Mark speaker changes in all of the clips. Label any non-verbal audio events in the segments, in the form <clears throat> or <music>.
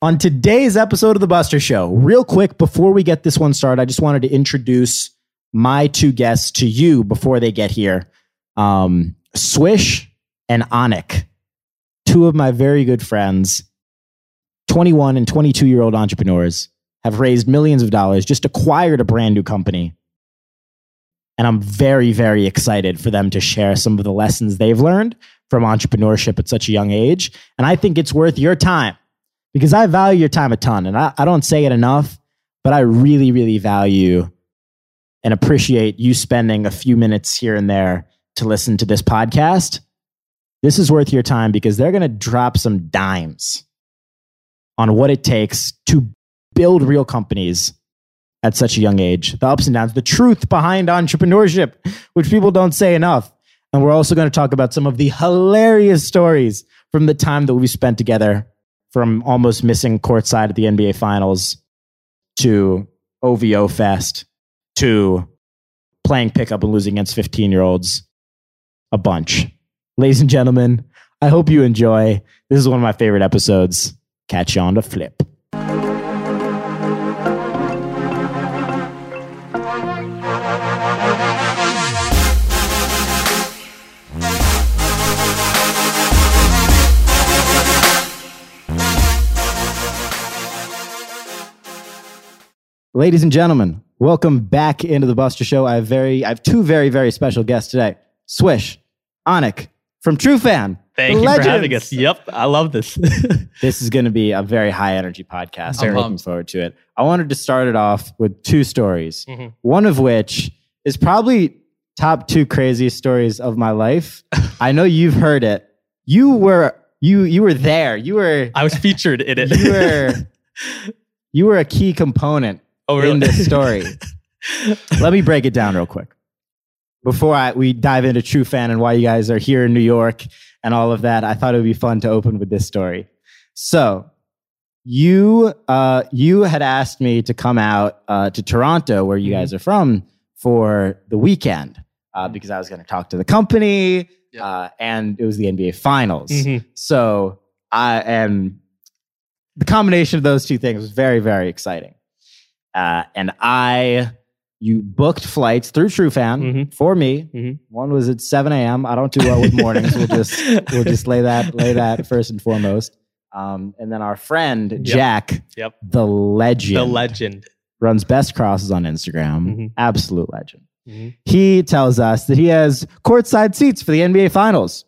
Speaker 1: On today's episode of The Buster Show, real quick, before we get this one started, I just wanted to introduce my two guests to you before they get here um, Swish and Onik, two of my very good friends, 21 and 22 year old entrepreneurs, have raised millions of dollars, just acquired a brand new company. And I'm very, very excited for them to share some of the lessons they've learned from entrepreneurship at such a young age. And I think it's worth your time because I value your time a ton. And I, I don't say it enough, but I really, really value and appreciate you spending a few minutes here and there to listen to this podcast. This is worth your time because they're going to drop some dimes on what it takes to build real companies at such a young age, the ups and downs, the truth behind entrepreneurship, which people don't say enough. And we're also going to talk about some of the hilarious stories from the time that we spent together from almost missing courtside at the NBA Finals to OVO Fest to playing pickup and losing against 15 year olds a bunch. Ladies and gentlemen, I hope you enjoy. This is one of my favorite episodes. Catch you on the flip. Ladies and gentlemen, welcome back into the Buster Show. I have very, I have two very, very special guests today. Swish, Onik from True Fan.
Speaker 2: Thank
Speaker 1: the
Speaker 2: you for having
Speaker 1: legends.
Speaker 2: us. Yep, I love this. <laughs>
Speaker 1: This is going to be a very high energy podcast. I'm,
Speaker 2: I'm
Speaker 1: looking
Speaker 2: pumped.
Speaker 1: forward to it. I wanted to start it off with two stories,
Speaker 2: Mhm.
Speaker 1: one of which is probably top two craziest stories of my life. I know you've heard it. You were you you were there. You were
Speaker 2: I was featured in it.
Speaker 1: you were you were a key component
Speaker 2: <laughs> oh, really?
Speaker 1: in
Speaker 2: <laughs>
Speaker 1: this story. Let me break it down real quick before I, we dive into True Fan and why you guys are here in New York and all of that. I thought it would be fun to open with this story. So you uh, you had asked me to come out uh, to Toronto, where
Speaker 2: Mm-hmm.
Speaker 1: you guys are from, for the weekend uh, because I was going to talk to the company,
Speaker 3: Yeah.
Speaker 1: uh, and it was the NBA Finals.
Speaker 2: Mhm.
Speaker 1: So I am the combination of those two things was very, very exciting. Uh, and I, you booked flights through TrueFan
Speaker 2: Mhm.
Speaker 1: for me.
Speaker 2: Mhm.
Speaker 1: One was at 7 a.m. I don't do well with mornings. we'll just we'll just lay that lay that first and foremost. Um, and then our friend
Speaker 2: Yep.
Speaker 1: Jack,
Speaker 2: Yep.
Speaker 1: the legend,
Speaker 2: the legend.
Speaker 1: runs best crosses on Instagram.
Speaker 2: Mhm.
Speaker 1: Absolute legend he tells us that he has courtside seats for the NBA Finals.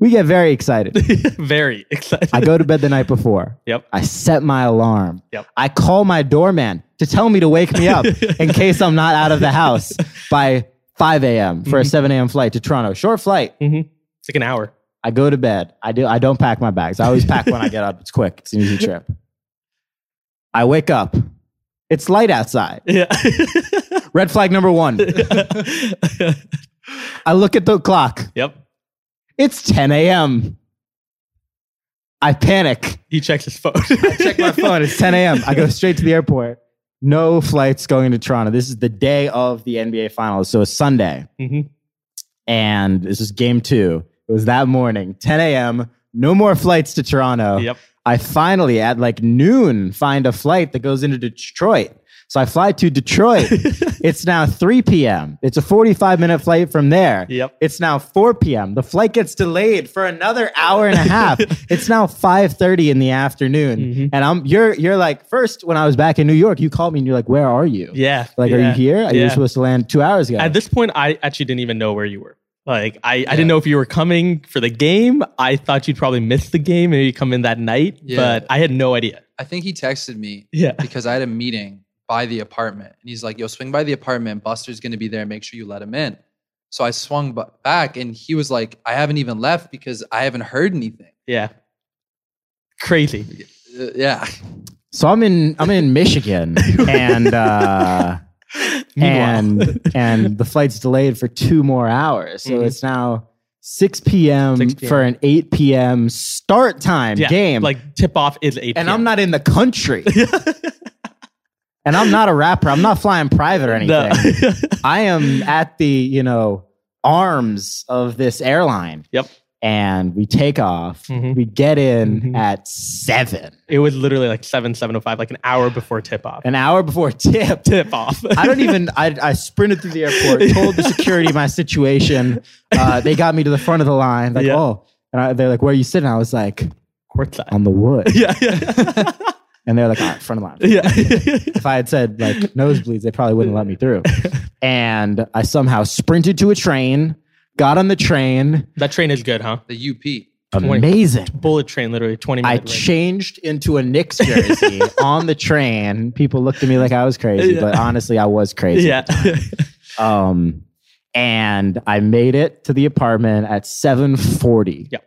Speaker 1: We get very excited.
Speaker 2: <laughs> Very excited.
Speaker 1: I go to bed the night before.
Speaker 2: Yep.
Speaker 1: I set my alarm.
Speaker 2: Yep.
Speaker 1: I call my doorman to tell me to wake me
Speaker 2: <laughs>
Speaker 1: up in case I'm not out of the house by 5 a.m. for a
Speaker 2: Mhm.
Speaker 1: 7 a.m. flight to Toronto. Short flight.
Speaker 2: It's like an hour.
Speaker 1: I go to bed. I do. I don't pack my bags. I always pack when I get up. It's quick. It's an easy trip. I wake up. It's light outside.
Speaker 2: Yeah. <laughs>
Speaker 1: Red flag number one. I look at the clock.
Speaker 2: yep.
Speaker 1: It's 10 a.m. I panic.
Speaker 2: He checks his phone.
Speaker 1: I check my phone. It's 10 a.m. I go straight to the airport. No flights going to Toronto. This is the day of the NBA Finals. So it's Sunday.
Speaker 2: Mhm.
Speaker 1: And this is game two. It was that morning, 10 a.m. No more flights to Toronto.
Speaker 2: <laughs> Yep.
Speaker 1: I finally, at like noon, find a flight that goes into Detroit. So I fly to
Speaker 2: <laughs>
Speaker 1: Detroit. it's now 3 p.m. It's a 45 minute flight from there.
Speaker 2: Yep.
Speaker 1: It's now 4 p.m. The flight gets delayed for another hour and a
Speaker 2: <laughs>
Speaker 1: half. it's now 5:30 in the afternoon,
Speaker 2: Mhm.
Speaker 1: and I'm you're you're like first when I was back in New York, you called me and you're like, "Where are you?
Speaker 2: Yeah.
Speaker 1: Like, are you
Speaker 2: yeah.
Speaker 1: here? You
Speaker 2: Yeah.
Speaker 1: were supposed to land two hours ago."
Speaker 2: At this point, I actually didn't even know where you were. Like, I, I didn't know if you were coming for the game. I thought you'd probably miss the game, maybe come in that night,
Speaker 3: Yeah.
Speaker 2: but I had no idea.
Speaker 3: I think he texted me
Speaker 2: Yeah.
Speaker 3: because I had a meeting by the apartment, and he's like, "Yo, swing by the apartment. Buster's gonna be there. Make sure you let him in." So I swung bu- back, and he was like, "I haven't even left because I haven't heard anything."
Speaker 2: Yeah. Crazy.
Speaker 3: Uh, yeah, <laughs>
Speaker 1: so I'm in I'm in
Speaker 2: <laughs>
Speaker 1: Michigan, and uh, <laughs> and and the flight's delayed for two more hours, so
Speaker 2: Mhm.
Speaker 1: it's now 6 p.m.
Speaker 2: 6 p.m.
Speaker 1: for an 8 p.m. start time
Speaker 2: Yeah,
Speaker 1: game.
Speaker 2: like tip off is eight.
Speaker 1: and I'm not in the
Speaker 2: <laughs>
Speaker 1: country. and I'm not a rapper. I'm not flying private or anything. I am at the, you know, arms of this airline.
Speaker 2: Yep.
Speaker 1: and we take off.
Speaker 2: Mhm.
Speaker 1: We get in
Speaker 2: Mhm.
Speaker 1: at seven,
Speaker 2: <laughs> It was literally like seven, seven o five, like an hour before tip off.
Speaker 1: an hour before tip.
Speaker 2: tip off.
Speaker 1: I
Speaker 2: <laughs>
Speaker 1: don't e-, even. I, I sprinted through the airport, told the security my situation. Uh, they got me to the front of the line. Like,
Speaker 2: Yeah.
Speaker 1: oh, and I, they're like, "Where are you sitting?" I was like, <laughs>
Speaker 2: courtside.
Speaker 1: "On the wood."
Speaker 2: <laughs> Yeah, yeah,
Speaker 1: And they're like, "All right, front of the line."
Speaker 2: yeah.
Speaker 1: if I had said like nosebleeds, they probably wouldn't let me through. And I somehow sprinted to a train, got on the train.
Speaker 2: <laughs> that train is good, huh?
Speaker 3: The UP.
Speaker 2: Twenty.
Speaker 1: Amazing.
Speaker 2: Bullet train, literally twenty
Speaker 1: I
Speaker 2: minutes.
Speaker 1: changed into a Knicks
Speaker 2: <laughs>
Speaker 1: jersey on the train. People looked at me like I was crazy,
Speaker 2: Yeah.
Speaker 1: but honestly, I was crazy.
Speaker 2: yeah, <laughs>
Speaker 1: Um, and I made it to the apartment at 7:40.
Speaker 2: Yep.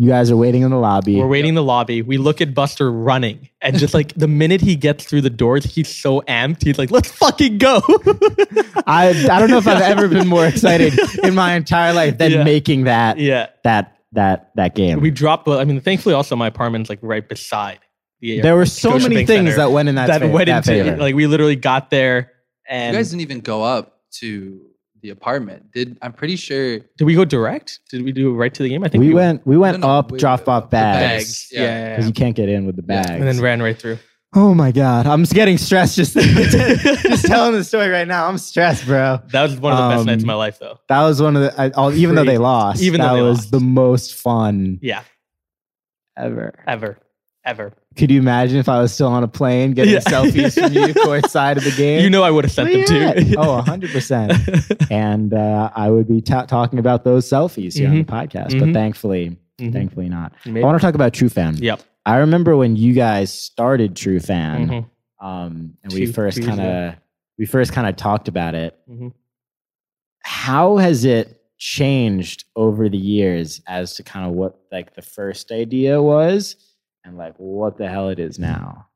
Speaker 1: You guys are waiting in the lobby.
Speaker 2: we're waiting in the lobby. We look at Buster running, and just like the minute he gets through the doors, he's so amped. He's like, "Let's
Speaker 1: <laughs>
Speaker 2: fucking go!" <laughs>
Speaker 1: I, I don't know if I've ever been more
Speaker 2: <laughs>
Speaker 1: excited in my entire life than
Speaker 2: Yeah.
Speaker 1: making that
Speaker 2: yeah,
Speaker 1: that that that game.
Speaker 2: we dropped. Well, I mean, thankfully, also my apartment's like right beside the air.
Speaker 1: there were so many
Speaker 2: Scotiabank Center
Speaker 1: things that went in that,
Speaker 2: that
Speaker 1: fa-
Speaker 2: went
Speaker 1: that
Speaker 2: into
Speaker 1: favor.
Speaker 2: like we literally got there,
Speaker 3: You
Speaker 2: and
Speaker 3: guys didn't even go up to the apartment. Did I'm pretty sure
Speaker 2: did we go direct? Did we do it right to the game? I think
Speaker 1: we went we went
Speaker 3: No, no,
Speaker 1: up,
Speaker 3: we-
Speaker 1: drop off
Speaker 3: the
Speaker 1: bags
Speaker 2: bags.
Speaker 3: Yeah.
Speaker 2: Yeah, yeah,
Speaker 1: because
Speaker 2: yeah.
Speaker 1: you can't get in with the
Speaker 3: Yeah.
Speaker 1: bags.
Speaker 2: and then ran right through.
Speaker 1: oh my god, I'm just getting stressed
Speaker 2: <laughs>
Speaker 1: just <laughs> just
Speaker 2: that
Speaker 1: telling the story right now. I'm stressed, bro.
Speaker 2: was one of the best
Speaker 1: Um,
Speaker 2: nights of my life, though.
Speaker 1: That was one of the I, all, even though they
Speaker 2: Crazy.
Speaker 1: lost,
Speaker 2: Even though
Speaker 1: that
Speaker 2: they
Speaker 1: was
Speaker 2: lost.
Speaker 1: the most fun
Speaker 2: Yeah,
Speaker 1: ever.
Speaker 2: ever, ever.
Speaker 1: Could you imagine if I was still on a plane getting
Speaker 2: Yeah.
Speaker 1: selfies from
Speaker 2: <laughs>
Speaker 1: you court side of the game?
Speaker 2: You know, I would have sent
Speaker 1: Where
Speaker 2: them
Speaker 1: you
Speaker 2: too.
Speaker 1: at? Oh,
Speaker 2: <laughs>
Speaker 1: 100%. and uh, I would be ta- talking about those selfies here on the podcast, but
Speaker 2: Mhm.
Speaker 1: thankfully,
Speaker 2: Mhm.
Speaker 1: thankfully not.
Speaker 2: You
Speaker 1: I
Speaker 2: made-
Speaker 1: want to talk about True Fan.
Speaker 2: Yep.
Speaker 1: I remember when you guys started True Fan,
Speaker 2: Mhm.
Speaker 1: um, and we
Speaker 2: Two-
Speaker 1: first
Speaker 2: two years
Speaker 1: kind of we first kind of talked about it.
Speaker 2: Mhm.
Speaker 1: How has it changed over the years as to kind of what like the first idea was, and like what the hell it is now?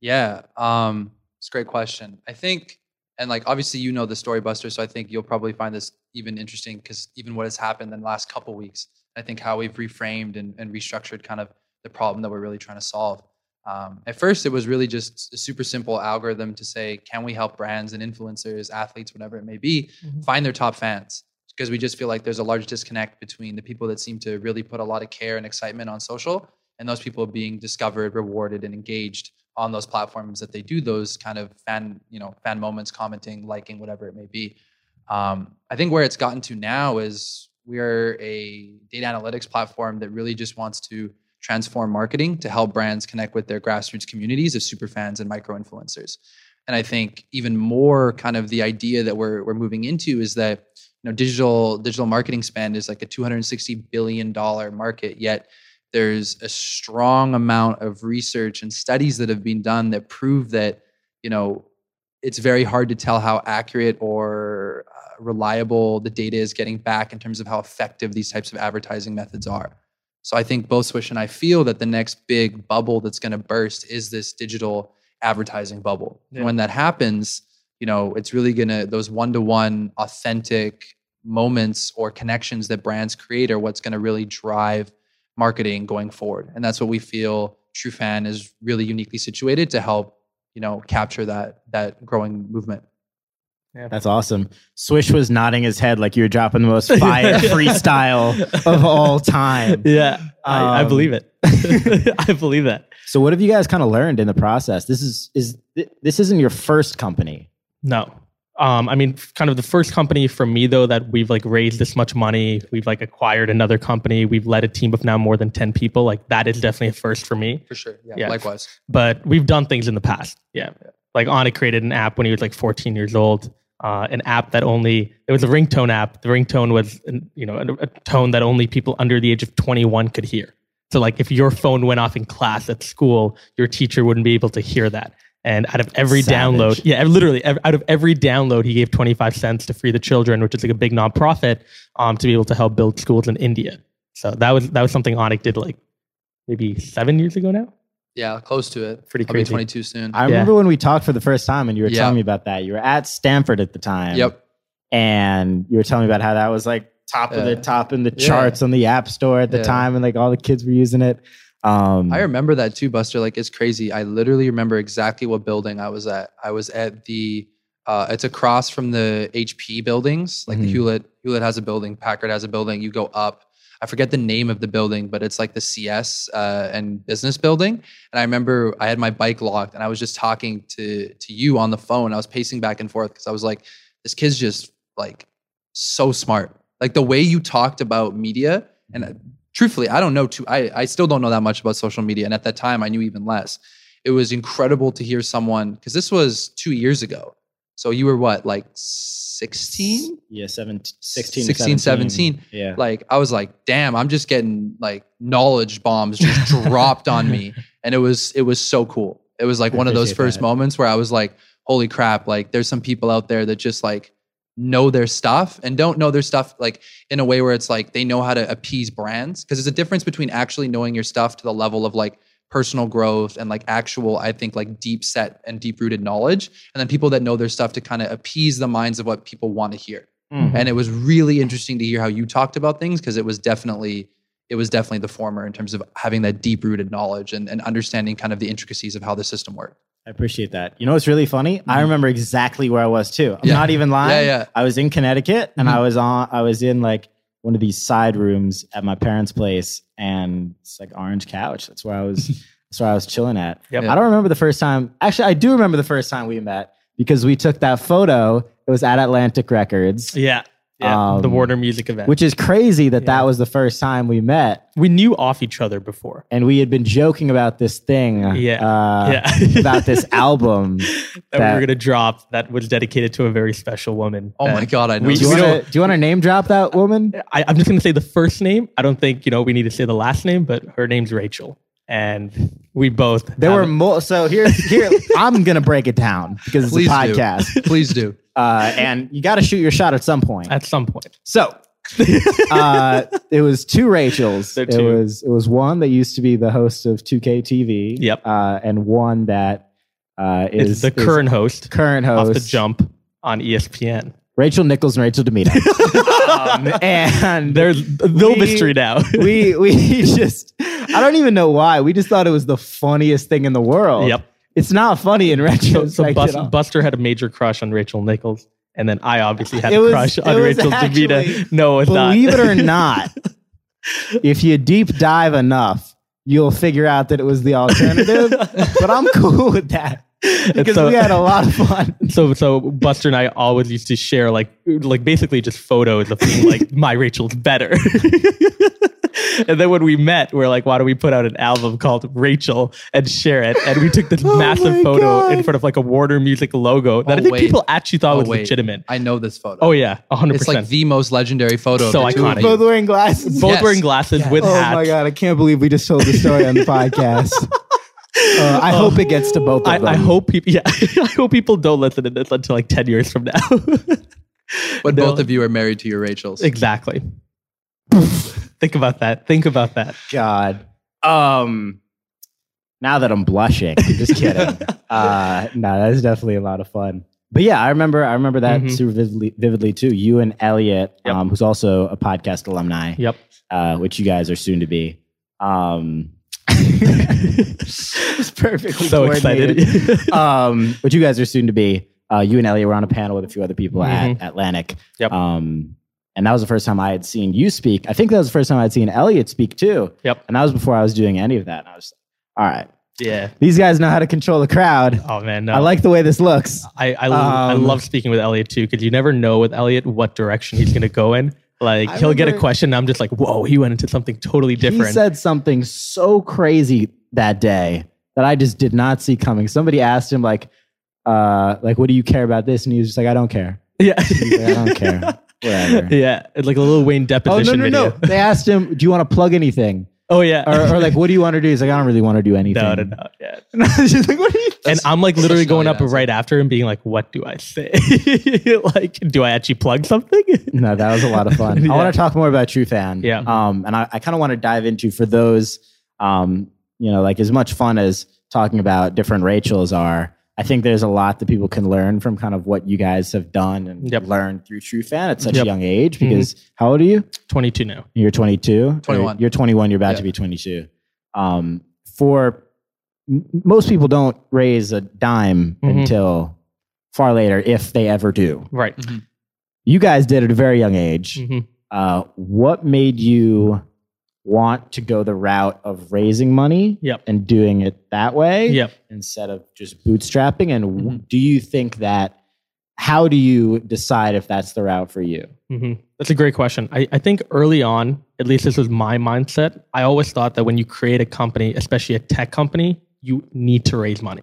Speaker 3: Yeah, um, it's a great question. I think, and like obviously you know the story Buster, so I think you'll probably find this even interesting because even what has happened in the last couple weeks, I think how we've reframed and, and restructured kind of the problem that we're really trying to solve. Um, at first, it was really just a super simple algorithm to say, can we help brands and influencers, athletes, whatever it may be,
Speaker 2: Mhm.
Speaker 3: find their top fans? Because we just feel like there's a large disconnect between the people that seem to really put a lot of care and excitement on social and those people being discovered, rewarded, and engaged on those platforms that they do those kind of fan, you know, fan moments, commenting, liking, whatever it may be. Um, I think where it's gotten to now is we're a data analytics platform that really just wants to transform marketing to help brands connect with their grassroots communities of super fans and micro influencers. And I think even more kind of the idea that we're we're moving into is that you know digital digital marketing spend is like a 260 billion dollar market yet there's a strong amount of research and studies that have been done that prove that you know it's very hard to tell how accurate or uh, reliable the data is getting back in terms of how effective these types of advertising methods are so i think both swish and i feel that the next big bubble that's going to burst is this digital advertising bubble
Speaker 2: Yeah.
Speaker 3: and when that happens you know it's really going to those one-to-one authentic moments or connections that brands create are what's going to really drive marketing going forward. And that's what we feel TrueFan is really uniquely situated to help, you know, capture that that growing movement.
Speaker 1: That's awesome. Swish was nodding his head like you were dropping the most
Speaker 2: <laughs>
Speaker 1: fire freestyle of all time.
Speaker 2: Yeah, I, I
Speaker 1: Um,
Speaker 2: believe it. <laughs> I believe that.
Speaker 1: So, what have you guys kind of learned in the process? This is is thi- this isn't your first company.
Speaker 2: No. Um, I mean, f- kind of the first company for me though that we've like raised this much money, we've like acquired another company, we've led a team of now more than ten people. Like that is definitely a first for me.
Speaker 3: For sure. Yeah.
Speaker 2: Yeah.
Speaker 3: Likewise.
Speaker 2: but we've done things in the past. Yeah. Like Anna created an app when he was like 14 years old, uh, an app that only, it was a ringtone app. The ringtone was, an- you know, a, a tone that only people under the age of 21 could hear. So like if your phone went off in class at school, your teacher wouldn't be able to hear that. And out of every
Speaker 1: Savage.
Speaker 2: download, yeah, literally ev- out of every download, he gave 25 cents to Free the Children, which is like a big nonprofit, um, to be able to help build schools in India. So that was, that was something Onik did like maybe seven years ago now.
Speaker 3: Yeah, close to it.
Speaker 2: Pretty
Speaker 3: I'll be
Speaker 2: crazy.
Speaker 3: 22 soon.
Speaker 1: I remember when we talked for the first time, and you were
Speaker 3: Yeah.
Speaker 1: telling me about that. You were at Stanford at the time.
Speaker 3: yep.
Speaker 1: And you were telling me about how that was like top of the
Speaker 3: Yeah.
Speaker 1: top in the
Speaker 3: Yeah.
Speaker 1: charts on the App Store at the
Speaker 3: Yeah.
Speaker 1: time, and like all the kids were using it. Um,
Speaker 3: I remember that too, Buster. Like it's crazy. I literally remember exactly what building I was at. I was at the uh, it's across from the HP buildings. Like
Speaker 1: Mhm.
Speaker 3: the Hewlett Hewlett has a building, Packard has a building. You go up I forget the name of the building, but it's like the CS uh, and business building. And I remember I had my bike locked, and I was just talking to to you on the phone. I was pacing back and forth because I was like, this kid's just like so smart. Like the way you talked about media, and uh, truthfully, I don't know too. I I still don't know that much about social media, and at that time, I knew even less. It was incredible to hear someone because this was two years ago. So you were what, like sixteen?
Speaker 1: Yeah, 17, 16,
Speaker 3: 16, 17.
Speaker 1: Yeah.
Speaker 3: like I was like, damn, I'm just getting like knowledge
Speaker 1: <laughs>
Speaker 3: bombs just dropped on me. And it was it was so cool. It was like
Speaker 1: I
Speaker 3: one of those
Speaker 1: appreciate
Speaker 3: first
Speaker 1: that.
Speaker 3: moments where I was like, holy crap, like there's some people out there that just like know their stuff and don't know their stuff like in a way where it's like they know how to appease brands. Cause there's a difference between actually knowing your stuff to the level of like personal growth and like actual, I think like deep set and deep rooted knowledge. And then people that know their stuff to kind of appease the minds of what people want to hear and it
Speaker 2: Mm.
Speaker 3: was really interesting to hear how you talked about things because it was definitely it was definitely the former in terms of having that deep rooted knowledge and, and understanding kind of the intricacies of how the system worked
Speaker 1: I appreciate that. You know what's really funny? I remember exactly where I was too. I'm
Speaker 3: Mm-hmm. Yeah.
Speaker 1: not even lying.
Speaker 3: Yeah, yeah.
Speaker 1: I was in Connecticut and
Speaker 3: Mhm.
Speaker 2: Mm-hmm.
Speaker 1: I was on I was in like one of these side rooms at my parents' place and it's like orange couch. That's where I
Speaker 2: <laughs>
Speaker 1: was that's where I was chilling at.
Speaker 2: Yep.
Speaker 1: I don't remember the first time. Actually, I do remember the first time we met because we took that photo. It was at Atlantic Records.
Speaker 2: Yeah. Yeah. the
Speaker 1: Um,
Speaker 2: Warner Music event. Which
Speaker 1: Which is crazy that
Speaker 2: Yeah.
Speaker 1: that was the first time we met,
Speaker 2: we knew off each other before.
Speaker 1: and we had been joking about this thing,
Speaker 2: Yeah.
Speaker 1: uh,
Speaker 2: yeah.
Speaker 1: about
Speaker 2: <laughs>
Speaker 1: this album.
Speaker 2: <laughs> that, we
Speaker 1: that-
Speaker 2: were gonna drop that was dedicated to a very special woman.
Speaker 3: oh my
Speaker 2: And
Speaker 3: god i know
Speaker 2: we-
Speaker 1: Do you
Speaker 2: we
Speaker 1: want
Speaker 2: don't-
Speaker 1: to do you want to name drop that woman?
Speaker 2: I, I'm just gonna say the first name. I don't think you know we need to say the last name, but her name's Rachel, and we both
Speaker 1: There
Speaker 2: have
Speaker 1: were more. So here,
Speaker 2: <laughs>
Speaker 1: here, I'm gonna break it down because it's a
Speaker 3: Please do.
Speaker 1: podcast,
Speaker 3: <laughs> please
Speaker 2: <laughs>
Speaker 3: do
Speaker 1: uh, and you got to shoot your shot at some point.
Speaker 2: at some point. <laughs>
Speaker 1: So uh, it was two Rachels.
Speaker 2: There are
Speaker 1: It
Speaker 2: two.
Speaker 1: was it was one that used to be the host of 2K TV.
Speaker 2: Yep.
Speaker 1: uh, and one that uh,
Speaker 2: It's
Speaker 1: is
Speaker 2: the
Speaker 1: is
Speaker 2: current host,
Speaker 1: current host.
Speaker 2: off the jump on E ESPN.
Speaker 1: Rachel Nichols and Rachel Demita.
Speaker 2: <laughs>
Speaker 3: Oh,
Speaker 2: Um,
Speaker 1: <laughs> and
Speaker 2: there's no
Speaker 1: We-
Speaker 2: mystery now.
Speaker 1: <laughs> we we just I don't even know why. We just thought it was the funniest thing in the world.
Speaker 2: yep.
Speaker 1: It's not funny in
Speaker 2: So,
Speaker 1: retrospect.
Speaker 2: so Bus-
Speaker 1: at all.
Speaker 2: Buster had a major crush on Rachel Nichols, and then I obviously had
Speaker 1: It
Speaker 2: a
Speaker 1: was-
Speaker 2: crush
Speaker 1: it
Speaker 2: on
Speaker 1: was
Speaker 2: Rachel Davita.
Speaker 1: actually-
Speaker 2: No, it's
Speaker 1: Believe
Speaker 2: not.
Speaker 1: it <laughs>
Speaker 2: <laughs>
Speaker 1: or not, if you deep dive enough, you'll figure out that it was the <laughs> alternative. but I'm cool with that <laughs> because
Speaker 2: so-
Speaker 1: we had a lot <laughs> of fun.
Speaker 2: so so Buster and I always used to share like like basically just photos of
Speaker 1: <laughs>
Speaker 2: being like my Rachel's better. <laughs> and then when we met, we are like, why don't we put out an album called Rachel and share it? And we took
Speaker 1: <laughs>
Speaker 2: this
Speaker 1: Oh
Speaker 2: massive
Speaker 1: my
Speaker 2: photo in
Speaker 1: God.
Speaker 2: front of like a Warner Music logo that
Speaker 3: Oh,
Speaker 2: I think
Speaker 3: wait.
Speaker 2: people actually thought
Speaker 3: Oh,
Speaker 2: was
Speaker 3: wait.
Speaker 2: legitimate.
Speaker 3: i know this photo
Speaker 2: Oh yeah, hundred
Speaker 3: it's like
Speaker 2: percent.
Speaker 3: the most legendary photo
Speaker 2: So
Speaker 3: of the two of
Speaker 2: iconic.
Speaker 1: Both
Speaker 3: you.
Speaker 1: wearing glasses.
Speaker 2: Both
Speaker 3: Yes.
Speaker 2: wearing glasses
Speaker 3: Yes.
Speaker 2: with
Speaker 1: oh
Speaker 2: hats.
Speaker 1: my god! I can't believe we just told the story on the podcast. <laughs> Uh, I hope it gets to both of
Speaker 2: Oh. I,
Speaker 1: them.
Speaker 2: I hope people <laughs> yeah, I hope people don't listen to this until like ten years from now. <laughs>
Speaker 3: but
Speaker 2: No.
Speaker 3: both of you are married to your
Speaker 1: <laughs>
Speaker 3: rachels
Speaker 2: exactly. Think about that. Think about that.
Speaker 1: God. Um. Now that I'm blushing, I'm just <laughs> kidding. uh, no, that was definitely a lot of fun. But yeah, I remember. I remember that
Speaker 2: Mhm.
Speaker 1: super vividly, vividly too. You and Elliot,
Speaker 2: Yep.
Speaker 1: um, who's also a podcast alumni,
Speaker 2: <laughs> Yep.
Speaker 1: uh, which you guys are soon to be.
Speaker 2: <laughs>
Speaker 1: Um, <laughs> it's perfectly
Speaker 2: so excited.
Speaker 1: coordinated. <laughs> um, but you guys are soon to be. Uh, you and Elliot were on a panel with a few other people at Atlantic.
Speaker 2: Mm-hmm. Yep.
Speaker 1: Um, and that was the first time I had seen you speak. I think that was the first time I'd seen Elliot speak too.
Speaker 2: Yep.
Speaker 1: And that was before I was doing any of that. And I was all right.
Speaker 2: yeah.
Speaker 1: These guys know how to control the crowd.
Speaker 2: Oh man, no.
Speaker 1: I like the way this looks.
Speaker 2: I I, I
Speaker 1: um,
Speaker 2: love speaking with Elliot too because you never know with Elliot what direction he's gonna go in. Like
Speaker 1: I
Speaker 2: he'll get a
Speaker 1: remember-
Speaker 2: question, and I'm just like, whoa, he went into something totally
Speaker 1: He
Speaker 2: different.
Speaker 1: said something so crazy that day that I just did not see coming. Somebody asked him like, uh, like, what do you care about this? And he was just like, I don't care.
Speaker 2: <laughs> yeah,
Speaker 1: He's like, I don't
Speaker 2: <laughs>
Speaker 1: care. Whatever.
Speaker 2: yeah, it's like a little
Speaker 1: Oh
Speaker 2: Wayne
Speaker 1: no
Speaker 2: deposition
Speaker 1: no
Speaker 2: video.
Speaker 1: no! They asked him, "Do you want to plug anything?"
Speaker 2: Oh yeah,
Speaker 1: Or, or like, "What do you want to do?" He's like, "I don't really want to do anything."
Speaker 2: no, no, no, yeah.
Speaker 1: <laughs> And I was just like, "What are you?"
Speaker 2: And I'm like literally
Speaker 3: such an
Speaker 2: going up
Speaker 3: Elliot answer.
Speaker 2: right after and being like, what do I say? <laughs> like, do I actually plug something?
Speaker 1: <laughs> No, that was a lot of fun.
Speaker 2: <laughs> Yeah.
Speaker 1: I want to talk more about True Fan.
Speaker 2: Yeah.
Speaker 1: Um, and I, I kind of want to dive into for those, um, you know, like as much fun as talking about different Rachels are. I think there's a lot that people can learn from kind of what you guys have done and
Speaker 2: Yep.
Speaker 1: learned through True Fan at such
Speaker 2: Yep. Mm-hmm.
Speaker 1: a young age. Because how old are you?
Speaker 2: 22 now.
Speaker 1: You're 22.
Speaker 3: 21.
Speaker 1: You're 21. You're about
Speaker 3: Yeah.
Speaker 1: to be 22. Um, for m- most people, don't raise a dime
Speaker 2: Mhm.
Speaker 1: until far later, if they ever do.
Speaker 2: Right.
Speaker 1: You guys did at a very young age.
Speaker 2: Mhm.
Speaker 1: Uh, what made you want to go the route of raising money
Speaker 2: Yep.
Speaker 1: and doing it that way
Speaker 2: Yep.
Speaker 1: instead of just bootstrapping? And
Speaker 2: Mm-hmm.
Speaker 1: w- do you think that? How do you decide if that's the route for you?
Speaker 2: hmm That's a great question. I, I think early on, at least this was my mindset, I always thought that when you create a company, especially a tech company, you need to raise money.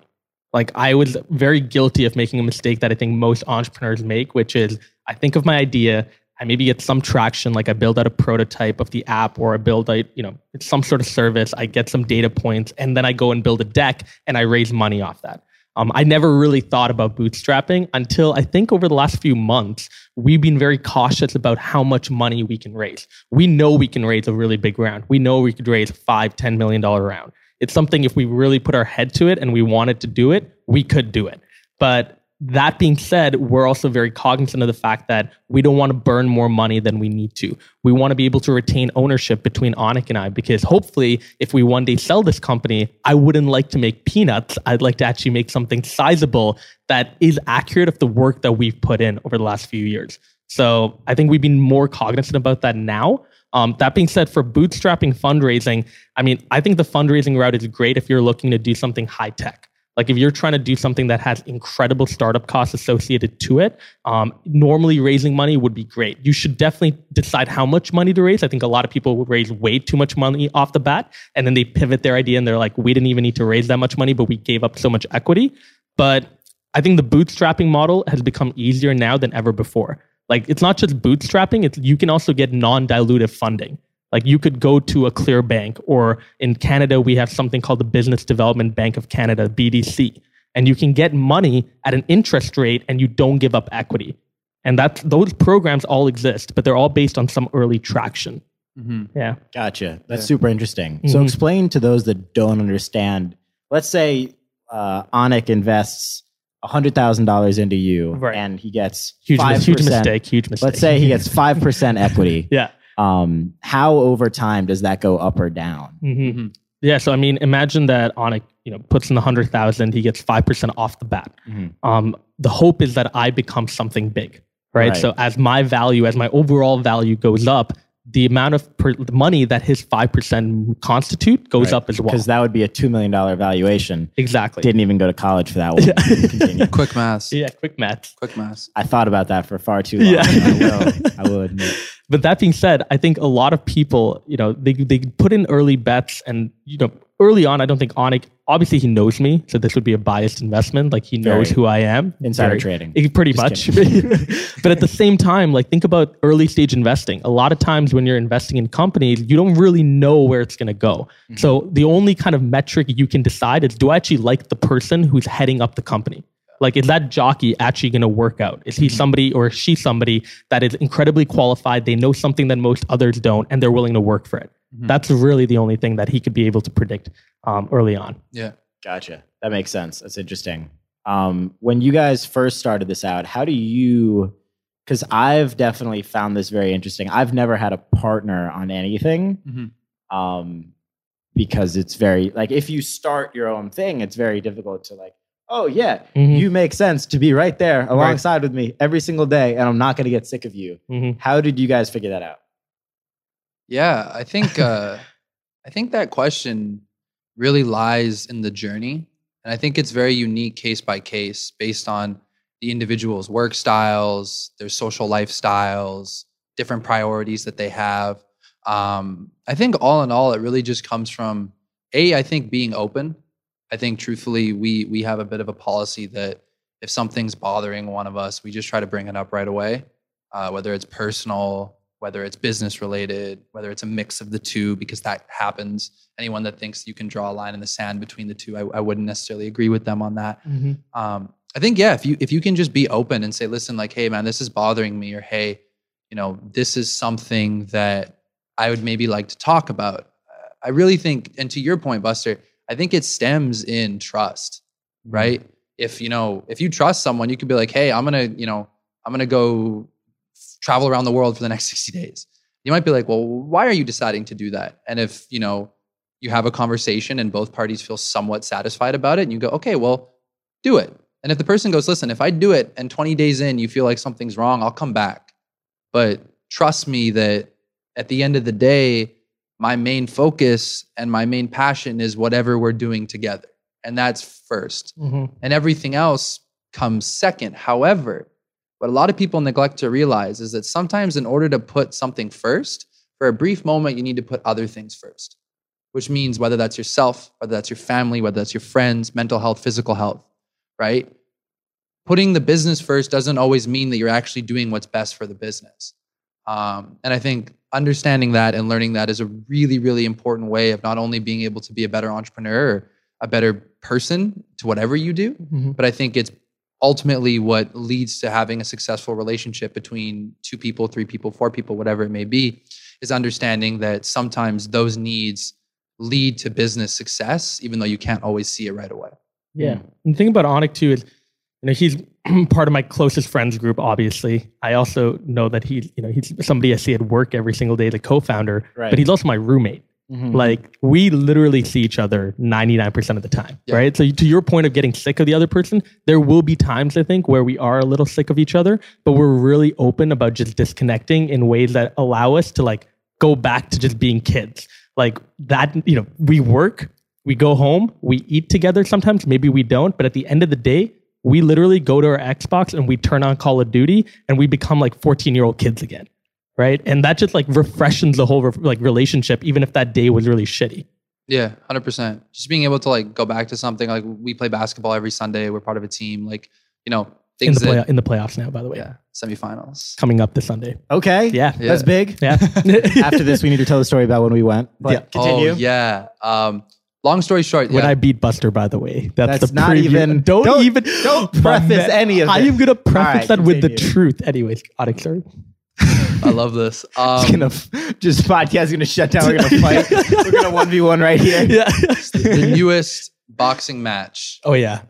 Speaker 2: Like I was very guilty of making a mistake that I think most entrepreneurs make, which is I think of my idea, I maybe get some traction, like I build out a prototype of the app or I build out, you know, some sort of service, I get some data points, and then I go and build a deck and I raise money off that. Um, I never really thought about bootstrapping until I think over the last few months, we've been very cautious about how much money we can raise. We know we can raise a really big round. We know we could raise a five, $10 million round. It's something if we really put our head to it and we wanted to do it, we could do it. But that being said, we're also very cognizant of the fact that we don't want to burn more money than we need to. We want to be able to retain ownership between Onik and I because hopefully, if we one day sell this company, I wouldn't like to make peanuts. I'd like to actually make something sizable that is accurate of the work that we've put in over the last few years. So I think we've been more cognizant about that now. Um, that being said, for bootstrapping fundraising, I mean, I think the fundraising route is great if you're looking to do something high tech. Like if you're trying to do something that has incredible startup costs associated to it, um, normally raising money would be great. You should definitely decide how much money to raise. I think a lot of people will raise way too much money off the bat, and then they pivot their idea and they're like, "We didn't even need to raise that much money, but we gave up so much equity." But I think the bootstrapping model has become easier now than ever before. Like it's not just bootstrapping; it's you can also get non-dilutive funding. Like you could go to a clear bank, or in Canada, we have something called the Business Development Bank of Canada, BDC, and you can get money at an interest rate and you don't give up equity. And that's those programs all exist, but they're all based on some early traction.
Speaker 3: hmm
Speaker 2: Yeah.
Speaker 1: Gotcha. That's
Speaker 3: Yeah.
Speaker 1: super interesting. So
Speaker 2: Mhm.
Speaker 1: explain to those that don't understand. Let's say uh, Onik invests hundred thousand dollars into you,
Speaker 2: Right.
Speaker 1: and he gets
Speaker 2: Huge, mi-
Speaker 1: 5%.
Speaker 2: huge mistake. Huge mistake.
Speaker 1: Let's
Speaker 2: <laughs>
Speaker 1: say he gets five percent equity.
Speaker 2: Yeah.
Speaker 1: Um, how over time does that go up or down?
Speaker 2: Mhm.
Speaker 3: Mhm.
Speaker 2: Yeah. So I mean, imagine that Onik, you know, puts in the hundred thousand, he gets five percent off the bat.
Speaker 1: Mhm.
Speaker 2: Um, the hope is that I become something big, right?
Speaker 1: Right.
Speaker 2: So as my value, as my overall value goes up, the amount of per- the money that his five percent constitute goes
Speaker 1: Right.
Speaker 2: up as well.
Speaker 1: Because that would be a two million dollar valuation.
Speaker 2: exactly.
Speaker 1: Didn't even go to college for that one.
Speaker 2: Yeah.
Speaker 1: <laughs> Continue.
Speaker 3: Quick math.
Speaker 2: yeah. Quick math.
Speaker 3: Quick math.
Speaker 1: I thought about that for far too long.
Speaker 2: Yeah.
Speaker 1: I, will, I will
Speaker 2: <laughs>
Speaker 1: admit.
Speaker 2: But that being said, I think a lot of people, you know, they they put in early bets, and you know, early on, I don't think Onik. Obviously, he knows me, so this would be a biased investment. Like he knows
Speaker 1: Very.
Speaker 2: who I am.
Speaker 1: Insider
Speaker 2: Very-
Speaker 1: trading.
Speaker 2: It- pretty
Speaker 1: Just <laughs>
Speaker 2: much. <laughs> but at the same time, like think about early stage investing. A lot of times when you're investing in companies, you don't really know where it's going to go.
Speaker 1: Mm-hmm.
Speaker 2: So the only kind of metric you can decide is do I actually like the person who's heading up the company? Like, is that jockey actually going to work out? Is he
Speaker 1: Mm-hmm.
Speaker 2: somebody or is she somebody that is incredibly qualified? They know something that most others don't, and they're willing to work for it.
Speaker 1: Mm-hmm.
Speaker 3: Mhm.
Speaker 2: That's really the only thing that he could be able to predict um, early on.
Speaker 3: Yeah.
Speaker 1: Gotcha. That makes sense. That's interesting. Um, when you guys first started this out, how do you? Because I've definitely found this very interesting. I've never had a partner on anything
Speaker 3: Mhm.
Speaker 2: Mm-hmm.
Speaker 1: um, because it's very like if you start your own thing, it's very difficult to like. Oh yeah,
Speaker 2: Mhm.
Speaker 1: you make sense to be right there alongside with me every single day, and I'm not going to get sick of you.
Speaker 2: Mhm.
Speaker 1: How did you guys figure that out?
Speaker 3: Yeah, I think uh, I think that question really lies in the journey, and I think it's very unique case by case based on the individual's work styles, their social lifestyles, different priorities that they have. Um, I think all in all, it really just comes from a. I think being open. I think truthfully, we we have a bit of a policy that if something's bothering one of us, we just try to bring it up right away uh, whether it's personal, whether it's business related, whether it's a mix of the two, because that happens. Anyone that thinks you can draw a line in the sand between the two, I, I wouldn't necessarily agree with them on that. Um, I think yeah, if you if you can just be open and say, listen, like, hey man, this is bothering me, or hey, you know, this is something that I would maybe like to talk about. Uh, I really think, and to your point, Buster, I think it stems in trust right? If you know, if you trust someone, you could be like, "Hey, I'm gonna, you know, I'm gonna go travel around the world for the next 60 days." You might be like, "Well, why are you deciding to do that?" And if you know, you have a conversation and both parties feel somewhat satisfied about it, and you go, "Okay, well, do it." And if the person goes, "Listen, if I do it and 20 days in you feel like something's wrong, I'll come back." But trust me that at the end of the day, my main focus and my main passion is whatever we're doing together. And that's first.
Speaker 2: Mhm.
Speaker 3: And everything else comes second. However, what a lot of people neglect to realize is that sometimes in order to put something first, for a brief moment, you need to put other things first, which means whether that's yourself, whether that's your family, whether that's your friends, mental health, physical health, right? Putting the business first doesn't always mean that you're actually doing what's best for the business. Um, and I think understanding that and learning that is a really, really important way of not only being able to be a better entrepreneur, a better person to whatever you do,
Speaker 2: Mhm.
Speaker 3: but I think it's ultimately what leads to having a successful relationship between two people, three people, four people, whatever it may be, is understanding that sometimes those needs lead to business success, even though you can't always see it right away.
Speaker 2: Yeah. Mm. And the thing about Onik too is, you know, he's <clears throat> part of my closest friends group, obviously. I also know that he, you know, he's somebody I see at work every single day, the co-founder,
Speaker 1: Right.
Speaker 2: but he's also my roommate. Like we literally see each other 99% of the time,
Speaker 3: Yeah.
Speaker 2: right? So to your point of getting sick of the other person, there will be times I think where we are a little sick of each other, but we're really open about just disconnecting in ways that allow us to like go back to just being kids. Like that, you know, we work, we go home, we eat together sometimes, maybe we don't, but at the end of the day, we literally go to our Xbox and we turn on Call of Duty and we become like 14-year-old kids again right? And that just like refreshes the whole like relationship, even if that day was really shitty.
Speaker 3: Yeah, hundred percent. Just being able to like go back to something like we play basketball every Sunday. We're part of a team. Like you know
Speaker 2: In
Speaker 3: things
Speaker 2: the play-
Speaker 3: that
Speaker 2: in the playoffs now, by the way,
Speaker 3: yeah semifinals.
Speaker 2: coming up this Sunday.
Speaker 1: Okay.
Speaker 2: Yeah,
Speaker 3: Yeah.
Speaker 1: That's big. <laughs>
Speaker 2: yeah. <laughs>
Speaker 1: After this, we need to tell the story about when we went. But
Speaker 2: Yeah.
Speaker 1: continue.
Speaker 3: Oh yeah. Um, long story short,
Speaker 2: when
Speaker 3: yeah,
Speaker 2: I beat Buster, by the way, that's,
Speaker 1: That's
Speaker 2: the
Speaker 1: not
Speaker 2: preview.
Speaker 1: even-
Speaker 2: Don't,
Speaker 1: don't-
Speaker 2: even
Speaker 1: don't
Speaker 2: My
Speaker 1: preface
Speaker 2: man,
Speaker 1: any of
Speaker 2: I
Speaker 1: this.
Speaker 2: am gonna preface
Speaker 1: right,
Speaker 2: that with the
Speaker 1: continue.
Speaker 2: truth, anyways. Otic, sorry.
Speaker 3: I
Speaker 2: <laughs>
Speaker 3: love this. Um,
Speaker 1: It's gonna f- just podcast is gonna shut down. We're gonna fight. We're gonna one v one right here.
Speaker 2: <laughs> Yeah.
Speaker 3: the newest boxing match.
Speaker 2: <laughs> oh yeah.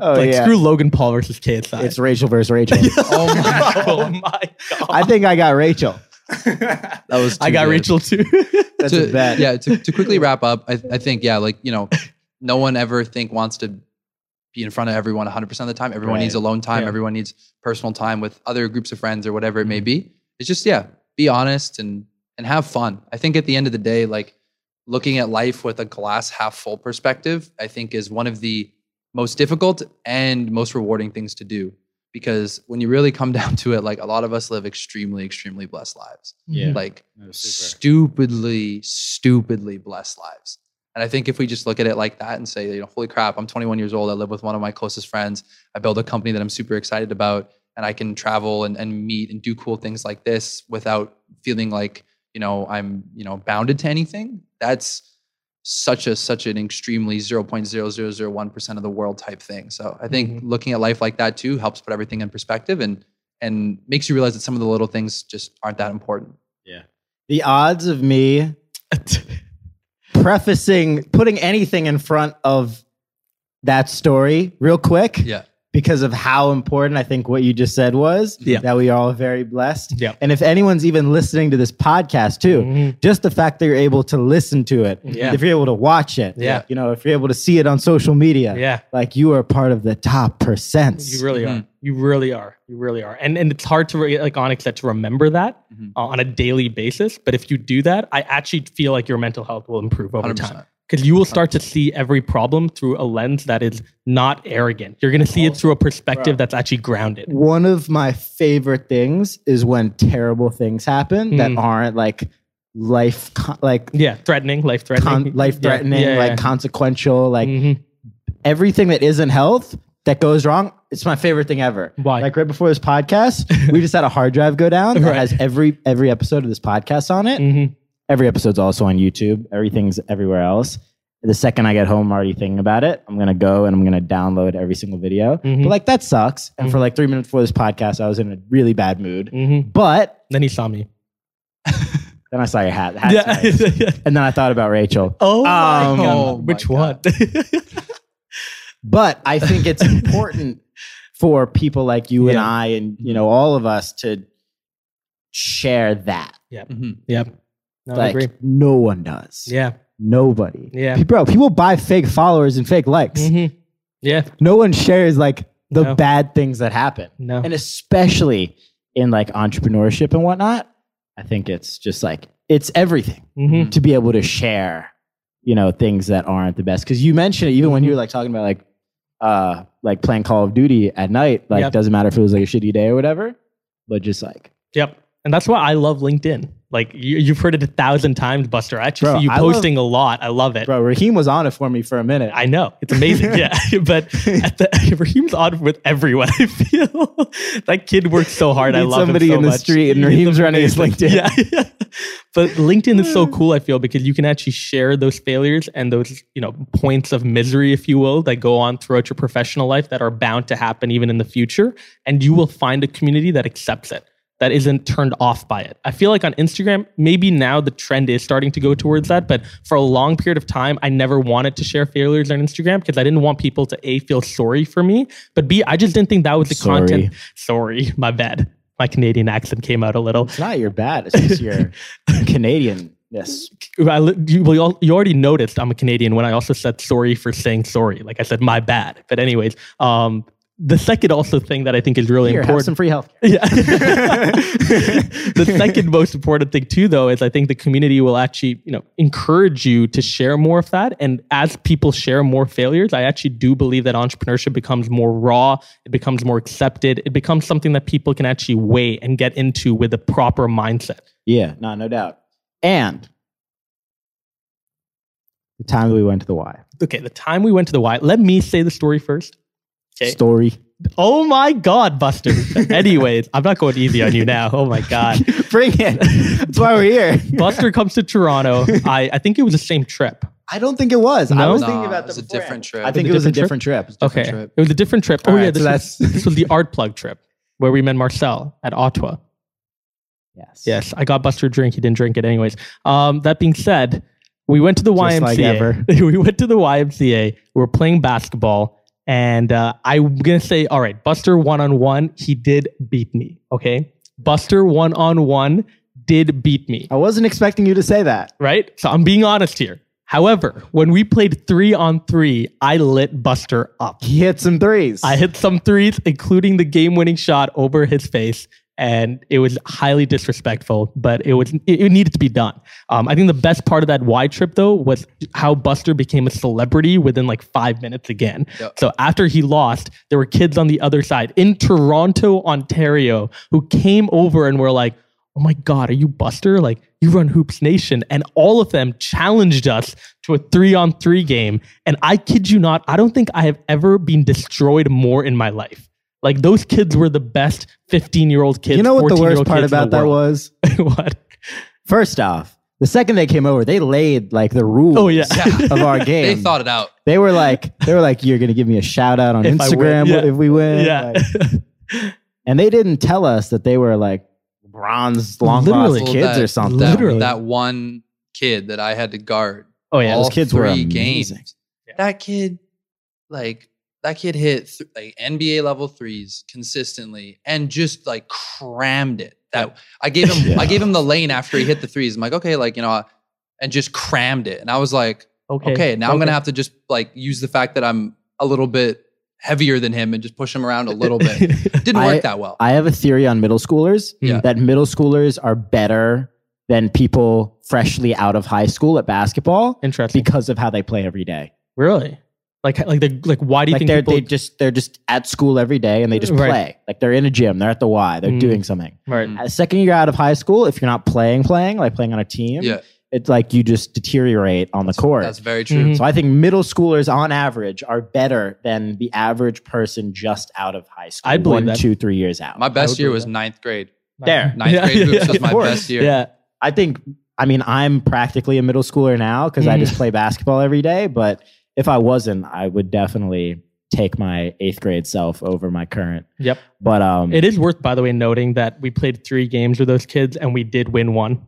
Speaker 1: Oh
Speaker 2: like
Speaker 1: yeah,
Speaker 2: screw Logan Paul versus KSI.
Speaker 1: it's <laughs> Rachel versus Rachel.
Speaker 3: Oh my!
Speaker 2: <laughs> oh my
Speaker 1: <laughs>
Speaker 2: god.
Speaker 1: I think I got Rachel.
Speaker 3: That was
Speaker 2: I
Speaker 3: too
Speaker 2: got
Speaker 3: good.
Speaker 1: <laughs>
Speaker 2: Rachel too. <laughs>
Speaker 1: That's
Speaker 3: to,
Speaker 1: a bet.
Speaker 3: Yeah, to, to
Speaker 1: <laughs>
Speaker 3: quickly wrap up, I, I think, yeah, like, you know, no one ever think wants to be in front of everyone 100% of the time. Everyone
Speaker 1: Right.
Speaker 3: needs alone time.
Speaker 2: Yeah.
Speaker 3: Everyone needs personal time with other groups of friends or whatever it
Speaker 1: Mm-hmm.
Speaker 3: may be. It's just, yeah, be honest and, and have fun. I think at the end of the day, like looking at life with a glass half full perspective, I think is one of the most difficult and most rewarding things to do. Because when you really come <laughs> down to it, like a lot of us live extremely, extremely blessed lives.
Speaker 1: Yeah.
Speaker 3: Like stupidly, stupidly blessed lives. And I think if we just look at it like that and say, you know, holy crap, I'm 21 years old. I live with one of my closest friends. I build a company that I'm super excited about, and I can travel and, and meet and do cool things like this without feeling like, you know, I'm, you know, bounded to anything. That's such a such an extremely 0.0001% of the world type thing. So I think
Speaker 2: Mhm.
Speaker 3: looking at life like that too helps put everything in perspective and and makes you realize that some of the little things just aren't that important.
Speaker 1: The odds of me prefacing putting anything in front of that story real quick
Speaker 3: Yeah.
Speaker 1: because of how important I think what you just said was
Speaker 2: Yeah.
Speaker 1: that we are all very blessed.
Speaker 2: Yeah.
Speaker 1: And if anyone's even listening to this podcast too,
Speaker 2: Mhm.
Speaker 1: just the fact that you're able to listen to it,
Speaker 2: Yeah.
Speaker 1: if you're able to watch it,
Speaker 2: Yeah.
Speaker 1: you know, if you're able to see it on social media,
Speaker 2: Yeah.
Speaker 1: like you are part of the top percent.
Speaker 2: You really
Speaker 3: Mhm.
Speaker 2: are. You really are. You really are. And and it's hard to re- like Onyx said to remember that
Speaker 3: Mhm.
Speaker 2: uh, on a daily basis. But if you do that, I actually feel like your mental health will improve over
Speaker 3: 100%.
Speaker 2: time because you will start to see every problem through a lens that is not arrogant. You're going to
Speaker 3: Oh.
Speaker 2: see it through a perspective that's actually grounded.
Speaker 1: One of my favorite things is when terrible things happen that
Speaker 2: Mm.
Speaker 1: aren't like life, con- like
Speaker 2: Yeah, threatening, life <laughs> threatening,
Speaker 1: con- life threatening, like consequential, like
Speaker 2: Mhm.
Speaker 1: everything that isn't health that goes wrong. It's my favorite thing ever.
Speaker 2: Why?
Speaker 1: Like right before this podcast, we just had a hard drive go down that
Speaker 2: <laughs> Right.
Speaker 1: has every every episode of this podcast on it.
Speaker 2: Mhm.
Speaker 1: Every episode's also on YouTube. Everything's everywhere else. The second I get home, I'm already thinking about it. I'm gonna go and I'm gonna download every single video.
Speaker 2: Mhm.
Speaker 1: But like that sucks. And for
Speaker 2: Mm-hmm.
Speaker 1: like three minutes before this podcast, I was in a really bad mood.
Speaker 2: Mhm.
Speaker 1: But
Speaker 2: Then he saw me.
Speaker 1: then I saw your hat. The hat's
Speaker 2: yeah. <laughs>
Speaker 1: nice. And then I thought about Rachel.
Speaker 2: oh, my
Speaker 1: Um,
Speaker 2: God.
Speaker 3: Oh my
Speaker 2: which
Speaker 3: God.
Speaker 2: one?
Speaker 1: but I think
Speaker 2: <laughs>
Speaker 1: it's important for people like you and
Speaker 2: Yeah.
Speaker 1: I and you know all of us to share that.
Speaker 3: Mhm.
Speaker 2: <laughs> yep. No, I
Speaker 1: like
Speaker 2: agree.
Speaker 1: no one does.
Speaker 2: Yeah.
Speaker 1: Nobody.
Speaker 2: Yeah.
Speaker 1: Bro, people buy fake followers and fake likes.
Speaker 2: Mhm. Yeah.
Speaker 1: No one shares like the
Speaker 2: No.
Speaker 1: bad things that happen.
Speaker 2: No.
Speaker 1: And especially in like entrepreneurship and whatnot, I think it's just like it's everything
Speaker 2: Mhm.
Speaker 1: to be able to share, you know, things that aren't the best. Because you mentioned it even when you were like talking about like uh like playing Call of Duty at night. Like
Speaker 2: Yep.
Speaker 1: doesn't matter if it was like a shitty day or whatever, but just like
Speaker 2: Yep. And that's why I love LinkedIn. Like you, you've heard it a thousand times, Buster. I actually
Speaker 1: Bro,
Speaker 2: see you
Speaker 1: I love-
Speaker 2: posting a lot. I love it.
Speaker 1: bro, Raheem was on it for me for a minute.
Speaker 2: I know
Speaker 1: <laughs>
Speaker 2: it's amazing, yeah. <laughs> But at the, <laughs> Raheem's on with everyone. <laughs> I feel that kid works so hard. I
Speaker 1: Meet
Speaker 2: love
Speaker 1: somebody
Speaker 2: him so
Speaker 1: in the
Speaker 2: much.
Speaker 1: street and
Speaker 2: He's
Speaker 1: Raheem's running his
Speaker 2: amazing.
Speaker 1: LinkedIn.
Speaker 2: <laughs> Yeah, but LinkedIn is so cool. I feel because you can actually share those failures and those you know points of misery, if you will, that go on throughout your professional life that are bound to happen even in the future, and you will find a community that accepts it. That isn't turned off by it. I feel like on Instagram, maybe now the trend is starting to go towards that, but for a long period of time, I never wanted to share failures on Instagram because I didn't want people to A, feel sorry for me, but B, I just didn't think that was the
Speaker 1: Sorry.
Speaker 2: content. Sorry, <laughs> my bad. My Canadian accent came out a little.
Speaker 1: It's not your bad, it's just
Speaker 2: <laughs>
Speaker 1: your Canadian. Yes.
Speaker 2: I, li- you, well, you al- you already noticed I'm a Canadian when I also said sorry for saying sorry. Like I said, my bad. But anyways, um, the second also thing that I think is really
Speaker 1: Here, have
Speaker 2: important.
Speaker 1: some free health.
Speaker 2: <laughs> Yeah. the second most important thing too, though, is I think the community will actually, you know, encourage you to share more of that. And as people share more failures, I actually do believe that entrepreneurship becomes more raw. It becomes more accepted. It becomes something that people can actually weigh and get into with a proper mindset.
Speaker 1: Yeah, no, no doubt. And the time that we went to the Y.
Speaker 2: Okay. The time we went to the Y, let me say the story first. Okay.
Speaker 1: Story.
Speaker 2: Oh my
Speaker 1: <laughs>
Speaker 2: God, Buster. Anyways, I'm not going easy on you now. Oh my God.
Speaker 1: Bring it. That's why we're here.
Speaker 2: Buster comes to Toronto. I, I think it was the same trip.
Speaker 1: <laughs> I don't think it was. I
Speaker 2: No?
Speaker 1: was
Speaker 3: No,
Speaker 1: thinking about
Speaker 3: it
Speaker 1: the
Speaker 3: was a different trip.
Speaker 1: I think it
Speaker 2: It was
Speaker 1: was
Speaker 2: a
Speaker 1: a different trip.
Speaker 2: Okay.
Speaker 3: trip.
Speaker 2: It was a different trip. oh,
Speaker 1: All
Speaker 2: yeah.
Speaker 1: right,
Speaker 2: This,
Speaker 1: so
Speaker 2: was,
Speaker 1: that's-
Speaker 2: this
Speaker 1: <laughs>
Speaker 2: was the art plug trip where we met Marcel at Ottawa.
Speaker 1: Yes.
Speaker 2: Yes. I got Buster a drink. He didn't drink it, anyways. Um, that being said, we went to the
Speaker 1: Just
Speaker 2: YMCA.
Speaker 1: like ever.
Speaker 2: <laughs> we went to the YMCA. We were playing basketball. And uh, I'm going to say, all right, Buster one on one, he did beat me. Okay. Buster one on one did beat me.
Speaker 1: I wasn't expecting you to say that.
Speaker 2: right? So I'm being honest here. However, when we played three on three, I lit Buster up.
Speaker 1: He hit some threes.
Speaker 2: I hit some threes, including the game winning shot over his face. And it was highly disrespectful, but it was it, it needed to be done. Um, I think the best part of that Y trip though was how Buster became a celebrity within like five minutes again.
Speaker 3: Yep.
Speaker 2: So after he lost, there were kids on the other side in Toronto, Ontario, who came over and were like, "Oh my God, are you Buster? Like you run Hoops Nation?" And all of them challenged us to a three-on-three game. And I kid you not, I don't think I have ever been destroyed more in my life. Like those kids were the best 15-year-old kids.
Speaker 1: you know what the worst
Speaker 2: 14-year-old
Speaker 1: part
Speaker 2: kids in
Speaker 1: about
Speaker 2: the
Speaker 1: that
Speaker 2: world.
Speaker 1: was?
Speaker 2: <laughs> what?
Speaker 1: First off, the second they came over, they laid like the rules
Speaker 2: Oh yeah.
Speaker 1: <laughs>
Speaker 3: Yeah.
Speaker 1: of
Speaker 2: <laughs>
Speaker 1: our game.
Speaker 3: They thought it out.
Speaker 1: They were like, they were like, you're gonna give me a shout out on
Speaker 2: If I win,
Speaker 1: Instagram
Speaker 2: yeah.
Speaker 1: if we win.
Speaker 2: yeah. <laughs>
Speaker 1: Like, and they didn't tell us that they were like bronze long
Speaker 2: Literally.
Speaker 1: lost
Speaker 3: Well,
Speaker 1: kids
Speaker 3: that-
Speaker 1: or something.
Speaker 3: That,
Speaker 2: Literally.
Speaker 3: that one kid that I had to guard
Speaker 2: oh yeah.
Speaker 3: all
Speaker 1: those kids were
Speaker 3: three
Speaker 1: amazing.
Speaker 3: games.
Speaker 2: Yeah.
Speaker 3: That kid, like that kid, hit th- like NBA level threes consistently and just like crammed it. That I gave him,
Speaker 1: <laughs>
Speaker 3: I
Speaker 1: Yeah.
Speaker 3: gave him the lane after he hit the threes. I'm like, okay, like you know, and just crammed it. And I was like, okay, now I'm gonna have to just like use the fact that I'm a little bit heavier than him and just push him around a
Speaker 1: <laughs>
Speaker 3: little bit. Didn't work
Speaker 1: I-
Speaker 3: that well.
Speaker 1: I have a theory on middle schoolers
Speaker 3: Yeah.
Speaker 1: that middle schoolers are better than people freshly out of high school at basketball
Speaker 2: <laughs> Interesting.
Speaker 1: because of how they play every day.
Speaker 2: Really? Like like the like why do you
Speaker 1: Like they're
Speaker 2: think people
Speaker 1: they just they're just at school every day and they just
Speaker 2: Right.
Speaker 1: play. Like they're in a gym, they're at the Y, they're
Speaker 2: Mm.
Speaker 1: doing something.
Speaker 2: right.
Speaker 1: At the second year out of high school, if you're not playing, playing like playing on a team,
Speaker 3: Yeah.
Speaker 1: it's like you just deteriorate on the court.
Speaker 3: That's very true.
Speaker 2: Mhm.
Speaker 1: So I think middle schoolers on average are better than the average person just out of high school.
Speaker 2: I believe
Speaker 1: one,
Speaker 2: that.
Speaker 1: two, three years out. <laughs>
Speaker 3: My
Speaker 2: would
Speaker 3: best year
Speaker 2: believe
Speaker 3: was
Speaker 2: that.
Speaker 3: ninth grade.
Speaker 1: There.
Speaker 3: Ninth grade hoops was
Speaker 1: Of
Speaker 3: my
Speaker 1: course.
Speaker 3: best year.
Speaker 2: Yeah.
Speaker 1: I think I mean I'm practically a middle schooler now because I
Speaker 2: Mm.
Speaker 1: just play basketball every day. But if I wasn't, I would definitely take my eighth grade self over my current.
Speaker 2: Yep.
Speaker 1: But um,
Speaker 2: It is worth by the way noting that we played 3 games with those kids and we did win one.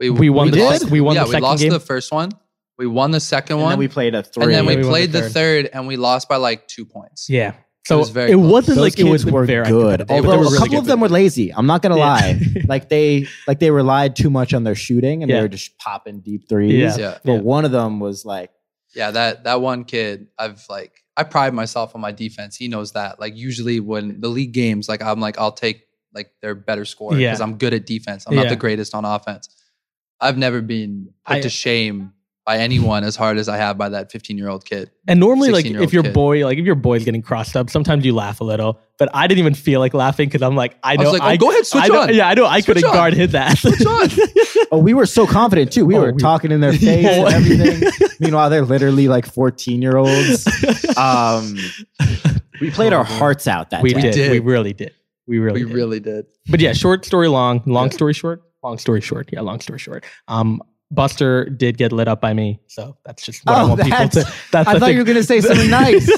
Speaker 2: We won the
Speaker 3: lost-
Speaker 2: sec- we won
Speaker 3: yeah,
Speaker 2: the second
Speaker 3: we lost
Speaker 2: game.
Speaker 3: the first one. We won the second
Speaker 1: and
Speaker 3: one.
Speaker 1: then we played a three.
Speaker 3: and then we
Speaker 2: We won the
Speaker 3: played the
Speaker 2: third.
Speaker 3: third. and we lost by like two points.
Speaker 2: Yeah. So it,
Speaker 3: was
Speaker 2: was
Speaker 3: very close.
Speaker 2: not
Speaker 1: Those
Speaker 2: like
Speaker 1: kids
Speaker 2: it was
Speaker 1: were
Speaker 2: fair. I think,
Speaker 1: good,
Speaker 2: but they were
Speaker 1: although
Speaker 2: really
Speaker 1: a couple
Speaker 2: good.
Speaker 1: of them were lazy. I'm not gonna
Speaker 2: Yeah.
Speaker 1: lie.
Speaker 2: <laughs>
Speaker 1: like they like they relied too much on their shooting and they
Speaker 2: Yeah.
Speaker 1: were just popping deep threes.
Speaker 2: Yeah.
Speaker 3: Yeah.
Speaker 1: But
Speaker 2: Yeah.
Speaker 1: one of them was like. <laughs>
Speaker 3: Yeah, that that one kid, I've like I pride myself on my defense. He knows that. Like usually when the league games, like I'm like, I'll take like their better scorer
Speaker 2: Yeah.
Speaker 3: because I'm good at defense. I'm not
Speaker 2: Yeah.
Speaker 3: the greatest on offense. I've never been put
Speaker 2: I-
Speaker 3: to shame by anyone as hard as I have by that 15 year old kid.
Speaker 2: And normally, like
Speaker 3: 16-year-old
Speaker 2: if your
Speaker 3: kid.
Speaker 2: boy, like if your boy's getting crossed up, sometimes you laugh a little. But I didn't even feel like laughing because I'm like, I
Speaker 3: I,
Speaker 2: know,
Speaker 3: was like, oh, go ahead, switch
Speaker 2: I know,
Speaker 3: on.
Speaker 2: Yeah, I know, I
Speaker 3: Switch
Speaker 2: couldn't
Speaker 3: on.
Speaker 2: guard his ass.
Speaker 3: Switch on.
Speaker 2: <laughs>
Speaker 1: Oh, we were so confident too. We
Speaker 2: Oh,
Speaker 1: were
Speaker 2: we-
Speaker 1: talking
Speaker 2: <laughs>
Speaker 1: in their face
Speaker 2: Yeah.
Speaker 1: and everything.
Speaker 2: <laughs>
Speaker 1: Meanwhile, they're literally like 14 year olds. Um,
Speaker 2: <laughs>
Speaker 1: we played our hearts out that
Speaker 2: Oh, we
Speaker 1: day.
Speaker 2: did.
Speaker 3: did.
Speaker 2: we really did, we really,
Speaker 3: We
Speaker 2: did.
Speaker 3: really did.
Speaker 2: But yeah, short story long, long story short, long story short. Yeah, long story short. Um, Buster did get lit up by me, so that's just what I
Speaker 1: Oh,
Speaker 2: want people
Speaker 1: that's-
Speaker 2: to. That's
Speaker 1: I
Speaker 2: the
Speaker 1: thought
Speaker 2: thing.
Speaker 1: you were going to say
Speaker 2: <laughs>
Speaker 1: something nice.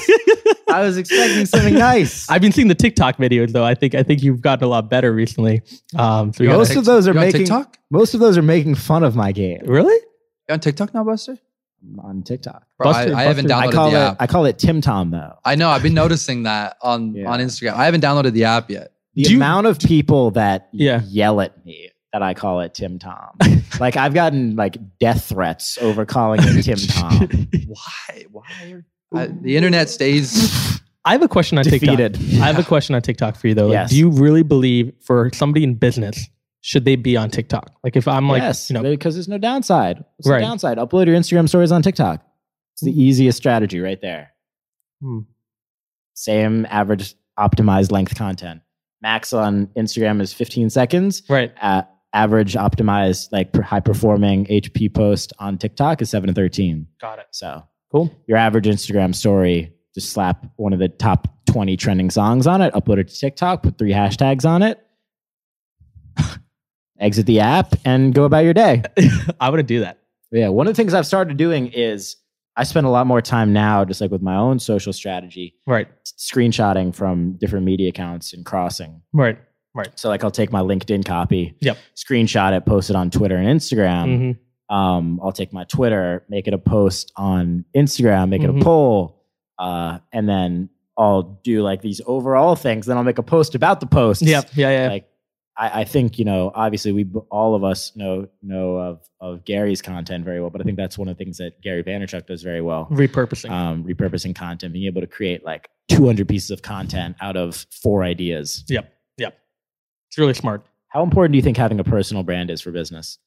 Speaker 1: I was expecting something nice.
Speaker 2: I've been seeing the TikTok videos though. I think I think you've gotten a lot better recently. Um, so we
Speaker 1: Most
Speaker 2: gotta,
Speaker 1: of those are
Speaker 3: You on
Speaker 1: making
Speaker 3: TikTok?
Speaker 1: most of those are making fun of my game
Speaker 2: really
Speaker 3: You on TikTok now, Buster?
Speaker 1: on TikTok.
Speaker 3: Bro,
Speaker 2: Buster-
Speaker 3: I, I haven't
Speaker 1: I
Speaker 2: Buster-
Speaker 3: downloaded
Speaker 1: call
Speaker 3: the
Speaker 1: it
Speaker 3: app.
Speaker 1: I call it Tim Tom though.
Speaker 3: I know. I've been noticing that on
Speaker 1: Yeah.
Speaker 3: on Instagram. I haven't downloaded the app yet.
Speaker 1: The
Speaker 2: Do you-
Speaker 1: amount of people that
Speaker 2: Yeah.
Speaker 1: yell at me that I call it Tim
Speaker 2: <laughs>
Speaker 1: Tom. like I've gotten like death threats over calling it Tim
Speaker 2: <laughs>
Speaker 1: Tom.
Speaker 3: Why? Why? Are, I, the internet stays.
Speaker 2: I have a question on TikTok.
Speaker 1: Defeated.
Speaker 2: I have a question on TikTok for you though. Like,
Speaker 1: Yes.
Speaker 2: do you really believe for somebody in business should they be on TikTok? Like if I'm like
Speaker 1: yes,
Speaker 2: you know
Speaker 1: because there's no downside. What's
Speaker 2: Right.
Speaker 1: the downside? Upload your Instagram stories on TikTok. It's the easiest strategy right there.
Speaker 2: Hmm.
Speaker 1: Same average optimized length content. Max on Instagram is 15 seconds.
Speaker 2: right
Speaker 1: Uh, average optimized, like per high performing HP post on TikTok is 7 to 13.
Speaker 2: got it
Speaker 1: So
Speaker 2: cool
Speaker 1: your average Instagram story, just slap one of the top 20 trending songs on it, upload it to TikTok, put three hashtags on it, <laughs> exit the app, and go about your day.
Speaker 2: I want to do that
Speaker 1: Yeah, one of the things I've started doing is I spend a lot more time now, just like with my own social strategy,
Speaker 2: right
Speaker 1: s- screenshotting from different media accounts and crossing.
Speaker 2: right
Speaker 1: So, like, I'll take my LinkedIn copy,
Speaker 2: Yep.
Speaker 1: screenshot it, post it on Twitter and Instagram.
Speaker 2: Mhm.
Speaker 1: Um, I'll take my Twitter, make it a post on Instagram, make it
Speaker 2: Mhm.
Speaker 1: a poll, uh, and then I'll do like these overall things. Then I'll make a post about the posts.
Speaker 2: yep yeah yeah
Speaker 1: Like, I, I think you know, obviously, we b- all of us know know of of Gary's content very well, but I think that's one of the things that Gary Vaynerchuk does very
Speaker 2: Mm,
Speaker 1: well:
Speaker 2: repurposing
Speaker 1: um, repurposing content, being able to create like 200 pieces of content out of four ideas.
Speaker 2: it's really smart
Speaker 1: How important do you think having a personal brand is for business?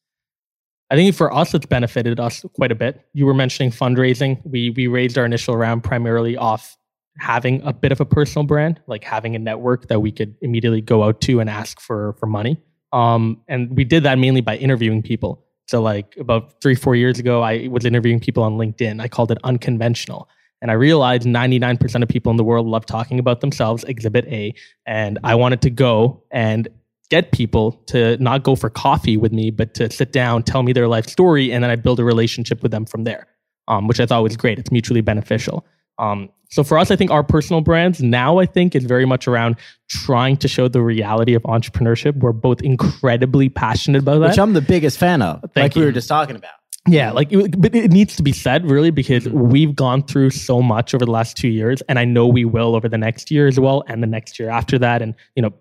Speaker 2: I think for us, it's benefited us quite a bit. You were mentioning fundraising. We we raised our initial round primarily off having a bit of a personal brand, like having a network that we could immediately go out to and ask for for money. Um, and we did that mainly by interviewing people. So like about three four years ago, I was interviewing people on LinkedIn. I called it unconventional. And I realized 99% of people in the world love talking about themselves, exhibit A. And I wanted to go and get people to not go for coffee with me, but to sit down, tell me their life story, and then I build a relationship with them from there, um, which I thought was great. It's mutually beneficial. Um, so for us, I think our personal brands now, I think, is very much around trying to show the reality of entrepreneurship. We're both incredibly passionate about that.
Speaker 1: Which I'm the biggest fan of, like
Speaker 2: you.
Speaker 1: we were just talking about.
Speaker 2: Yeah, like, it- but it needs to be said really because
Speaker 1: Mm-hmm.
Speaker 2: we've gone through so much over the last two years, and I know we will over the next year as well, and the next year after that, and you know,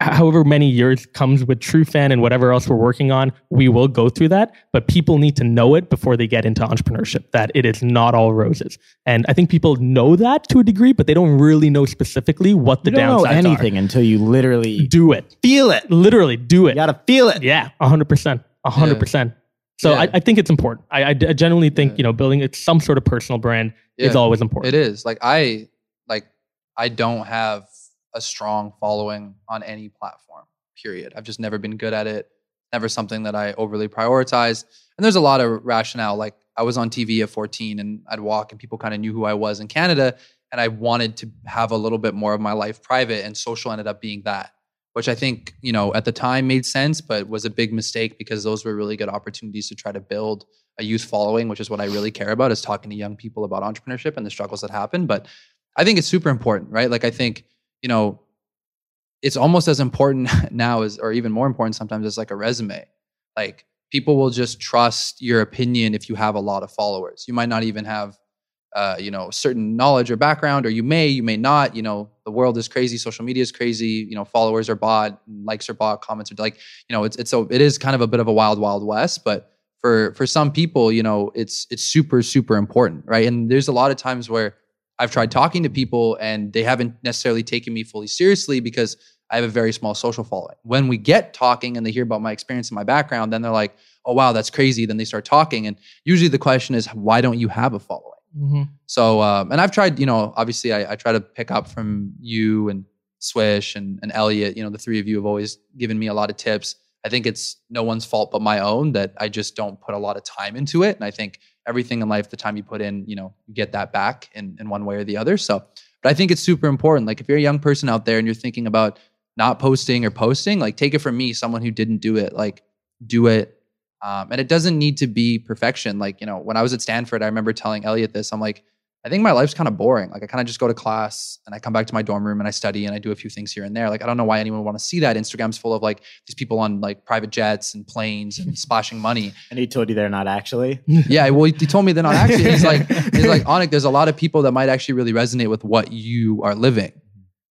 Speaker 2: however many years comes with TrueFan and whatever else we're working on, we will go through that. But people need to know it before they get into entrepreneurship that it is not all roses, and I think people know that to a degree, but they don't really know specifically what the
Speaker 1: You don't know
Speaker 2: downsides
Speaker 1: anything until you
Speaker 2: are.
Speaker 1: literally
Speaker 2: Do it,
Speaker 1: feel it.
Speaker 2: literally, do
Speaker 1: You
Speaker 2: it.
Speaker 1: gotta feel it.
Speaker 2: Yeah, a hundred percent, a hundred
Speaker 3: Yeah.
Speaker 2: percent. So I,
Speaker 3: Yeah.
Speaker 2: I think it's important. I, I d- I genuinely think
Speaker 3: Yeah.
Speaker 2: you know building it's some sort of personal brand is
Speaker 3: Yeah.
Speaker 2: always important.
Speaker 3: It is like I like I don't have a strong following on any platform. Period. I've just never been good at it. Never something that I overly prioritized. And there's a lot of rationale. Like I was on TV at 14 and I'd walk and people kind of knew who I was in Canada and I wanted to have a little bit more of my life private and social ended up being that, which I think, you know, at the time made sense but was a big mistake because those were really good opportunities to try to build a youth following, which is what I really care about, is talking to young people about entrepreneurship and the struggles that happen. But I think it's super important, right? Like I think, you know, it's almost as important <laughs> now as or even more important sometimes as like a resume. Like people will just trust your opinion if you have a lot of followers. You might not even have uh, you know, certain knowledge or background, or you may, you may not, you know, the world is crazy. Social media is crazy. You know, followers are bought, likes are bought, comments are like, you know, it's, it's, so it is kind of a bit of a wild, wild west, but for for some people you know it's it's super super important right and there's a lot of times where i've tried talking to people and they haven't necessarily taken me fully seriously because I have a very small social following. When we get talking and they hear about my experience and my background, then they're like, oh, wow, that's crazy. Then they start talking. And usually the question is, why don't you have a following?
Speaker 2: Mm-hmm.
Speaker 3: So, um, and I've tried, you know, obviously I, I try to pick up from you and Swish and, and Elliot. You know, the three of you have always given me a lot of tips. I think it's no one's fault but my own that I just don't put a lot of time into it. And I think everything in life, the time you put in, you know, you get that back in, in one way or the other. So, but I think it's super important. Like if you're a young person out there and you're thinking about not posting or posting, like take it from me, someone who didn't do it, like do it. Um, and it doesn't need to be perfection. Like, you know, when I was at Stanford, I remember telling Elliot this. I'm like, I think my life's kind of boring. Like I kind of just go to class and I come back to my dorm room and I study and I do a few things here and there. Like I don't know why anyone would want to see that. Instagram's full of like these people on like private jets and
Speaker 1: <laughs>
Speaker 3: planes and splashing money.
Speaker 1: And he told you they're not
Speaker 3: <laughs>
Speaker 1: actually.
Speaker 3: Yeah, well, he he told me they're not actually.
Speaker 1: <laughs>
Speaker 3: He's like, he's like, Onik, there's a lot of people that might actually really resonate with what you are living.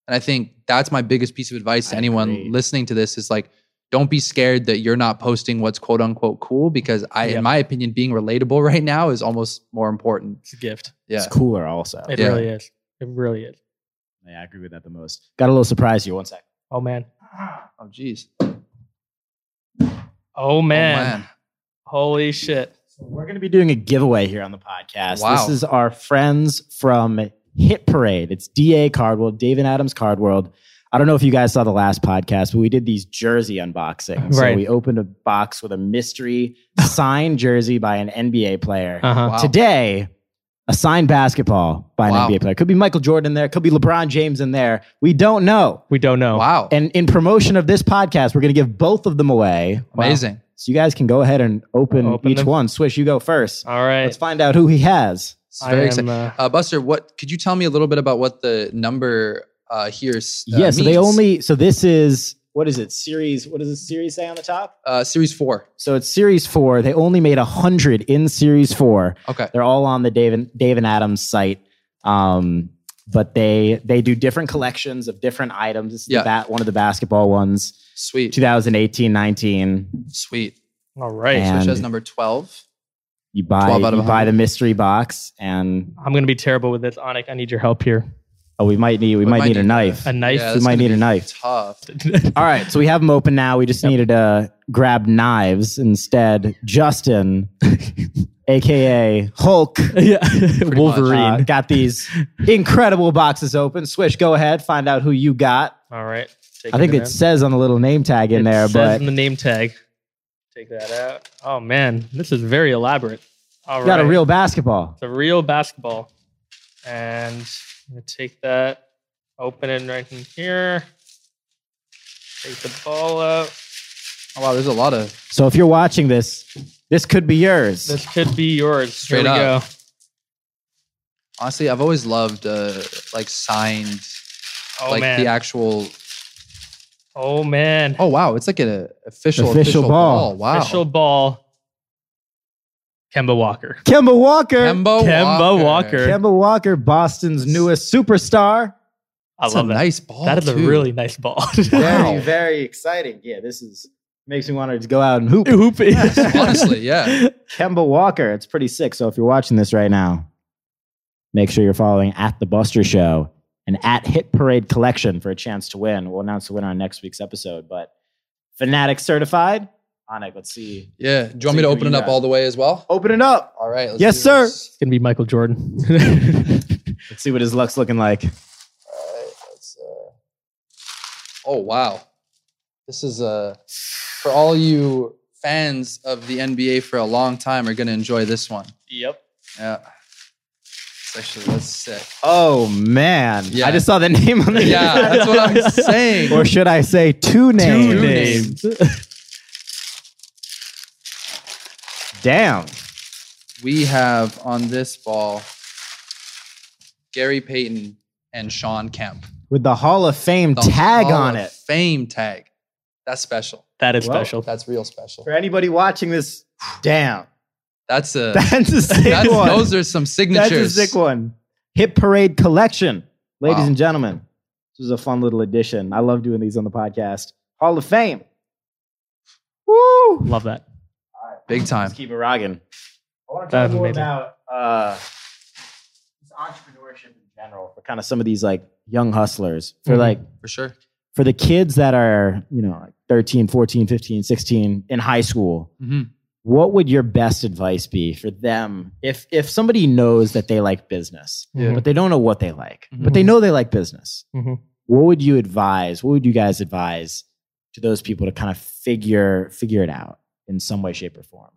Speaker 3: And I think that's my biggest piece of advice to
Speaker 1: I
Speaker 3: anyone
Speaker 1: agree.
Speaker 3: listening to this is like, don't be scared that you're not posting what's quote unquote cool because I,
Speaker 2: Yep.
Speaker 3: in my opinion, being relatable <laughs> right now is almost more important.
Speaker 2: It's a gift.
Speaker 3: Yeah.
Speaker 1: It's cooler also.
Speaker 2: It
Speaker 3: Yeah.
Speaker 2: really is. It really is.
Speaker 1: Yeah, I agree with that the most. Got a little surprise you. One sec.
Speaker 2: Oh man.
Speaker 3: Oh, geez.
Speaker 2: Oh
Speaker 3: Oh,
Speaker 2: man. Holy shit.
Speaker 1: So we're going to be doing a giveaway here on the podcast.
Speaker 3: Wow.
Speaker 1: This is our friends from Hit Parade. It's DA Cardworld, Dave and Adams Cardworld. I don't know if you guys saw the last podcast, but we did these jersey unboxing. So
Speaker 2: Right.
Speaker 1: we opened a box with a
Speaker 2: <laughs>
Speaker 1: mystery signed jersey by an NBA player.
Speaker 2: Uh-huh.
Speaker 3: Wow.
Speaker 1: Today, a signed basketball by an
Speaker 3: Wow.
Speaker 1: NBA player. Could be Michael Jordan in there, could be LeBron James in there. We don't know.
Speaker 2: We don't know.
Speaker 3: Oh, Wow.
Speaker 1: And in promotion of this podcast, we're going to give both of them away.
Speaker 3: Amazing.
Speaker 1: So you guys can go ahead and open,
Speaker 2: Open
Speaker 1: each
Speaker 2: them.
Speaker 1: one. Swish, you go first.
Speaker 2: All right.
Speaker 1: Let's find out who he has.
Speaker 3: It's
Speaker 2: I
Speaker 3: very
Speaker 2: am,
Speaker 3: exciting.
Speaker 2: uh,
Speaker 3: Uh, Buster, what could you tell me a little bit about what the number uh, here is? Uh,
Speaker 1: yeah, so they
Speaker 3: means?
Speaker 1: only so this is what is it? Series what does the series say on the top?
Speaker 3: uh, series four.
Speaker 1: So it's series four. They only made a hundred in series four.
Speaker 3: Okay.
Speaker 1: They're all on the Dave and Dave and Adams site. Um, but they they do different collections of different items. This is the
Speaker 3: Yeah.
Speaker 1: bat, one of the basketball ones,
Speaker 3: Sweet.
Speaker 1: 2018-19.
Speaker 3: Sweet.
Speaker 2: all right.
Speaker 1: And-
Speaker 3: Which has number 12.
Speaker 1: You buy
Speaker 3: 12 out of
Speaker 1: you buy
Speaker 3: 100.
Speaker 1: the mystery box, and
Speaker 2: I'm gonna be terrible with this, Onik. I need your help here.
Speaker 1: oh, we might need we, might, need, a knife.
Speaker 2: A knife.
Speaker 3: Yeah,
Speaker 1: we
Speaker 3: that's
Speaker 1: might
Speaker 3: gonna
Speaker 1: need
Speaker 3: be
Speaker 1: a knife.
Speaker 3: Tough.
Speaker 1: All right, so we have them open now. We just
Speaker 2: Yep.
Speaker 1: needed to grab knives instead. Justin, aka Hulk,
Speaker 2: <laughs> yeah.
Speaker 3: much.
Speaker 2: Wolverine.
Speaker 1: uh, got these incredible boxes open. Swish, go ahead, find out who you got.
Speaker 2: all right. Take
Speaker 1: I think
Speaker 2: in
Speaker 1: it says on the little name tag in
Speaker 2: It
Speaker 1: there,
Speaker 2: says
Speaker 1: but
Speaker 2: in the name tag. Take that out. Oh man, this is very elaborate. All right.
Speaker 1: you got a real basketball.
Speaker 2: It's a real basketball. And I'm gonna take that, open it right in here. Take the ball out.
Speaker 3: Oh, wow. There's a lot of.
Speaker 1: So if you're watching this, this could be yours.
Speaker 2: This could be yours.
Speaker 3: Straight
Speaker 2: here we
Speaker 3: up.
Speaker 2: go.
Speaker 3: Honestly, I've always loved uh, like signed,
Speaker 2: Oh
Speaker 3: like
Speaker 2: man.
Speaker 3: the actual.
Speaker 2: oh man.
Speaker 3: Oh, wow. It's like an official,
Speaker 1: Official
Speaker 3: official,
Speaker 1: ball.
Speaker 3: ball. Wow.
Speaker 2: Official ball. Kemba Walker.
Speaker 1: Kemba Walker. Kemba,
Speaker 3: Kemba,
Speaker 2: Kemba Walker.
Speaker 1: Walker, Boston's newest superstar.
Speaker 2: I
Speaker 3: That's
Speaker 2: love
Speaker 3: a
Speaker 2: that.
Speaker 3: nice ball.
Speaker 2: that is a
Speaker 3: too.
Speaker 2: really nice ball. <laughs>
Speaker 1: Very, very exciting. Yeah, this is makes me want to just go out and <laughs> hoop.
Speaker 2: Hoop.
Speaker 3: Honestly, yeah.
Speaker 1: Kemba Walker. It's pretty sick. So if you're watching this right now, make sure you're following at the Buster Show and at Hit Parade Collection for a chance to win. We'll announce the winner on next week's episode. But Fanatic certified. Onik, let's see.
Speaker 3: Yeah. Do you want me
Speaker 1: See
Speaker 3: to
Speaker 1: who
Speaker 3: open
Speaker 1: you
Speaker 3: it up
Speaker 1: got.
Speaker 3: all the way as well?
Speaker 1: Open it up.
Speaker 3: All right. let's
Speaker 1: Yes,
Speaker 3: do
Speaker 1: sir.
Speaker 3: this.
Speaker 2: It's gonna be Michael Jordan.
Speaker 1: <laughs> Let's see what his luck's looking like.
Speaker 3: Alright, let's, uh, oh wow, this is uh, for all you fans of the NBA for a long time are gonna enjoy this one.
Speaker 2: yep.
Speaker 3: Yeah, it's actually that's sick.
Speaker 1: Oh man.
Speaker 3: Yeah.
Speaker 1: I just saw the <laughs> name on the
Speaker 3: Yeah, that's what I'm saying.
Speaker 1: Or should I say two names?
Speaker 3: Two
Speaker 2: names.
Speaker 1: Damn.
Speaker 3: We have on this ball Gary Payton and Sean Kemp.
Speaker 1: With the Hall of Fame
Speaker 3: The
Speaker 1: tag
Speaker 3: Hall
Speaker 1: on
Speaker 3: of
Speaker 1: it.
Speaker 3: Fame tag. That's special.
Speaker 2: That is
Speaker 1: Well,
Speaker 2: special.
Speaker 3: That's real special.
Speaker 1: For anybody watching this, damn.
Speaker 3: <sighs>
Speaker 1: <laughs>
Speaker 3: That's a.
Speaker 1: That's a sick
Speaker 3: That's,
Speaker 1: one.
Speaker 3: those are some signatures.
Speaker 1: That's a sick one. Hit Parade Collection, ladies
Speaker 3: Wow.
Speaker 1: and gentlemen. This was a fun little addition. I love doing these on the podcast. Hall of Fame. Woo!
Speaker 2: Love that.
Speaker 3: Big time.
Speaker 1: Let's keep it rocking. I want to talk
Speaker 2: That's
Speaker 1: more
Speaker 2: amazing.
Speaker 1: about uh, just entrepreneurship in general for kind of some of these like young hustlers for
Speaker 2: Mhm.
Speaker 1: like
Speaker 3: for sure.
Speaker 1: for the kids that are, you know, like 13, 14, 15, 16 in high school,
Speaker 3: Mhm.
Speaker 1: what would your best advice be for them if if somebody knows that they like business,
Speaker 2: Yeah.
Speaker 1: but they don't know what they like, but
Speaker 2: Mhm.
Speaker 1: they know they like business?
Speaker 2: Mhm.
Speaker 1: What would you advise? What would you guys advise to those people to kind of figure figure it out in some way, shape, or form?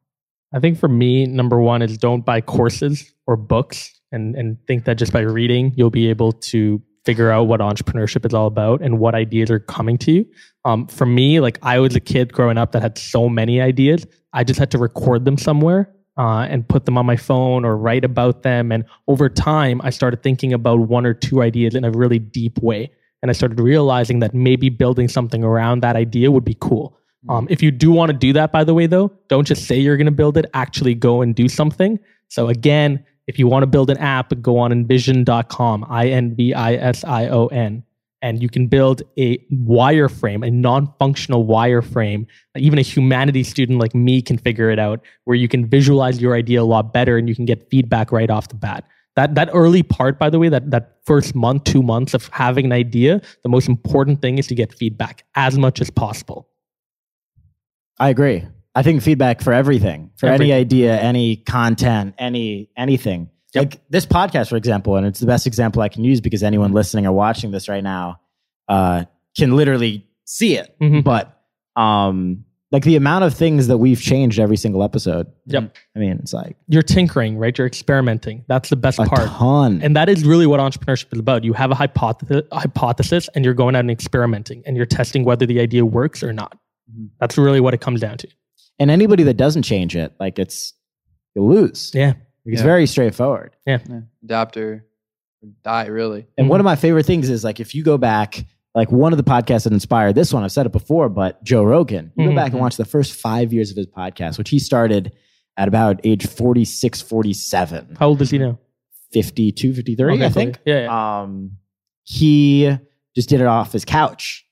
Speaker 2: I think for me, number one is don't buy courses or books and, and think that just by reading, you'll be able to figure out what entrepreneurship is all about and what ideas are coming to you. Um, for me, like I was a kid growing up that had so many ideas. I just had to record them somewhere uh, and put them on my phone or write about them. And over time, I started thinking about one or two ideas in a really deep way. And I started realizing that maybe building something around that idea would be cool. Um, if you do want to do that, by the way, though, don't just say you're going to build it. Actually, go and do something. So again, if you want to build an app, go on envision.com, I N V I S I O N, and you can build a wireframe, a non-functional wireframe. Even a humanities student like me can figure it out, where you can visualize your idea a lot better and you can get feedback right off the bat. That that early part, by the way, that that first month, two months of having an idea, the most important thing is to get feedback as much as possible.
Speaker 1: I agree. I think feedback for everything, for any
Speaker 2: Everything.
Speaker 1: idea, any content, any anything. Like this podcast, for example, and it's the best example I can use because anyone listening or watching this right now uh, can literally see it.
Speaker 2: Mhm.
Speaker 1: But um, like the amount of things that we've changed every single episode.
Speaker 2: Yep.
Speaker 1: I mean, it's like
Speaker 2: you're tinkering, right? You're experimenting. That's the best
Speaker 1: a
Speaker 2: part.
Speaker 1: ton.
Speaker 2: And that is really what entrepreneurship is about. You have a hypothesis, hypothesis and you're going out and experimenting and you're testing whether the idea works or not.
Speaker 1: Mm-hmm.
Speaker 3: Mhm.
Speaker 2: That's really what it comes down to.
Speaker 1: and anybody that doesn't change it, like it's you lose.
Speaker 2: Yeah.
Speaker 1: It's
Speaker 3: Yeah.
Speaker 1: very straightforward.
Speaker 3: Yeah. Adapt or die, really.
Speaker 1: And
Speaker 2: Mm.
Speaker 1: one of my favorite things is like if you go back, like one of the podcasts that inspired this one, I've said it before, but Joe Rogan, you go back and
Speaker 2: Mhm.
Speaker 1: watch the first five years of his podcast, which he started at about age 46, 47,
Speaker 2: How old is he now?
Speaker 1: 52, 53,
Speaker 2: Okay,
Speaker 1: I think.
Speaker 2: Yeah. yeah.
Speaker 1: Um, he just did it off his
Speaker 2: <laughs>
Speaker 1: couch.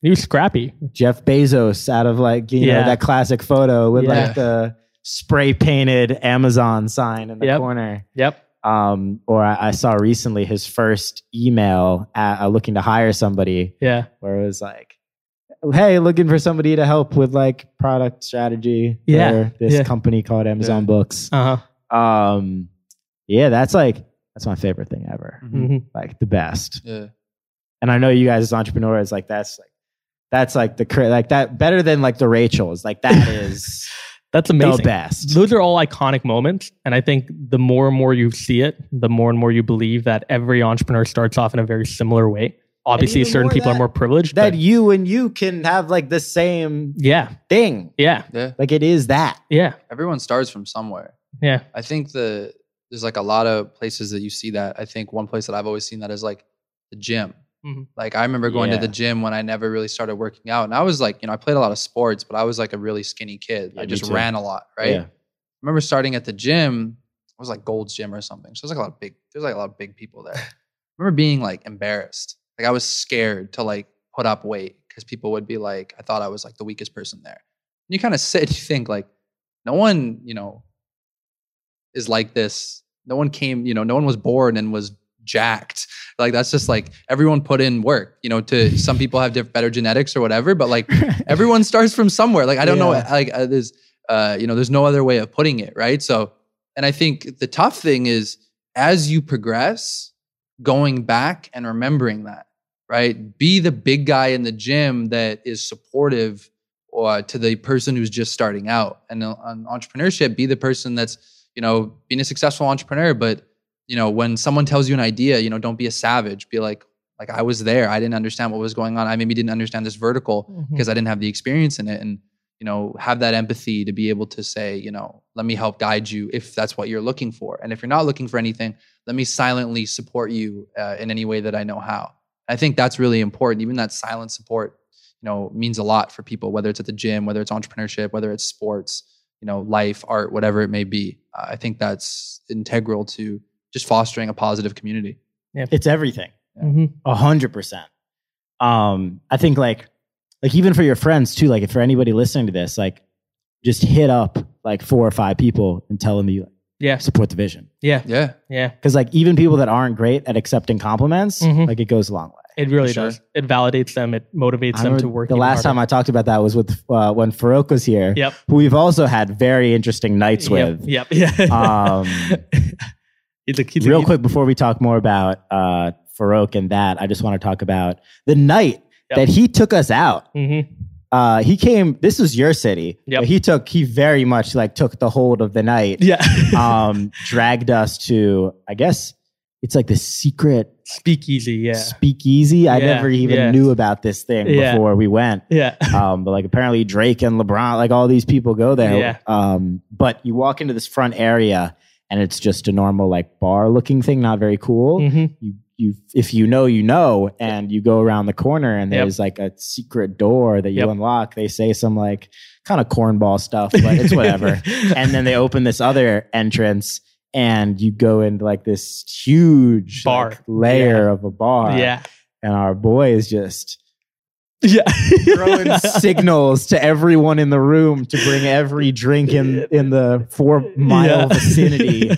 Speaker 2: he was scrappy.
Speaker 1: Jeff Bezos out of like, you know,
Speaker 2: Yeah.
Speaker 1: that classic photo with
Speaker 3: Yeah.
Speaker 1: like the spray painted Amazon sign in the
Speaker 2: Yep.
Speaker 1: corner.
Speaker 2: Yep.
Speaker 1: Um, or I, I saw recently his first email at, uh, looking to hire somebody
Speaker 2: Yeah.
Speaker 1: where it was like, hey, looking for somebody to help with like product strategy
Speaker 2: Yeah,
Speaker 1: for this
Speaker 2: yeah.
Speaker 1: company called Amazon
Speaker 3: Yeah.
Speaker 1: Books.
Speaker 2: Uh huh.
Speaker 1: Um, yeah, that's like, that's my favorite thing ever.
Speaker 2: Mm-hmm.
Speaker 3: Mhm.
Speaker 1: Like the best.
Speaker 3: Yeah.
Speaker 1: And I know you guys as entrepreneurs, like that's like, that's like the, cra- like that better than like the Rachel's. Like
Speaker 2: <laughs>
Speaker 1: that is
Speaker 2: That's
Speaker 1: the
Speaker 2: amazing.
Speaker 1: best.
Speaker 2: Those are all iconic moments. And I think the more and more you see it, the more and more you believe that every entrepreneur starts off in a very similar way. Obviously,
Speaker 1: even
Speaker 2: certain
Speaker 1: more
Speaker 2: people
Speaker 1: that-
Speaker 2: are more privileged.
Speaker 1: That
Speaker 2: but
Speaker 1: you and you can have like the same
Speaker 2: yeah.
Speaker 1: thing.
Speaker 2: Yeah.
Speaker 3: Yeah.
Speaker 1: Like it is that.
Speaker 2: Yeah.
Speaker 3: Everyone starts from somewhere.
Speaker 2: Yeah.
Speaker 3: I think the there's like a lot of places that you see that. I think one place that I've always seen that is like the gym.
Speaker 2: Mhm.
Speaker 3: Like I remember going
Speaker 1: Mm-hmm. Yeah.
Speaker 3: to the gym when I never really started working out, and I was like, you know, I played a lot of sports, but I was like a really skinny kid.
Speaker 1: Yeah,
Speaker 3: I
Speaker 1: me
Speaker 3: just
Speaker 1: too.
Speaker 3: ran a lot, right?
Speaker 1: Yeah.
Speaker 3: remember starting at the gym. It was like Gold's Gym or something. So there's like a lot of big. There's like a lot of big
Speaker 1: <laughs>
Speaker 3: people there. I remember being like embarrassed. Like I was scared to like put up weight because people would be like, I thought I was like the weakest person there. And you kind of sit, and you think like, no one, you know, is like this. No one came, you know, no one was born and was jacked. Like that's just like everyone put in work. You know, to some people have diff- better genetics or whatever, but like everyone starts from somewhere like i don't know
Speaker 1: Yeah.
Speaker 3: like uh, there's uh you know there's no other way of putting it right so and i think the tough thing is as you progress going back and remembering that right be the big guy in the gym that is supportive uh, to the person who's just starting out and uh, on entrepreneurship be the person that's you know being a successful entrepreneur but you know when someone tells you an idea you know don't be a savage be like like i was there i didn't understand what was going on i maybe didn't understand this vertical
Speaker 1: Mm-hmm.
Speaker 2: Mhm.
Speaker 3: because I didn't have the experience in it and you know have that empathy to be able to say you know let me help guide you if that's what you're looking for and if you're not looking for anything let me silently support you uh, in any way that I know how I think that's really important even that silent support you know means a lot for people whether it's at the gym whether it's entrepreneurship whether it's sports you know life art whatever it may be uh, I think that's integral to just fostering a positive community
Speaker 1: It's everything.
Speaker 2: Mhm.
Speaker 1: A hundred percent. Um, I think like like even for your friends too, like if for anybody listening to this, like just hit up like four or five people and tell them you
Speaker 2: Yeah.
Speaker 1: support the vision.
Speaker 2: Yeah.
Speaker 3: Yeah.
Speaker 2: Yeah.
Speaker 1: Because like even people that aren't great at accepting compliments,
Speaker 2: Mhm.
Speaker 1: like it goes a long way.
Speaker 2: It really
Speaker 3: Sure.
Speaker 2: does. It validates them. It motivates
Speaker 1: I
Speaker 2: them
Speaker 1: remember
Speaker 2: to work.
Speaker 1: the last time I talked about that was with uh, when Farouk was here,
Speaker 2: Yep.
Speaker 1: who we've also had very interesting nights
Speaker 2: Yep.
Speaker 1: with.
Speaker 2: Yep. Yeah. <laughs>
Speaker 1: Um,
Speaker 2: He's like- he's like-
Speaker 1: Real quick before we talk more about uh, Farouk and that, I just want to talk about the night
Speaker 2: Yep.
Speaker 1: that he took us out. <laughs>
Speaker 2: Mhm.
Speaker 1: Uh, he came. This was your city.
Speaker 2: Yep.
Speaker 1: but He took. He very much like took the hold of the
Speaker 2: <laughs>
Speaker 1: night.
Speaker 2: Yeah.
Speaker 1: um, dragged us to, I guess it's like the secret
Speaker 2: Speakeasy. Yeah.
Speaker 1: speakeasy. I
Speaker 2: Yeah,
Speaker 1: never even
Speaker 2: yeah.
Speaker 1: knew about this thing
Speaker 2: Yeah.
Speaker 1: before we
Speaker 2: <laughs>
Speaker 1: went. <laughs>
Speaker 2: Yeah.
Speaker 1: Um, but like apparently Drake and LeBron, like all these people go there.
Speaker 2: Yeah.
Speaker 1: Um, but you walk into this front area and it's just a normal like bar looking thing, not very cool.
Speaker 2: Mhm.
Speaker 1: You you if you know, you know, and you go around the corner and
Speaker 2: Yep.
Speaker 1: there's like a secret door that you
Speaker 2: Yep.
Speaker 1: unlock. They say some like kind of cornball stuff, but
Speaker 2: <laughs>
Speaker 1: it's whatever and then they open this other entrance and you go into like this huge
Speaker 2: Bar.
Speaker 1: like, layer of a bar
Speaker 2: yeah.
Speaker 1: and our boy is
Speaker 2: <laughs>
Speaker 1: just
Speaker 2: Yeah.
Speaker 1: throwing
Speaker 2: <laughs>
Speaker 1: signals to everyone in the room to bring every drink in in the four mile
Speaker 2: Yeah. <laughs>
Speaker 1: vicinity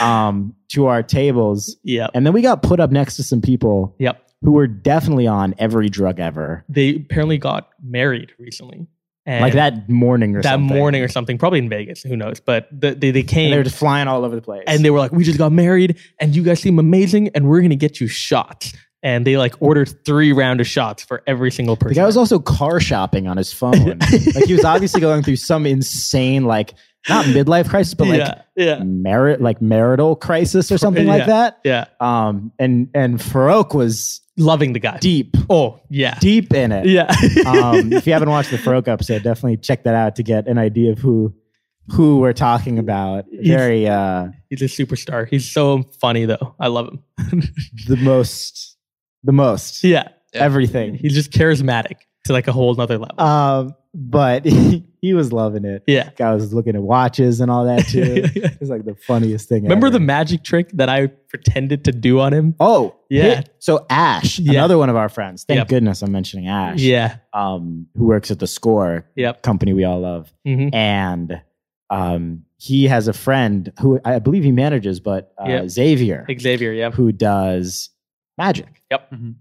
Speaker 1: um to our tables
Speaker 2: yep.
Speaker 1: and then we got put up next to some people
Speaker 2: Yep.
Speaker 1: who were definitely on every drug ever
Speaker 2: They apparently got married recently. And
Speaker 1: like that morning or
Speaker 2: That
Speaker 1: something.
Speaker 2: morning or something, probably in Vegas. Who knows? But the, they they
Speaker 1: and
Speaker 2: came
Speaker 1: they were just flying all over the place
Speaker 2: and they were like, "We just got married, and you guys seem amazing, and we're gonna get you shots." And they like ordered three round of shots for every single person.
Speaker 1: The guy was
Speaker 2: <laughs>
Speaker 1: also car shopping on his phone. like he was obviously going through some insane, like not midlife crisis, but like
Speaker 2: yeah, yeah,
Speaker 1: merit, like marital crisis or something like that.
Speaker 2: yeah,
Speaker 1: Um, and and Farouk was
Speaker 2: loving the guy.
Speaker 1: deep,
Speaker 2: Oh yeah,
Speaker 1: deep in it.
Speaker 2: yeah,
Speaker 1: Um, if you haven't watched the Farouk episode, definitely check that out to get an idea of who who we're talking about.
Speaker 2: He's-
Speaker 1: Very uh,
Speaker 2: <laughs> He's a superstar. He's so funny though. I love him.
Speaker 1: the most, the most
Speaker 2: Yeah,
Speaker 3: Yeah.
Speaker 1: everything.
Speaker 2: he's just charismatic to like a whole nother level.
Speaker 1: Um, but <laughs> he, was loving it.
Speaker 2: yeah.
Speaker 1: Guy was looking at watches and all that
Speaker 2: <laughs>
Speaker 1: too. It's like the funniest thing.
Speaker 2: Remember
Speaker 1: ever.
Speaker 2: the magic trick that I pretended to do on him?
Speaker 1: oh
Speaker 2: Yeah.
Speaker 1: hit- So Ash,
Speaker 2: Yeah.
Speaker 1: another one of our friends. Thank
Speaker 2: Yep.
Speaker 1: goodness I'm mentioning Ash.
Speaker 2: Yeah.
Speaker 1: Um, who works at the Score
Speaker 2: Yep.
Speaker 1: company we all love,
Speaker 2: hmm
Speaker 1: and um, he has a friend who I believe he manages, but uh,
Speaker 2: Yep.
Speaker 1: Xavier,
Speaker 2: Xavier. Yeah.
Speaker 1: who does magic.
Speaker 2: Yep. Mm-hmm.
Speaker 3: Mhm.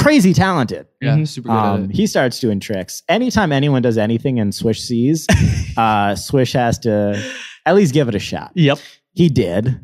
Speaker 1: Crazy talented.
Speaker 3: Yeah.
Speaker 2: Mhm.
Speaker 3: Super good
Speaker 1: Um,
Speaker 3: at
Speaker 1: he starts doing tricks. Anytime anyone does anything and Swish sees, uh, Swish has to at least give it a shot.
Speaker 2: Yep.
Speaker 1: He did.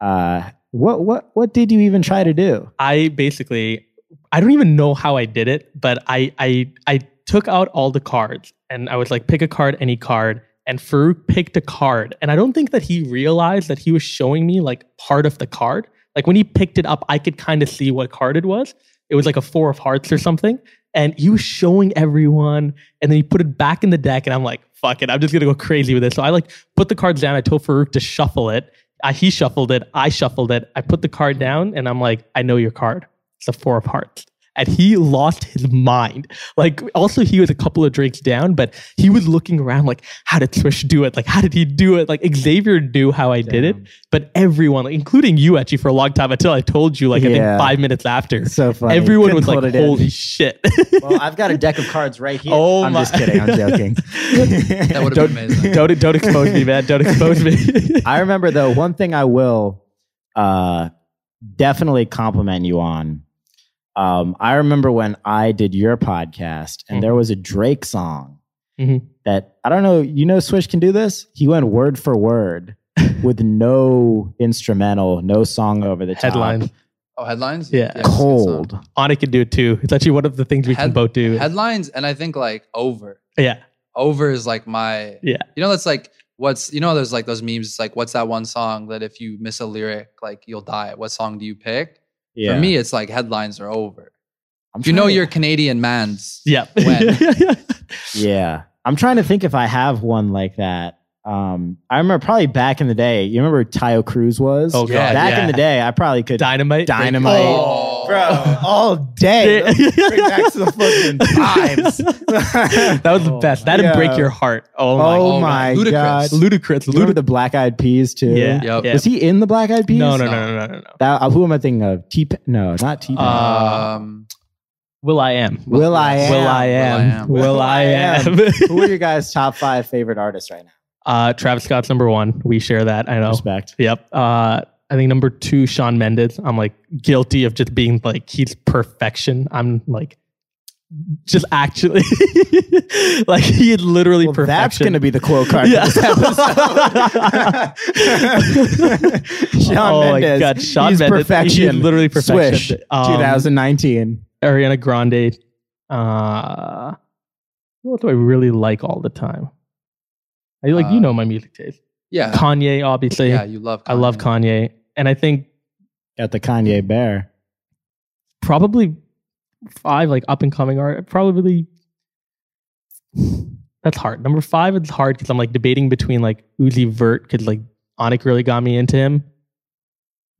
Speaker 1: Uh, what what what did you even try to do?
Speaker 2: I basically I don't even know how I did it, but I I I took out all the cards and I was like pick a card, any card, and Farouk picked a card. And I don't think that he realized that he was showing me like part of the card. Like when he picked it up, I could kind of see what card it was. It was like a four of hearts or something. And he was showing everyone, and then he put it back in the deck, and I'm like, fuck it, I'm just gonna go crazy with this. So I like put the cards down, I told Farouk to shuffle it, I, he shuffled it. I shuffled it. I put the card down and I'm like, I know your card. It's the four of hearts. And he lost his mind. Like, also, he was a couple of drinks down, but he was looking around like, how did Swish do it? Like, how did he do it? Like, Xavier knew how I did it,
Speaker 1: Damn.
Speaker 2: but everyone, like, including you actually for a long time until I told you, like, I
Speaker 1: Yeah.
Speaker 2: think five minutes after,
Speaker 1: So funny.
Speaker 2: everyone
Speaker 1: Couldn't
Speaker 2: was like,
Speaker 1: hold it in.
Speaker 2: holy shit.
Speaker 1: Well, I've got a deck of cards right here.
Speaker 2: <laughs> Oh
Speaker 1: I'm
Speaker 2: my-
Speaker 1: just kidding. I'm joking.
Speaker 3: That would've been
Speaker 2: <laughs>
Speaker 3: amazing.
Speaker 2: don't, don't expose me, man. Don't expose me.
Speaker 1: <laughs>
Speaker 2: <laughs>
Speaker 1: I remember though one thing I will uh, definitely compliment you on. Um, I remember when I did your podcast, and
Speaker 2: Mhm.
Speaker 1: there was a Drake song
Speaker 2: Mhm.
Speaker 1: that I don't know. You know, Swish can do this. He went word for word with no instrumental, no song over the top.
Speaker 2: Headlines.
Speaker 3: Oh, headlines?
Speaker 2: Yeah.
Speaker 3: it's a good song.
Speaker 1: Cold.
Speaker 2: Anna can do it too. It's actually one of the things we can
Speaker 3: Head-
Speaker 2: both do.
Speaker 3: Headlines, and I think like over.
Speaker 2: yeah.
Speaker 3: Over is like my
Speaker 2: Yeah.
Speaker 3: You know, that's like what's you know, there's like those memes. It's like what's that one song that if you miss a lyric, like you'll die. What song do you pick? For me, it's like headlines are over.
Speaker 1: I'm
Speaker 3: you know,
Speaker 1: trying to-
Speaker 3: you're Canadian man's.
Speaker 2: <laughs> Yeah.
Speaker 3: When?
Speaker 1: Yeah. I'm trying to think if I have one like that. Um, I remember probably back in the day. You remember who Tayo Cruz was?
Speaker 2: Oh, God,
Speaker 1: back in
Speaker 2: yeah.
Speaker 1: the day, I probably could
Speaker 2: Dynamite.
Speaker 1: dynamite,
Speaker 3: Oh.
Speaker 1: bro, all day.
Speaker 2: Yeah.
Speaker 1: Bring back to the fucking
Speaker 2: <laughs>
Speaker 1: times.
Speaker 2: <laughs> That was the
Speaker 3: Oh,
Speaker 2: best.
Speaker 3: my-
Speaker 2: That'd break
Speaker 1: Yeah.
Speaker 2: your heart. Oh,
Speaker 1: oh
Speaker 3: God.
Speaker 1: my
Speaker 3: Ludicrous.
Speaker 1: god!
Speaker 2: my. Ludicrous.
Speaker 1: Remember
Speaker 2: Ludicrous.
Speaker 1: the Black Eyed Peas too.
Speaker 2: Yeah.
Speaker 3: Yep.
Speaker 2: yeah.
Speaker 1: Was he in the Black Eyed Peas?
Speaker 2: No, no, no, no, no, no, no.
Speaker 1: That, uh, who am I thinking of? T. No, not T.
Speaker 2: Uh,
Speaker 3: Um,
Speaker 2: Will I am.
Speaker 1: Will I am.
Speaker 2: Will I am.
Speaker 1: Will
Speaker 2: Will I
Speaker 1: I
Speaker 2: am.
Speaker 1: Who are your guys' top five favorite artists right now?
Speaker 2: Uh, Travis Scott's number one. We share that. I know.
Speaker 1: Respect.
Speaker 2: Yep. Uh, I think number two, Sean Mendes. I'm like guilty of just being like he's perfection. I'm like just actually <laughs> like he is literally
Speaker 1: Well, that's
Speaker 2: perfection.
Speaker 1: going to be the quote card
Speaker 2: Yeah.
Speaker 1: for this
Speaker 2: <laughs>
Speaker 1: episode. Sean
Speaker 2: oh
Speaker 1: Mendes.
Speaker 2: my god, Sean
Speaker 1: He's
Speaker 2: Mendes.
Speaker 1: perfection.
Speaker 2: He's literally
Speaker 1: Swish,
Speaker 2: perfection. Um,
Speaker 1: 2019.
Speaker 2: Ariana Grande. Uh, what do I really like all the time? I like you
Speaker 3: Uh,
Speaker 2: know my music taste.
Speaker 3: Yeah.
Speaker 2: Kanye, obviously.
Speaker 3: Yeah, you love. Kanye.
Speaker 2: I love Kanye, and I think
Speaker 1: Got the Kanye bear.
Speaker 2: probably five like up and coming art. Probably that's hard. Number five is hard because I'm like debating between like Uzi Vert because like Onik really got me into him,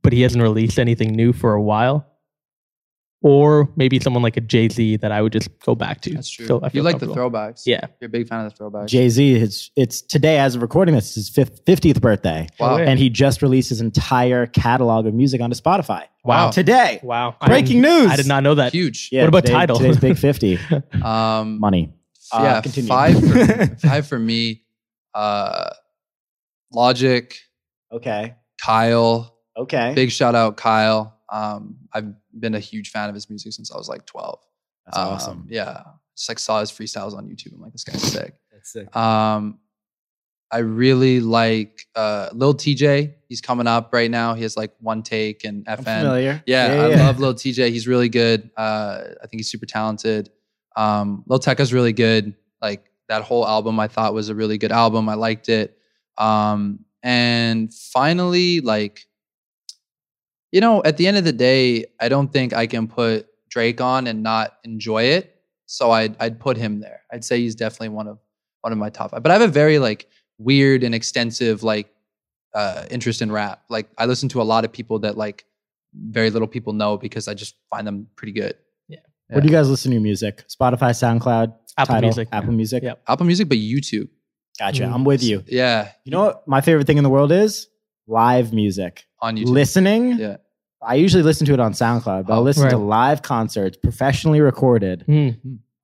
Speaker 2: but he hasn't released anything new for a while. Or maybe someone like a Jay Z that I would just go back to.
Speaker 3: That's true.
Speaker 2: So I
Speaker 3: you
Speaker 2: feel
Speaker 3: like the
Speaker 2: comfortable.
Speaker 3: throwbacks.
Speaker 2: Yeah.
Speaker 3: You're a big fan of the throwbacks.
Speaker 1: Jay Z, it's, it's today as of recording this, his fif- 50th birthday.
Speaker 3: wow.
Speaker 2: Okay.
Speaker 1: And he just released his entire catalog of music onto Spotify.
Speaker 2: Wow.
Speaker 1: Today.
Speaker 2: Wow.
Speaker 1: Breaking news.
Speaker 2: I did not know that.
Speaker 3: Huge.
Speaker 1: Yeah,
Speaker 2: What about
Speaker 1: today-
Speaker 2: Tidal?
Speaker 1: Today's
Speaker 2: <laughs>
Speaker 1: big 50.
Speaker 3: Um,
Speaker 1: Money. Uh,
Speaker 3: yeah,
Speaker 1: continue.
Speaker 3: five.
Speaker 2: <laughs>
Speaker 3: For, five for me. Uh, Logic,
Speaker 1: Okay.
Speaker 3: Kyle.
Speaker 1: Okay.
Speaker 3: Big shout out, Kyle. Um, I've been a huge fan of his music since I was like 12.
Speaker 1: That's
Speaker 3: Um,
Speaker 1: awesome.
Speaker 3: Yeah, just like saw his freestyles on YouTube. I'm like, this guy's sick.
Speaker 1: That's sick.
Speaker 3: Um, I really like uh, Lil TJ. He's coming up right now. He has like one take and
Speaker 1: I'm
Speaker 3: FN.
Speaker 1: familiar.
Speaker 3: Yeah, I love Lil TJ. He's really good. Uh, I think he's super talented. Um, Lil Tecca's really good. Like that whole album, I thought was a really good album. I liked it. Um, and finally, like, you know, at the end of the day, I don't think I can put Drake on and not enjoy it. So I'd I'd put him there. I'd say he's definitely one of one of my top five. But I have a very like weird and extensive like uh, interest in rap. Like I listen to a lot of people that like very little people know because I just find them pretty good.
Speaker 1: Where do you guys listen to your music? Spotify, SoundCloud,
Speaker 2: Apple
Speaker 1: Tidal,
Speaker 2: Music.
Speaker 1: Apple Music.
Speaker 2: Yep.
Speaker 3: Apple Music, but YouTube.
Speaker 1: Gotcha.
Speaker 2: Mm.
Speaker 3: Mm-hmm.
Speaker 1: I'm with you.
Speaker 3: Yeah,
Speaker 1: You know what my favorite thing in the world is? Live music.
Speaker 3: on YouTube.
Speaker 1: Listening.
Speaker 3: Yeah.
Speaker 1: I usually listen to it on SoundCloud, but I
Speaker 3: Oh,
Speaker 1: listen to
Speaker 2: right.
Speaker 1: live concerts professionally recorded
Speaker 2: Hmm.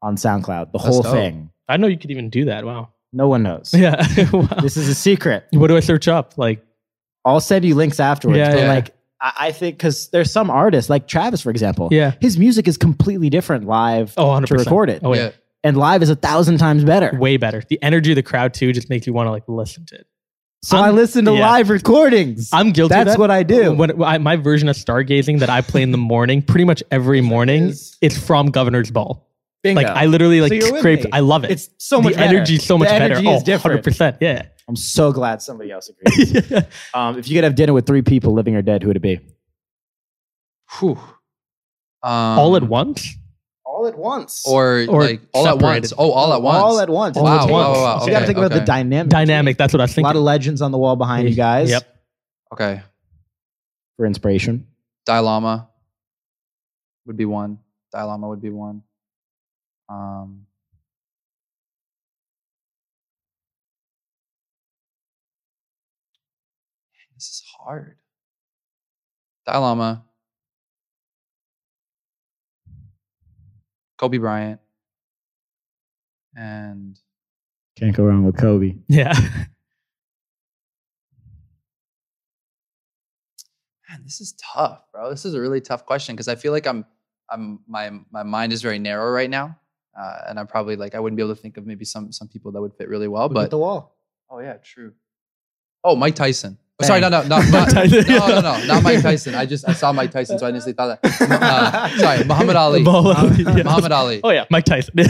Speaker 1: on SoundCloud, the
Speaker 3: That's
Speaker 1: whole
Speaker 3: dope.
Speaker 1: thing.
Speaker 2: I didn't know you could even do that. Wow.
Speaker 1: No one knows.
Speaker 2: <laughs> Yeah. wow.
Speaker 1: This is a secret.
Speaker 2: What do I search up? Like,
Speaker 1: I'll send you links afterwards.
Speaker 2: Yeah,
Speaker 1: but
Speaker 2: yeah.
Speaker 1: like, I, I think because there's some artists, like Travis, for example,
Speaker 2: yeah.
Speaker 1: his music is completely different live
Speaker 2: Oh, 100%.
Speaker 1: to record it.
Speaker 2: Oh, yeah.
Speaker 3: yeah.
Speaker 1: And live is a thousand times better.
Speaker 2: Way better. The energy of the crowd, too, just makes you want to like listen to it.
Speaker 1: so i
Speaker 2: I'm-
Speaker 1: listen to
Speaker 2: yeah.
Speaker 1: live recordings.
Speaker 2: I'm guilty.
Speaker 1: That's what I do.
Speaker 2: When I, my version of stargazing that
Speaker 1: <laughs>
Speaker 2: I play in the morning, pretty much every morning,
Speaker 1: Is-
Speaker 2: it's from Governor's Ball.
Speaker 1: Bingo.
Speaker 2: Like I literally
Speaker 1: So
Speaker 2: like
Speaker 1: you're with
Speaker 2: scraped.
Speaker 1: me.
Speaker 2: I love it.
Speaker 1: it's so much
Speaker 2: the energy
Speaker 1: better.
Speaker 2: so much
Speaker 1: the
Speaker 2: better.
Speaker 1: Energy
Speaker 2: oh,
Speaker 1: is different.
Speaker 2: 100%. Yeah. <laughs>
Speaker 1: I'm so glad somebody else agrees. um, if you could have dinner with three people, living or dead, who would it be?
Speaker 3: Whew. Um,
Speaker 2: All at once?
Speaker 1: All at once.
Speaker 3: or,
Speaker 2: Or
Speaker 3: like all at once.
Speaker 2: separated.
Speaker 3: Oh, all at once.
Speaker 1: All at once.
Speaker 2: All
Speaker 1: Wow.
Speaker 2: at once.
Speaker 1: wow, wow.
Speaker 2: Okay,
Speaker 1: you got to think about the
Speaker 3: okay.
Speaker 1: dynamic.
Speaker 2: Dynamic. That's what I was
Speaker 1: A lot of
Speaker 2: thinking.
Speaker 1: legends on the wall behind you guys
Speaker 2: Yep.
Speaker 3: okay,
Speaker 1: for inspiration.
Speaker 3: Dilama would be one. Dilama would be one. Um, this is hard. Dilama, Kobe Bryant, and
Speaker 1: Can't go wrong with Kobe.
Speaker 2: Yeah.
Speaker 1: <laughs>
Speaker 3: Man, this is tough, bro. This is a really tough question because I feel like I'm, I'm, my, my mind is very narrow right now, uh, and I'm probably like I wouldn't be able to think of maybe some, some people that would fit really well.
Speaker 1: Look at
Speaker 3: But
Speaker 1: the wall.
Speaker 3: oh yeah, true. Oh, Mike Tyson. Oh, sorry, no,
Speaker 1: Bang.
Speaker 3: no,
Speaker 2: <laughs>
Speaker 3: no, not, no,
Speaker 2: Tyson.
Speaker 3: no, no, not Mike Tyson. I just I saw Mike Tyson, so I instantly thought that. Uh,
Speaker 2: <laughs>
Speaker 3: sorry, Muhammad Ali.
Speaker 2: Ball- <laughs> yeah.
Speaker 3: Muhammad Ali.
Speaker 2: Oh, yeah. Mike Tyson. <laughs>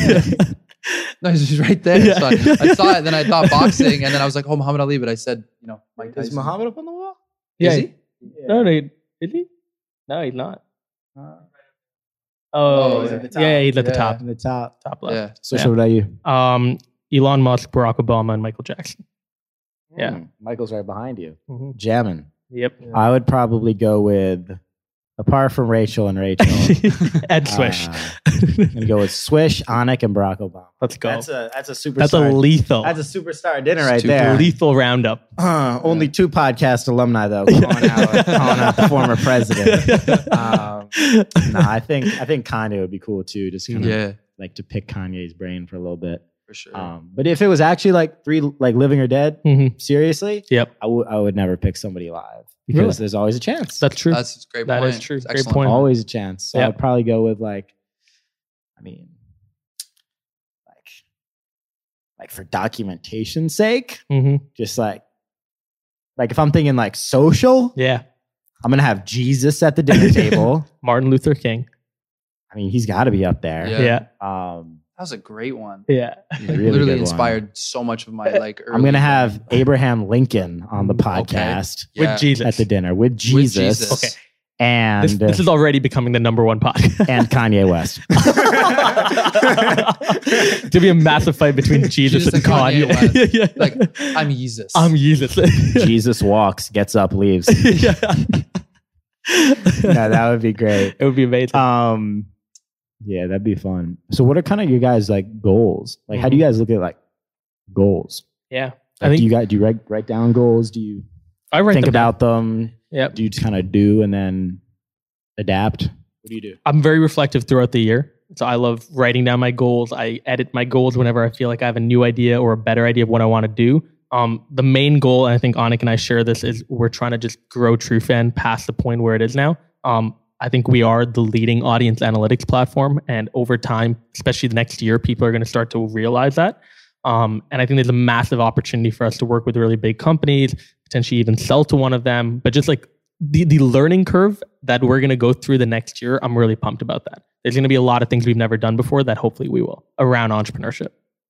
Speaker 3: No, he's just right there.
Speaker 2: Yeah.
Speaker 3: So I, I saw it, then I
Speaker 2: <laughs>
Speaker 3: thought boxing, and then I was like, oh, Muhammad Ali, but I said, you know, Mike Tyson.
Speaker 1: Is Muhammad up on the wall?
Speaker 2: Yeah.
Speaker 3: Is he?
Speaker 2: No, no, he- is he? No, he's not.
Speaker 3: Oh,
Speaker 2: Oh,
Speaker 3: he's at
Speaker 1: the top.
Speaker 2: yeah, he's at the
Speaker 3: Yeah.
Speaker 2: top,
Speaker 1: In the top. Mm,
Speaker 2: top left.
Speaker 3: Yeah.
Speaker 1: So, what about you?
Speaker 2: Um, Elon Musk, Barack Obama, and Michael Jackson. Yeah.
Speaker 1: Hmm. Michael's right behind you.
Speaker 2: Mm-hmm.
Speaker 1: Jamming.
Speaker 2: Yep. <laughs>
Speaker 1: I would probably go with, apart from Rachel and Rachel,
Speaker 2: Ed
Speaker 1: <laughs>
Speaker 2: <laughs> Swish.
Speaker 1: uh, I'm gonna go with Swish, Anik, and Barack Obama.
Speaker 2: Let's go.
Speaker 1: That's
Speaker 2: That's a,
Speaker 1: a that's a superstar.
Speaker 2: lethal.
Speaker 1: That's a, superstar dinner
Speaker 3: It's
Speaker 1: right
Speaker 3: too
Speaker 1: there.
Speaker 2: lethal roundup.
Speaker 1: Uh, only two podcast alumni
Speaker 2: <laughs>
Speaker 1: though calling out, calling out the former president. Um, no, I think I think Kanye would be cool too. Just kind of
Speaker 3: Yeah.
Speaker 1: like to pick Kanye's brain for a little bit.
Speaker 3: for sure.
Speaker 1: Um, but if it was actually like three, like living or dead,
Speaker 2: Mhm.
Speaker 1: seriously,
Speaker 2: Yep.
Speaker 1: I would I would never pick somebody live because
Speaker 2: Really?
Speaker 1: there's always a chance.
Speaker 2: That's true.
Speaker 3: That's a great
Speaker 2: That
Speaker 3: point.
Speaker 2: is true.
Speaker 3: It's
Speaker 2: Great
Speaker 3: excellent.
Speaker 2: point.
Speaker 1: always a chance. So
Speaker 2: Yeah.
Speaker 1: I'd probably go with like, I mean, like, like for documentation's sake,
Speaker 2: hmm
Speaker 1: just like, like if I'm thinking like social,
Speaker 2: Yeah.
Speaker 1: I'm gonna have Jesus at the
Speaker 2: <laughs>
Speaker 1: dinner table.
Speaker 2: Martin Luther King.
Speaker 1: I mean, he's got to be up there.
Speaker 3: Yeah.
Speaker 2: Yeah. <laughs>
Speaker 1: Um,
Speaker 3: That was a great one.
Speaker 2: Yeah.
Speaker 1: really good
Speaker 3: Literally
Speaker 1: one.
Speaker 3: inspired so much of my like.
Speaker 1: <laughs>
Speaker 3: Early
Speaker 1: I'm gonna have Abraham Lincoln on the
Speaker 2: Mm, Okay.
Speaker 1: podcast
Speaker 3: Yeah.
Speaker 2: With Jesus.
Speaker 1: at the uh, dinner with Jesus,
Speaker 3: Jesus.
Speaker 2: Okay.
Speaker 1: and
Speaker 2: This, this is already becoming the number one
Speaker 1: <laughs>
Speaker 2: podcast.
Speaker 1: and Kanye
Speaker 2: <laughs>
Speaker 1: West.
Speaker 2: to be a massive fight <laughs> between Jesus,
Speaker 3: Jesus
Speaker 2: and
Speaker 3: and Kanye
Speaker 2: Kanye. <laughs> yeah, yeah.
Speaker 3: Like, I'm Jesus.
Speaker 2: I'm Jesus. <laughs> yeah.
Speaker 1: Jesus walks, gets up,
Speaker 2: <laughs>
Speaker 1: leaves. yeah, that would be
Speaker 2: <laughs>
Speaker 1: great.
Speaker 2: it would be amazing.
Speaker 1: Um, yeah, that'd be fun. So, what are kind of your guys' like goals? Like, how do you guys look at like goals?
Speaker 2: yeah, Mm-hmm. I
Speaker 1: Like,
Speaker 2: think
Speaker 1: do you guys do you write, write down goals? Do you
Speaker 2: I write
Speaker 1: think
Speaker 2: them down.
Speaker 1: about them?
Speaker 2: Yep.
Speaker 1: Do you just kind of do and then adapt? What do you do?
Speaker 2: I'm very reflective throughout the year. So I love writing down my goals. I edit my goals whenever I feel like I have a new idea or a better idea of what I want to do. Um, the main goal, and I think Anik and I share this, is we're trying to just grow TrueFan past the point where it is now. Um, I think we are the leading audience analytics platform, and over time, especially the next year, people are going to start to realize that. Um, and I think there's a massive opportunity for us to work with really big companies, potentially even sell to one of them. But just like the the learning curve that we're going to go through the next year, I'm really pumped about that. There's going to be a lot of things we've never done before that hopefully we will around entrepreneurship.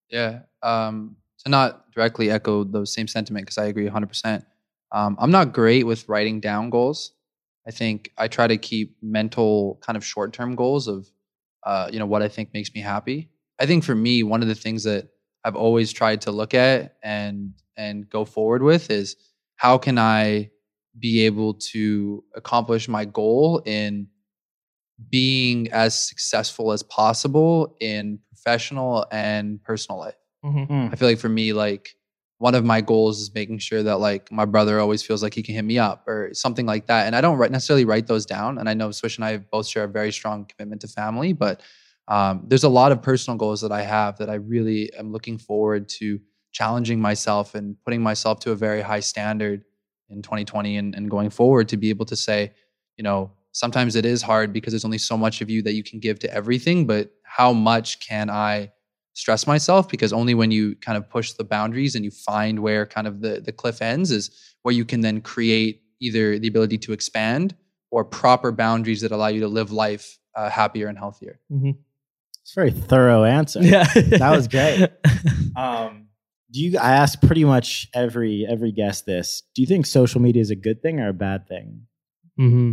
Speaker 3: Yeah. Um, to not directly echo those same sentiment, because I agree 100%. Um, I'm not great with writing down goals. I think I try to keep mental kind of short term goals of, uh, you know, what I think makes me happy. I think for me, one of the things that I've always tried to look at and and go forward with is how can I be able to accomplish my goal in being as successful as possible in professional and personal life.
Speaker 1: Mm-hmm.
Speaker 2: Mm.
Speaker 3: I feel like for me, like one of my goals is making sure that like my brother always feels like he can hit me up or something like that. And I don't write, necessarily write those down. And I know Swish and I both share a very strong commitment to family, but um, there's a lot of personal goals that I have that I really am looking forward to challenging myself and putting myself to a very high standard in 2020 and, and going forward to be able to say, you know, sometimes it is hard because there's only so much of you that you can give to everything, but how much can I? stress myself because only when you kind of push the boundaries and you find where kind of the the cliff ends is where you can then create either the ability to expand or proper boundaries that allow you to live life uh, happier and healthier.
Speaker 1: It's a very thorough answer.
Speaker 2: Yeah,
Speaker 1: That was great.
Speaker 2: <laughs>
Speaker 1: Um, do you? I ask pretty much every every guest this. Do you think social media is a good thing or a bad thing?
Speaker 2: hmm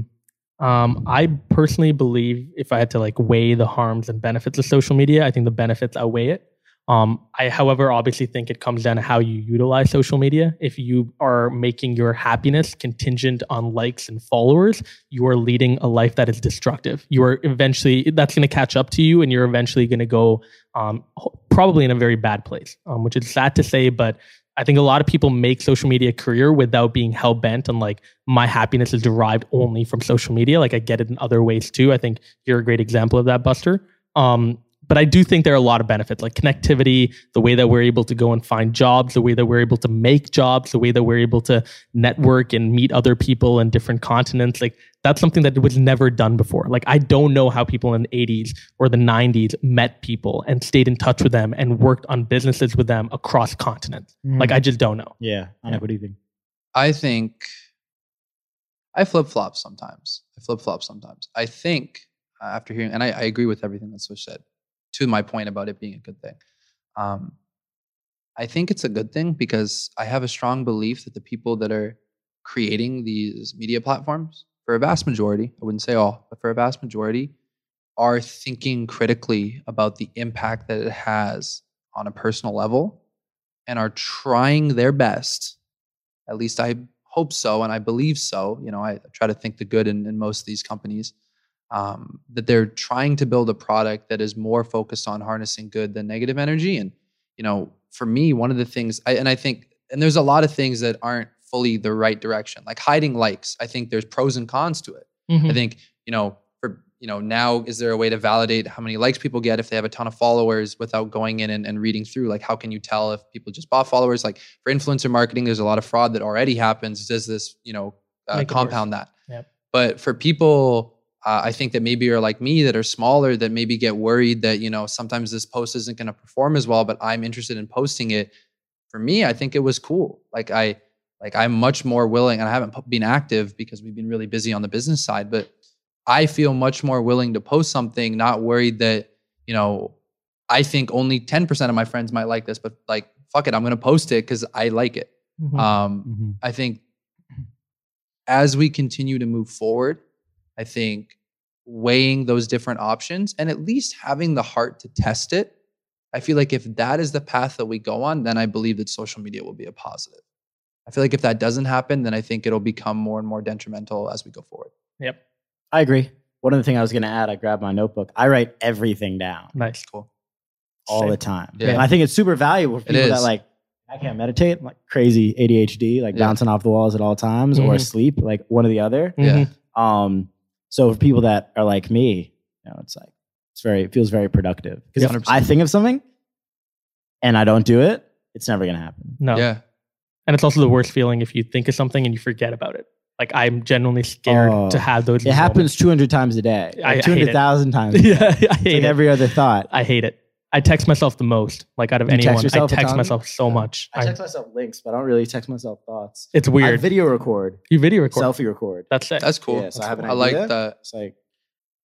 Speaker 2: Um, I personally believe if I had to like weigh the harms and benefits of social media, I think the benefits outweigh it. Um, I, however, obviously think it comes down to how you utilize social media. If you are making your happiness contingent on likes and followers, you are leading a life that is destructive. You are eventually, that's going to catch up to you, and you're eventually going to go um, ho- probably in a very bad place, um, which is sad to say, but I think a lot of people make social media a career without being hell bent on like my happiness is derived only from social media. Like I get it in other ways too. I think you're a great example of that, Buster. Um, but I do think there are a lot of benefits, like connectivity, the way that we're able to go and find jobs, the way that we're able to make jobs, the way that we're able to network and meet other people in different continents. Like that's something that was never done before. Like I don't know how people in the 80s or the 90s met people and stayed in touch with them and worked on businesses with them across continents.
Speaker 1: Mm-hmm.
Speaker 3: Mm-hmm.
Speaker 2: Like I just don't know.
Speaker 1: yeah. I don't know. What do you think?
Speaker 3: I think I flip flop sometimes. I flip flop sometimes. I think uh, after hearing, and I, I agree with everything that Swish said to my point about it being a good thing. Um, I think it's a good thing because I have a strong belief that the people that are creating these media platforms, for a vast majority, I wouldn't say all, but for a vast majority, are thinking critically about the impact that it has on a personal level and are trying their best at least I hope so, and I believe so. You know, I try to think the good in, in most of these companies um, that they're trying to build a product that is more focused on harnessing good than negative energy. And you know, for me, one of the things, I, and I think, and there's a lot of things that aren't fully
Speaker 2: Mm-hmm.
Speaker 3: the right direction, like hiding likes. I think there's pros and cons to it. I think you know, for you know now is there a way to validate how many likes people get if they have a ton of followers without going in and, and reading through like how can you tell if people just bought followers like for influencer marketing there's a lot of fraud that already happens does this you know uh,
Speaker 2: Make it worse.
Speaker 3: compound that
Speaker 2: Yep.
Speaker 3: but for people uh, i think that maybe are like me that are smaller that maybe get worried that you know sometimes this post isn't going to perform as well but i'm interested in posting it for me i think it was cool like i like i'm much more willing and i haven't pu- been active because we've been really busy on the business side but i feel much more willing to post something not worried that you know i think only 10% of my friends might like this but like fuck it i'm going to post it because i like it
Speaker 2: Mm. uh,
Speaker 3: um,
Speaker 2: Mm-hmm.
Speaker 3: i think as we continue to move forward i think weighing those different options and at least having the heart to test it i feel like if that is the path that we go on then i believe that social media will be a positive i feel like if that doesn't happen then i think it'll become more and more detrimental as we go forward
Speaker 2: Yep.
Speaker 1: I agree. One other thing I was going to add, I grabbed my notebook. I write everything down
Speaker 2: Nice.
Speaker 3: cool
Speaker 1: all
Speaker 2: Same.
Speaker 1: the time.
Speaker 3: Yeah.
Speaker 1: And I think it's super valuable for
Speaker 3: It
Speaker 1: people that
Speaker 3: is.
Speaker 1: like, I can't meditate, I'm like crazy ADHD, like
Speaker 3: Yeah.
Speaker 1: bouncing off the walls at all times, or
Speaker 2: Mhm.
Speaker 1: sleep, like one or the other.
Speaker 3: Yeah.
Speaker 2: Mhm.
Speaker 1: Um, so for people that are like me, you know, it's like it's very it feels very productive because if
Speaker 3: 100%.
Speaker 1: I think of something and I don't do it, it's never gonna happen.
Speaker 2: No.
Speaker 3: yeah
Speaker 2: And it's also the worst feeling if you think of something and you forget about it. Like I'm genuinely scared
Speaker 1: Oh.
Speaker 2: to have those.
Speaker 1: It happens 200 times a day,
Speaker 2: I- I hate
Speaker 1: two hundred thousand times. a <laughs>
Speaker 2: moments.
Speaker 1: day.
Speaker 2: <laughs> yeah, I
Speaker 1: It's
Speaker 2: hate
Speaker 1: like
Speaker 2: it.
Speaker 1: every other thought.
Speaker 2: I hate it. I text myself the most, like out of
Speaker 1: You text
Speaker 2: anyone.
Speaker 1: yourself a
Speaker 2: I text
Speaker 1: ton?
Speaker 2: myself so much. I-
Speaker 1: myself links, but I don't really text myself thoughts.
Speaker 2: it's
Speaker 1: I
Speaker 2: weird.
Speaker 1: video record,
Speaker 2: you video record.
Speaker 1: selfie record.
Speaker 2: That's it.
Speaker 3: that's cool
Speaker 1: Yeah, so I have an
Speaker 3: i like
Speaker 1: idea.
Speaker 3: that
Speaker 1: It's like,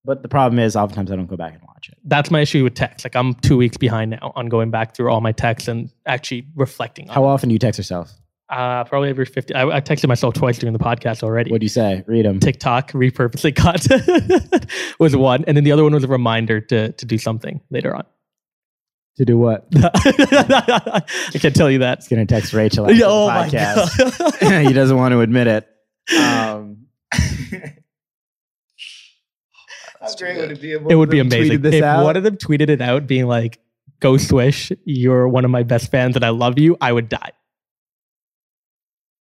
Speaker 1: but the problem is, oftentimes I don't go back and watch it.
Speaker 2: That's my issue with text. Like I'm two weeks behind now on going back through all my texts and actually reflecting on.
Speaker 1: How often do you text yourself?
Speaker 2: it. Uh, probably every fifty. I, I texted myself twice during the podcast already.
Speaker 1: What do you say? Read them.
Speaker 2: TikTok repurposing content <laughs> was one, and then the other one was a reminder to to do something later on.
Speaker 1: To do what?
Speaker 2: I can't tell you that.
Speaker 1: It's gonna text Rachel.
Speaker 2: <laughs>
Speaker 1: after
Speaker 2: Yeah,
Speaker 1: the
Speaker 2: oh my
Speaker 1: podcast. <laughs>
Speaker 2: god. <laughs>
Speaker 1: he doesn't want to admit it. Um, <laughs>
Speaker 3: That's too good.
Speaker 1: be if
Speaker 2: it would be amazing
Speaker 1: Tweeted this
Speaker 2: if
Speaker 1: out.
Speaker 2: one of them tweeted it out, being like, "Go Swish, you're one of my best fans, and I love you." I would die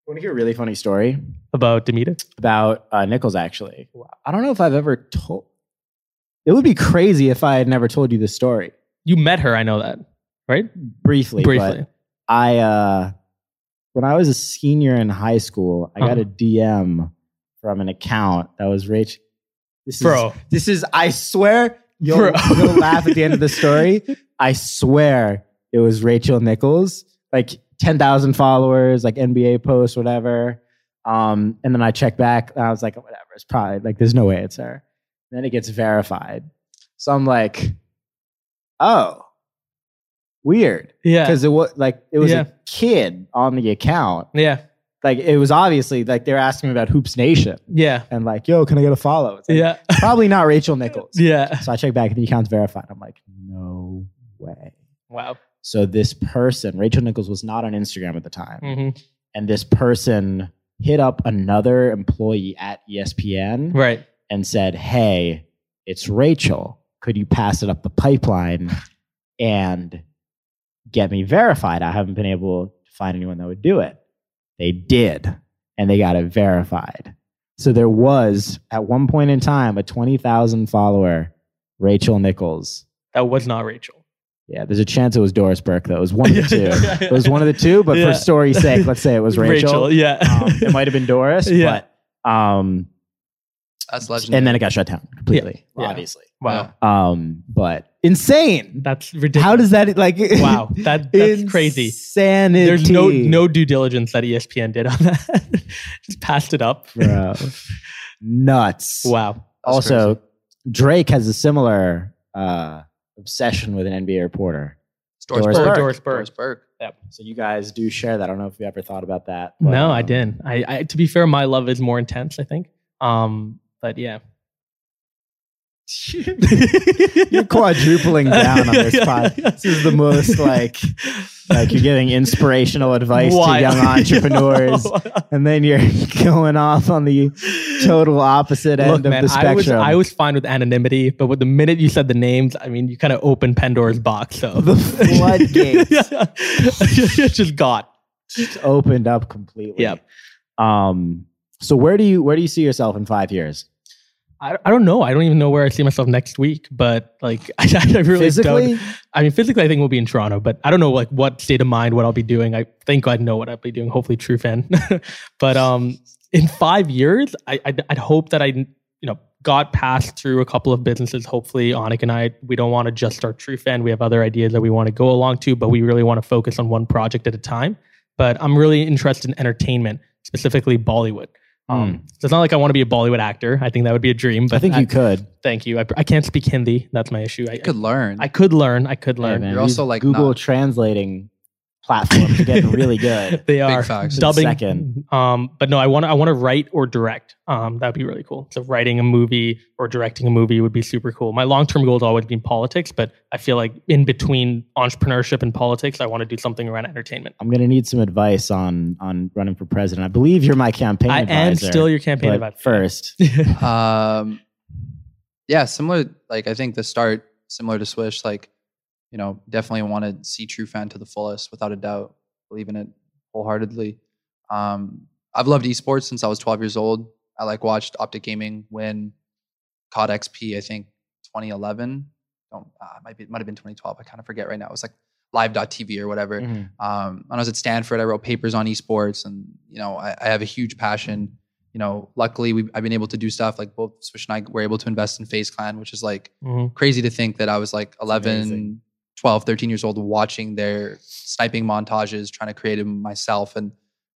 Speaker 1: want to hear a really funny story
Speaker 2: about Demita.
Speaker 1: about uh, Nichols? Actually, I don't know if I've ever told. It would be crazy if I had never told you this story
Speaker 2: You met her, I know that, right?
Speaker 1: briefly.
Speaker 2: Briefly.
Speaker 1: but I uh, when I was a senior in high school, I got a DM from an account that was Rach. This is-
Speaker 2: Bro,
Speaker 1: This is, I swear, you'll,
Speaker 2: Bro.
Speaker 1: you'll laugh at the
Speaker 2: <laughs>
Speaker 1: end of the story. I swear it was Rachel Nichols, like 10,000 followers, like NBA posts, whatever. Um, and then I checked back and I was like, whatever, it's probably like, there's no way it's her. And then it gets verified. So I'm like, oh, weird.
Speaker 2: yeah,
Speaker 1: Because it was like, it was
Speaker 2: Yeah.
Speaker 1: a kid on the account.
Speaker 2: yeah,
Speaker 1: Like, it was obviously like they're asking me about Hoops Nation
Speaker 2: yeah,
Speaker 1: and like, yo, can I get a follow? It's like,
Speaker 2: yeah,
Speaker 1: probably not Rachel Nichols.
Speaker 2: <laughs> yeah.
Speaker 1: So I check back and the account's verified. I'm like, no way.
Speaker 2: Wow.
Speaker 1: So this person, Rachel Nichols, was not on Instagram at the time.
Speaker 2: Mhm.
Speaker 1: And this person hit up another employee at E ESPN
Speaker 2: Right.
Speaker 1: and said, hey, it's Rachel. Could you pass it up the pipeline and get me verified? I haven't been able to find anyone that would do it. They did, and they got it verified. So there was, at one point in time, a 20,000 follower Rachel Nichols.
Speaker 2: That was not Rachel.
Speaker 1: Yeah, there's a chance it was Doris Burke, though. It was one
Speaker 2: <laughs>
Speaker 1: of the two.
Speaker 2: yeah, yeah.
Speaker 1: It was one of the two, but
Speaker 2: Yeah.
Speaker 1: for story's sake, let's say it
Speaker 2: <laughs>
Speaker 1: was Rachel.
Speaker 2: yeah.
Speaker 1: Um, it might have been Doris,
Speaker 2: Yeah.
Speaker 1: but um,
Speaker 3: that's legendary
Speaker 1: and then it got shut down completely,
Speaker 2: Yeah.
Speaker 1: obviously.
Speaker 2: wow.
Speaker 3: Yeah.
Speaker 1: Um, but insane.
Speaker 2: That's ridiculous.
Speaker 1: How does that like?
Speaker 2: <laughs> Wow, that-
Speaker 1: <laughs>
Speaker 2: that's crazy.
Speaker 1: Insanity.
Speaker 2: There's no no due diligence that E ESPN did on <laughs> that. Just passed it up.
Speaker 1: Bro.
Speaker 2: <laughs>
Speaker 1: nuts.
Speaker 2: Wow.
Speaker 3: That's
Speaker 1: also, Drake has a similar uh, obsession with an NBA reporter.
Speaker 3: Doris,
Speaker 1: Doris
Speaker 3: Burke.
Speaker 1: Burke.
Speaker 2: Doris Burke.
Speaker 3: Doris Burke.
Speaker 1: So you guys do share that. I don't know if you ever thought about that. but,
Speaker 2: No, I
Speaker 1: um,
Speaker 2: didn't. I, I to be fair, my love is more intense. I think. Um, but yeah.
Speaker 1: <laughs> You're quadrupling
Speaker 2: <laughs>
Speaker 1: down on this pod. This is the most like like you're giving inspirational advice
Speaker 2: Why- <laughs>
Speaker 1: to young entrepreneurs, and then you're <laughs> going off on the total opposite end
Speaker 2: Look,
Speaker 1: of
Speaker 2: man,
Speaker 1: the
Speaker 2: I was
Speaker 1: spectrum.
Speaker 2: I was fine with anonymity, but with the minute you said the names, I mean, you kind of opened Pandora's box. So <laughs>
Speaker 1: The floodgates.
Speaker 2: it just got.
Speaker 1: just opened up completely.
Speaker 2: Yep.
Speaker 1: Um. So where do you where do you see yourself in five years?
Speaker 2: I, I don't know. I don't even know where I see myself next week, but like <laughs> I, I really
Speaker 1: Physically,
Speaker 2: don't. I mean, physically, I think we'll be in Toronto, but I don't know like what state of mind, what I'll be doing. I think I know what I'll be doing. Hopefully, true fan. <laughs> but um, in five years, I, I'd, I'd hope that I, you know, got passed through a couple of businesses. Hopefully, Onik and I, we don't want to just start true fan. We have other ideas that we want to go along to, but we really want to focus on one project at a time. But I'm really interested in entertainment, specifically Bollywood. Um, So it's not like I want to be a Bollywood actor. I think that would be a dream.
Speaker 1: Hmm.
Speaker 2: But
Speaker 1: I think you could.
Speaker 2: thank you. I, I can't speak Hindi. That's my issue. I,
Speaker 3: You could learn.
Speaker 2: I could learn. I could learn.
Speaker 1: man,
Speaker 3: You're
Speaker 1: these
Speaker 3: also, like,
Speaker 1: Google
Speaker 3: not-
Speaker 1: translating platform to get
Speaker 2: <laughs>
Speaker 1: really good.
Speaker 2: <laughs> they are
Speaker 3: facts.
Speaker 2: dubbing.
Speaker 1: Second.
Speaker 2: Um, but no, I want to. I want to write or direct. Um, that would be really cool. So writing a movie or directing a movie would be super cool. My long term goal has always been politics, but I feel like in between entrepreneurship and politics, I want to do something around entertainment.
Speaker 1: I'm gonna need some advice on on running for president. I believe you're my campaign
Speaker 2: I am
Speaker 1: advisor.
Speaker 2: still your campaign
Speaker 1: but
Speaker 2: advisor.
Speaker 1: First,
Speaker 2: <laughs>
Speaker 3: um yeah similar like i think the start similar to swish like you know definitely want to see true fan to the fullest without a doubt believe in it wholeheartedly um i've loved esports since i was 12 years old i like watched optic gaming win cod xp i think 2011 don't uh, might be might have been 2012 i kind of forget right now it was like live.tv or whatever um, when I was at Stanford, I wrote papers on esports, and you know, I, I have a huge passion. You know, luckily, we I've been able to do stuff like both Swish and I were able to invest in Face Clan, which is like
Speaker 2: Mhm.
Speaker 3: crazy to think that I was like 11,
Speaker 1: amazing.
Speaker 3: 12, 13 years old watching their sniping montages, trying to create them myself. And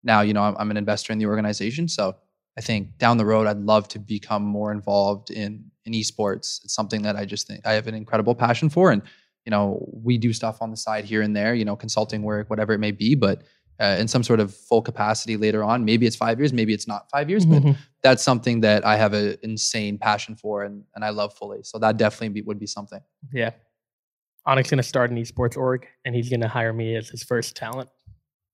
Speaker 3: now, you know, I'm, I'm an investor in the organization. So I think down the road, I'd love to become more involved in, in esports. It's something that I just think I have an incredible passion for. And, you know, we do stuff on the side here and there, you know, consulting work, whatever it may be, but uh, in some sort of full capacity later on. Maybe it's five years, maybe it's not five years, but
Speaker 2: Mhm.
Speaker 3: that's something that I have an insane passion for and, and I love fully. So that definitely be, would be something.
Speaker 2: yeah. Onic's gonna start an esports org, and he's gonna hire me as his first talent.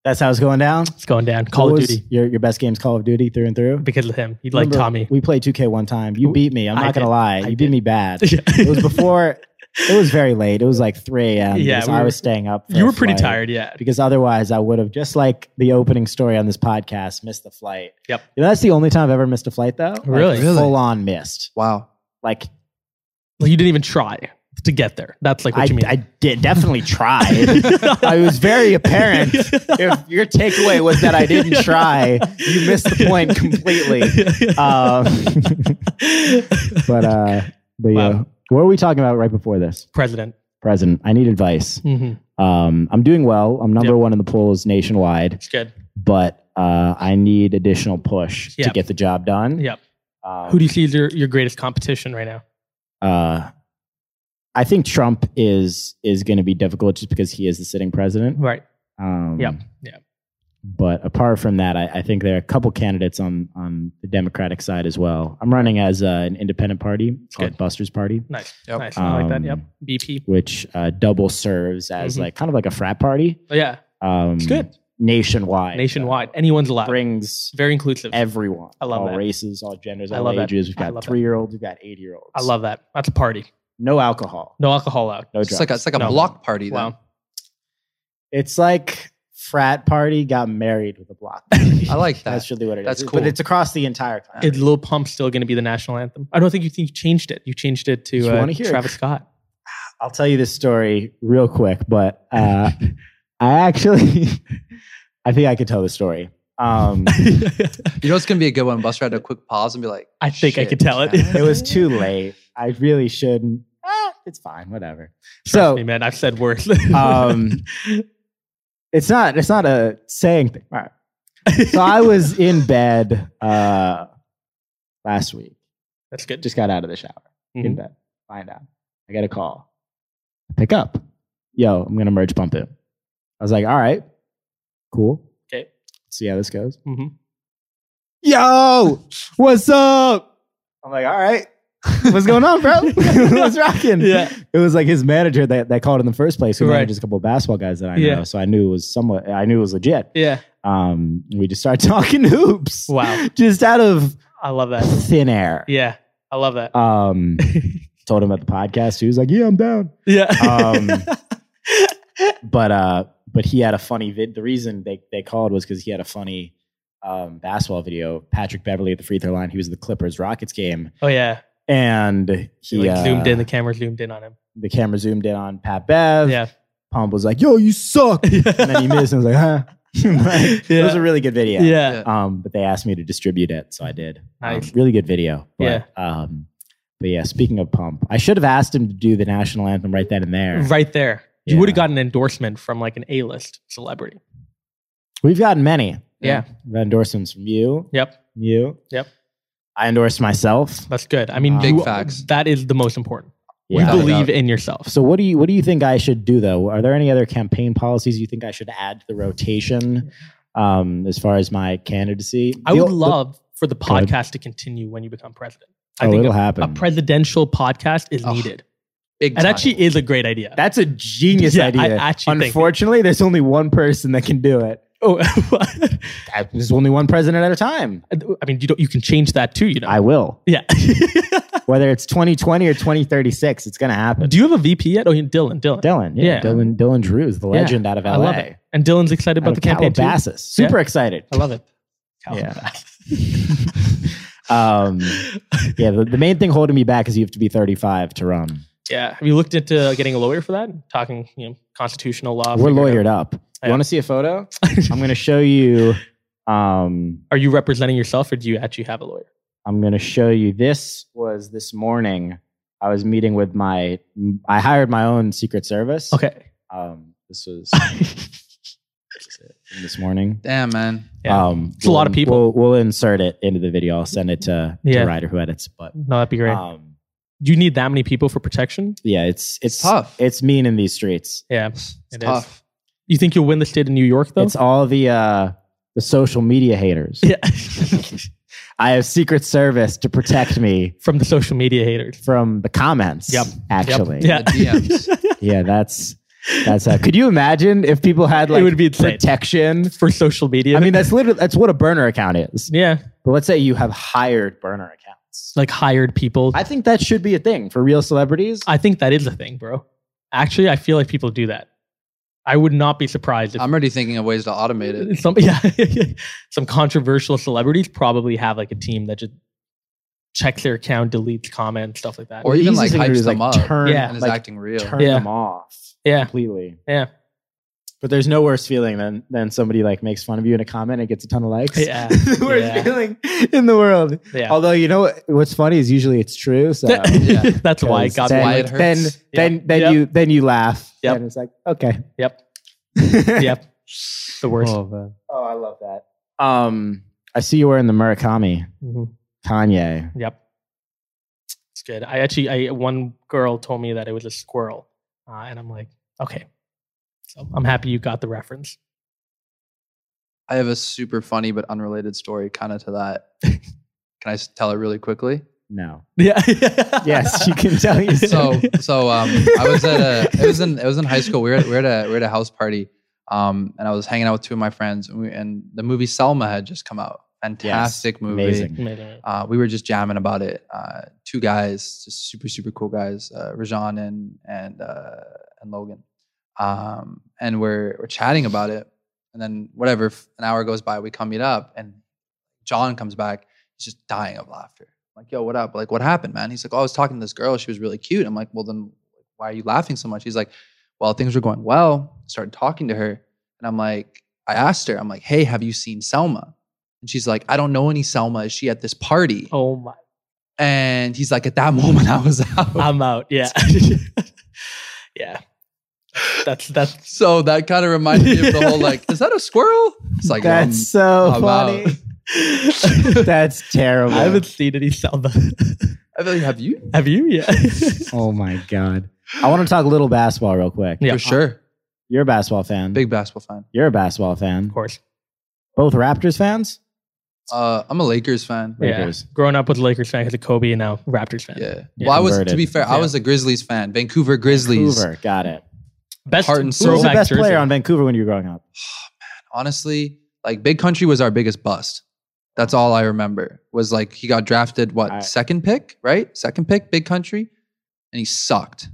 Speaker 1: that's how it's going down.
Speaker 2: It's going down. Call
Speaker 1: What
Speaker 2: of
Speaker 1: was
Speaker 2: Duty
Speaker 1: Your your best game's Call of Duty through and through.
Speaker 2: because of him. He'd like
Speaker 1: Remember,
Speaker 2: Tommy.
Speaker 1: We played 2K one time. You beat me. I'm
Speaker 2: I
Speaker 1: not gonna
Speaker 2: did.
Speaker 1: lie.
Speaker 2: I
Speaker 1: you beat
Speaker 2: did.
Speaker 1: me
Speaker 2: <laughs>
Speaker 1: bad.
Speaker 2: Yeah.
Speaker 1: It was before. it was very late. It was like 3 a.m.
Speaker 2: Yeah,
Speaker 1: because
Speaker 2: we
Speaker 1: I
Speaker 2: were-
Speaker 1: was staying up. for
Speaker 2: You
Speaker 1: a
Speaker 2: were pretty
Speaker 1: flight.
Speaker 2: tired, yeah.
Speaker 1: because otherwise I would have just like the opening story on this podcast missed the flight.
Speaker 2: Yep.
Speaker 1: You know, that's the only time I've ever missed a flight though. Like,
Speaker 2: Really?
Speaker 3: Really?
Speaker 1: Full on missed.
Speaker 3: Wow.
Speaker 1: Like
Speaker 2: Like you didn't even try to get there. That's like what
Speaker 1: I,
Speaker 2: you mean.
Speaker 1: I did definitely tried.
Speaker 2: <laughs>
Speaker 1: I was very apparent. if your takeaway was that I
Speaker 2: <laughs>
Speaker 1: didn't try, you missed the point completely.
Speaker 2: <laughs>
Speaker 1: Um, but uh, but yeah,
Speaker 2: Wow.
Speaker 1: what were we talking about right before this?
Speaker 2: President.
Speaker 1: President, I need advice.
Speaker 2: Mm-hmm.
Speaker 1: Um, I'm doing well. I'm number
Speaker 2: Yep.
Speaker 1: one in the polls nationwide,
Speaker 2: It's good.
Speaker 1: but uh, I need additional push to
Speaker 2: Yep.
Speaker 1: get the job done.
Speaker 2: Yep.
Speaker 1: Um,
Speaker 2: Who do you see as your, your greatest competition right now?
Speaker 1: uh, I think Trump is is going to be difficult just because he is the sitting president.
Speaker 2: Right.
Speaker 1: Um,
Speaker 2: Yep, yep.
Speaker 1: But apart from that, I, I think there are a couple candidates on on the Democratic side as well. I'm running as uh, an independent party it's called
Speaker 2: Good.
Speaker 1: Buster's Party,
Speaker 2: Nice.
Speaker 3: Yep.
Speaker 2: Nice. I like that. Yep.
Speaker 1: Um,
Speaker 2: BP.
Speaker 1: which uh, double serves as
Speaker 2: Mhm.
Speaker 1: like kind of like a frat party.
Speaker 2: Oh, yeah.
Speaker 1: Um,
Speaker 2: It's good.
Speaker 1: nationwide.
Speaker 2: Nationwide. Anyone's allowed.
Speaker 1: brings
Speaker 2: Very inclusive.
Speaker 1: everyone.
Speaker 2: I love
Speaker 1: all
Speaker 2: that.
Speaker 1: races, all genders,
Speaker 2: I
Speaker 1: all
Speaker 2: love that.
Speaker 1: ages.
Speaker 2: I
Speaker 1: We've got
Speaker 2: love that.
Speaker 1: three year olds. We've got eighty year olds.
Speaker 2: I love that. That's a party.
Speaker 1: no alcohol,
Speaker 2: No alcohol allowed.
Speaker 1: no drugs.
Speaker 3: It's like a, it's like a
Speaker 2: No.
Speaker 3: block party. Then.
Speaker 2: Wow.
Speaker 1: It's like frat party got married with a
Speaker 2: <laughs>
Speaker 1: block. <laughs>
Speaker 3: I like that.
Speaker 1: That's really what it is.
Speaker 3: That's
Speaker 1: It's-
Speaker 3: cool.
Speaker 1: But it's across the entire country.
Speaker 2: Is Lil Pump still going to be the national anthem? I don't think you think you changed it. You changed it
Speaker 1: You
Speaker 2: to uh,
Speaker 1: wanna hear it.
Speaker 2: Travis
Speaker 1: <laughs>
Speaker 2: Scott.
Speaker 1: I'll tell you this story real quick, but
Speaker 2: <laughs>
Speaker 1: uh, I actually, <laughs> I think I could tell the story.
Speaker 2: <laughs>
Speaker 1: Um,
Speaker 3: You know it's gonna be a good one. Buster had a quick pause and be like,
Speaker 2: I think I
Speaker 3: "Shit,
Speaker 2: could tell it.
Speaker 3: man."
Speaker 1: it was too late. I really shouldn't. Ah, it's fine, whatever.
Speaker 2: Trust
Speaker 1: so
Speaker 2: me, man. I've said worse. <laughs>
Speaker 1: um, it's not. It's not a saying thing. All right. So I was in bed uh, last week.
Speaker 2: That's good.
Speaker 1: Just got out of the shower. in
Speaker 2: Mhm.
Speaker 1: bed, lying down. I get a call. I pick up. Yo, I'm gonna merge pump it. I was like, all right, cool.
Speaker 2: Okay.
Speaker 1: See how this goes.
Speaker 2: Mhm.
Speaker 1: Yo, what's up? I'm like, all right. What's going on, bro? <laughs> what's rocking?
Speaker 2: Yeah.
Speaker 1: It was like his manager that, that called in the first place, who
Speaker 2: Right.
Speaker 1: manages a couple of basketball guys that I know.
Speaker 2: Yeah.
Speaker 1: So I knew it was somewhat I knew it was legit.
Speaker 2: Yeah.
Speaker 1: Um, we just started <laughs> talking hoops.
Speaker 2: Wow.
Speaker 1: Just out of
Speaker 2: I love that.
Speaker 1: thin air.
Speaker 2: Yeah. I love that.
Speaker 1: Um told him at the podcast. He was like, "Yeah, I'm down."
Speaker 2: <laughs> yeah. <laughs>
Speaker 1: Um, but uh, but he had a funny vid. The reason they they called was because he had a funny um, basketball video. Patrick Beverly at the free throw line. He was at the Clippers Rockets game,
Speaker 2: oh yeah.
Speaker 1: and
Speaker 2: He
Speaker 1: he
Speaker 2: like
Speaker 1: uh,
Speaker 2: zoomed in. The camera zoomed in on him.
Speaker 1: The camera zoomed in on Pat Bev.
Speaker 2: Yeah.
Speaker 1: Pump was like, "Yo, you suck,"
Speaker 2: <laughs>
Speaker 1: and then he missed. And I was like, "Huh." <laughs> Like, It was
Speaker 2: Yeah.
Speaker 1: a really good video.
Speaker 2: Yeah. Yeah.
Speaker 1: <laughs> Um, but they asked me to distribute it, so I did. Um,
Speaker 2: Nice.
Speaker 1: really good video. But, yeah. Um, but yeah, speaking of pump, I should have asked him to do the national anthem right then and there.
Speaker 2: Right there. You
Speaker 1: Yeah.
Speaker 2: would have gotten an endorsement from like an A list celebrity.
Speaker 1: We've gotten many.
Speaker 2: Yeah.
Speaker 1: We've got endorsements from you,
Speaker 2: Yep.
Speaker 1: you.
Speaker 2: Yep.
Speaker 1: I endorsed myself.
Speaker 2: That's good. I mean,
Speaker 1: Big
Speaker 2: you-
Speaker 3: facts.
Speaker 2: That is the most important.
Speaker 3: We
Speaker 1: Yeah.
Speaker 2: You
Speaker 3: Without a
Speaker 2: believe
Speaker 3: doubt.
Speaker 2: in yourself.
Speaker 1: So what do you what do you think I should do though? Are there any other campaign policies you think I should add to the rotation um, as far as my candidacy?
Speaker 2: I
Speaker 1: The-
Speaker 2: would
Speaker 1: the-
Speaker 2: love for the
Speaker 1: Go ahead.
Speaker 2: podcast to continue when you become president. I
Speaker 1: Oh,
Speaker 2: think
Speaker 1: it'll
Speaker 2: a,
Speaker 1: happen.
Speaker 2: a presidential podcast is
Speaker 3: Ugh,
Speaker 2: needed.
Speaker 3: Big
Speaker 2: And
Speaker 3: time.
Speaker 2: actually is a great idea.
Speaker 1: That's a genius
Speaker 2: Yeah,
Speaker 1: idea.
Speaker 2: I actually think-
Speaker 1: Unfortunately, there's only one person that can do it.
Speaker 2: <laughs> oh, <laughs>
Speaker 1: I- There's only one president at a time.
Speaker 2: I mean, you don't, you can change that too, you know.
Speaker 1: I will.
Speaker 2: <laughs> yeah.
Speaker 1: Whether it's 2020 or 2036, it's going to happen.
Speaker 2: Do you have a VP yet? Oh, you- Dylan, Dylan.
Speaker 1: Dylan, yeah,
Speaker 2: Yeah.
Speaker 1: Dylan, Dylan Drew is the legend out of LA.
Speaker 2: I love it. And Dylan's excited
Speaker 1: Out
Speaker 2: about
Speaker 1: of
Speaker 2: the campaign too.
Speaker 1: Calabasas, super excited.
Speaker 2: I love it.
Speaker 1: Yeah.
Speaker 2: Calabasas.
Speaker 1: <laughs> Um, yeah, the, the main thing holding me back is you have to be 35 to run.
Speaker 2: yeah. Have you looked into getting a lawyer for that? Talking, you know, constitutional law.
Speaker 1: We're
Speaker 2: figure it
Speaker 1: lawyered up. You
Speaker 2: Yeah.
Speaker 1: want to see a
Speaker 2: <laughs>
Speaker 1: photo?
Speaker 2: out.
Speaker 1: I'm going to show you. Um,
Speaker 2: Are you representing yourself or do you actually have a lawyer?
Speaker 1: I'm going to show you. This was this morning. I was meeting with my. I hired my own Secret Service.
Speaker 2: <laughs> Okay.
Speaker 1: Um, this
Speaker 2: <laughs>
Speaker 1: was this morning.
Speaker 3: Damn, man.
Speaker 2: Yeah.
Speaker 1: Um,
Speaker 2: It's a lot of
Speaker 1: we'll-
Speaker 2: people.
Speaker 1: We'll, we'll insert it into the video. I'll send it to,
Speaker 2: Yeah.
Speaker 1: to Ryder who edits. But
Speaker 2: no, that'd be great.
Speaker 1: um,
Speaker 2: Do you need that many people for protection?
Speaker 1: yeah, it's it's
Speaker 3: tough.
Speaker 1: It's mean in these streets.
Speaker 2: Yeah,
Speaker 3: It's
Speaker 2: it is.
Speaker 3: tough.
Speaker 2: You think you'll win the state of New York though?
Speaker 1: It's all the uh, the social media haters.
Speaker 2: <laughs> yeah, <laughs>
Speaker 1: I have Secret Service to protect me
Speaker 2: from the social media haters.
Speaker 1: from the comments.
Speaker 2: Yep.
Speaker 1: Actually.
Speaker 2: Yep.
Speaker 3: The
Speaker 2: Yeah,
Speaker 3: DMs.
Speaker 1: <laughs> Yeah, that's that's
Speaker 2: <laughs>
Speaker 1: how. Could you imagine if people had like
Speaker 2: it would be insane.
Speaker 1: protection?
Speaker 2: <laughs> for social media.
Speaker 1: I mean, that's literally that's what a burner account is.
Speaker 2: yeah,
Speaker 1: But let's say you have hired burner accounts.
Speaker 2: like hired people. I,
Speaker 1: I think that should be a thing for real celebrities.
Speaker 2: think that is a thing, bro. Actually, I feel like people do that. I would not be surprised if
Speaker 3: I'm already thinking of ways to automate it.
Speaker 2: some <laughs> yeah some controversial celebrities probably have like a team that just checks their account, deletes comments, stuff like that.
Speaker 3: Or
Speaker 1: The
Speaker 3: even
Speaker 1: easiest
Speaker 3: like
Speaker 1: thing to do
Speaker 3: hypes
Speaker 1: is,
Speaker 3: them
Speaker 1: like,
Speaker 3: up
Speaker 1: turn,
Speaker 2: Yeah.
Speaker 3: and is
Speaker 1: like,
Speaker 3: acting real.
Speaker 1: turn
Speaker 2: Yeah.
Speaker 1: them off
Speaker 2: yeah,
Speaker 1: completely.
Speaker 2: Yeah.
Speaker 3: <laughs>
Speaker 1: But there's no worse feeling than than somebody like makes fun of you in a comment and gets a ton of likes.
Speaker 2: Yeah.
Speaker 1: the <laughs> worst
Speaker 2: Yeah.
Speaker 1: feeling in the world.
Speaker 2: yeah. <laughs>
Speaker 1: Although you know what- what's funny is usually it's true. So <laughs>
Speaker 3: <laughs> yeah.
Speaker 2: that's why it got
Speaker 1: then,
Speaker 2: me.
Speaker 3: Why
Speaker 2: like-
Speaker 3: it hurts.
Speaker 1: then
Speaker 3: Yep.
Speaker 1: then then
Speaker 2: Yep.
Speaker 1: you then you laugh.
Speaker 2: Yep.
Speaker 1: And it's like, okay. <laughs>
Speaker 2: Yep. Yep, the worst.
Speaker 1: Oh, man. Oh, I love that. Um I see you wearing the Murakami,
Speaker 2: Mhm.
Speaker 1: Kanye.
Speaker 2: Yep. It's good. I actually, I one girl told me that it was a squirrel, uh, and I'm like, okay. So I'm happy you got the
Speaker 3: <laughs>
Speaker 2: reference.
Speaker 3: I have a super funny but unrelated story kind of to that.
Speaker 2: <laughs>
Speaker 3: Can I s- tell it really quickly?
Speaker 1: No.
Speaker 2: Yeah.
Speaker 1: Yes,
Speaker 2: <laughs>
Speaker 3: <laughs>
Speaker 1: you can tell you
Speaker 3: So, so um, I was at a, it was in, it was in high school. We were, at- we were at a, we were at a house party, um, and I was hanging out with two of my friends, and, we, and the movie Selma had just come out. Fantastic movie.
Speaker 1: Amazing.
Speaker 2: Amazing.
Speaker 3: Uh, we were just jamming about it. Uh, two guys, just super super cool guys, uh, Rajan and and uh, and Logan, um, and we're we're chatting about it. And then whatever, f- an hour goes by, we come meet up, and John comes back. He's just dying of laughter. I'm like, yo, what up? Like, what happened, man? He's like, oh, I was talking to this girl. She was really cute. I'm like, well, then why are you laughing so much? He's like, well, things were going well. Started talking to her, and I'm like, I asked her, I'm like, hey, have you seen Selma? And she's like, I don't know any Selma. Is she at this party?
Speaker 2: Oh my!
Speaker 3: And he's like, at that <laughs> moment, I was out.
Speaker 2: I'm out.
Speaker 3: <laughs>
Speaker 2: Yeah. <laughs> yeah. That's
Speaker 3: <laughs>
Speaker 2: that's
Speaker 3: so that kind of reminded me of the
Speaker 2: <laughs>
Speaker 3: whole like, is that a squirrel? It's like, um,
Speaker 1: That's so
Speaker 3: I'm
Speaker 1: funny.
Speaker 3: out. <laughs>
Speaker 1: That's terrible.
Speaker 2: I haven't seen any Selma. <laughs>
Speaker 3: I feel like, have you?
Speaker 2: Have you? Yeah. <laughs>
Speaker 1: oh my god. I want to talk a little basketball real quick.
Speaker 2: yeah.
Speaker 3: For sure.
Speaker 1: You're a basketball fan.
Speaker 3: Big basketball fan.
Speaker 1: You're a basketball fan.
Speaker 2: Of course.
Speaker 1: Both Raptors fans?
Speaker 3: Uh, I'm a Lakers fan.
Speaker 1: Right.
Speaker 2: Yeah.
Speaker 1: Lakers.
Speaker 2: Growing up with Lakers fan, because of Kobe, and now Raptors fan.
Speaker 3: Yeah.
Speaker 2: Yeah.
Speaker 3: Well, I was, to
Speaker 1: Converted.
Speaker 3: be fair, I
Speaker 2: Yeah.
Speaker 3: was a Grizzlies fan, Vancouver Grizzlies.
Speaker 1: Hoover, got it.
Speaker 2: Best
Speaker 3: Heart and
Speaker 1: Who was the
Speaker 2: throwback
Speaker 1: best
Speaker 2: jersey.
Speaker 1: player on Vancouver when you were growing up?
Speaker 3: Honestly, like, Big Country was our biggest bust. That's all I remember was like, he got drafted, what,
Speaker 1: I-
Speaker 3: second pick, right? Second pick, Big Country. And he sucked.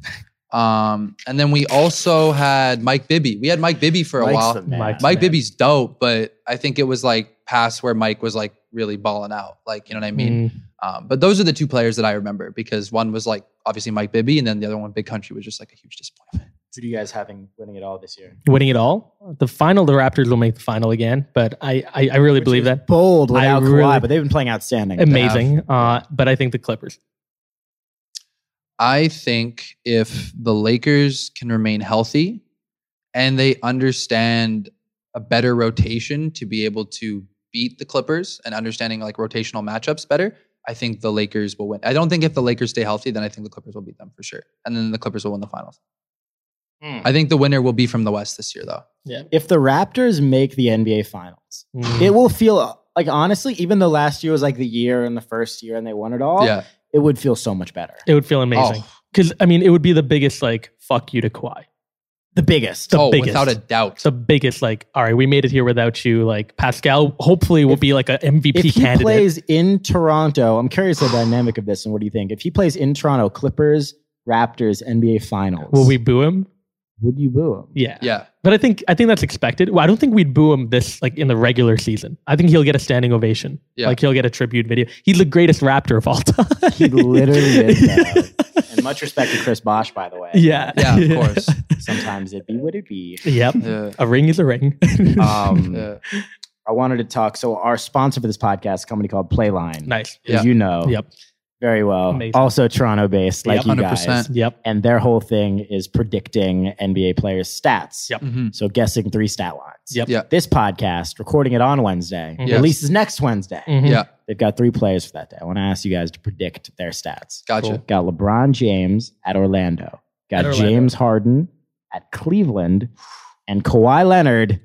Speaker 3: Um, and then we also had Mike Bibby. We had Mike Bibby for a
Speaker 1: Mike's
Speaker 3: while.
Speaker 1: the man.
Speaker 2: Mike's
Speaker 3: Mike
Speaker 2: man.
Speaker 3: Bibby's dope, but I think it was like past where Mike was like really balling out. Like, you know what I mean?
Speaker 2: Mm.
Speaker 3: Um, but those are the two players that I remember because one was like obviously Mike Bibby, and then the other one, Big Country, was just like a huge disappointment.
Speaker 1: Who do you guys having winning it all this year?
Speaker 2: Winning it all, the final, the Raptors will make the final again. But I, I, I really believe that
Speaker 1: Bold without
Speaker 2: I
Speaker 1: Kawhi,
Speaker 2: really-
Speaker 1: but they've been playing outstanding.
Speaker 2: amazing. Uh, but I think the Clippers.
Speaker 3: I think if the Lakers can remain healthy and they understand a better rotation to be able to beat the Clippers and understanding like rotational matchups better, I think the Lakers will win. I don't think if the Lakers stay healthy, then I think the Clippers will beat them for sure. And then the Clippers will win the finals. I think the winner will be from the West this year, though.
Speaker 1: If the Raptors make the NBA Finals,
Speaker 2: Mm.
Speaker 1: it will feel like honestly, even though last year was like the year and the first year and they won it all,
Speaker 3: yeah.
Speaker 1: it would feel so much better.
Speaker 2: It would feel amazing
Speaker 3: Oh,
Speaker 2: because I mean it would be the biggest like fuck you to Kawhi,
Speaker 1: The biggest.
Speaker 2: the
Speaker 3: oh,
Speaker 2: biggest,
Speaker 3: without a doubt.
Speaker 2: the biggest like all right, we made it here without you. Like Pascal, hopefully will
Speaker 1: If-
Speaker 2: be like a MVP
Speaker 1: if he
Speaker 2: candidate.
Speaker 1: plays in Toronto, I'm curious the dynamic of this and what do you think? If he plays in Toronto, Clippers, Raptors, NBA Finals,
Speaker 2: will we boo him?
Speaker 1: would you boo him?
Speaker 2: Yeah.
Speaker 3: yeah.
Speaker 2: But I think I think that's expected. Well, I don't think we'd boo him this like in the regular season. I think he'll get a standing ovation.
Speaker 3: Yeah.
Speaker 2: Like he'll get a tribute video. He's the greatest Raptor of all <laughs> time.
Speaker 1: He literally is,
Speaker 2: <laughs>
Speaker 1: though. And much respect to Chris Bosch, by the way.
Speaker 2: Yeah. <laughs>
Speaker 3: Yeah, of course.
Speaker 1: Sometimes it be what it be.
Speaker 2: Yep.
Speaker 3: Yeah.
Speaker 2: A ring is
Speaker 1: <laughs>
Speaker 2: a ring. <laughs>
Speaker 1: Um,
Speaker 3: Yeah.
Speaker 1: I wanted to talk. So our sponsor for this podcast, a company called Playline,
Speaker 2: nice.
Speaker 1: as
Speaker 3: Yeah.
Speaker 1: you know,
Speaker 2: Oh. Yep.
Speaker 1: very well,
Speaker 2: Amazing.
Speaker 1: also Toronto based, like
Speaker 2: Yep.
Speaker 1: you guys.
Speaker 3: 100%.
Speaker 2: Yep.
Speaker 1: And their whole thing is predicting NBA players' stats.
Speaker 2: Yep.
Speaker 3: Mhm.
Speaker 1: So guessing three stat lines.
Speaker 2: Yep.
Speaker 3: Yeah.
Speaker 1: This podcast, recording it on Wednesday,
Speaker 2: Mhm.
Speaker 3: Yes.
Speaker 1: releases next Wednesday.
Speaker 2: Mhm.
Speaker 3: Yeah.
Speaker 1: They've got three players for that day. I want to ask you guys to predict their stats.
Speaker 3: Gotcha.
Speaker 2: Cool.
Speaker 1: Got LeBron James at Orlando. Got
Speaker 2: At Orlando.
Speaker 1: James Harden at Cleveland, and Kawhi Leonard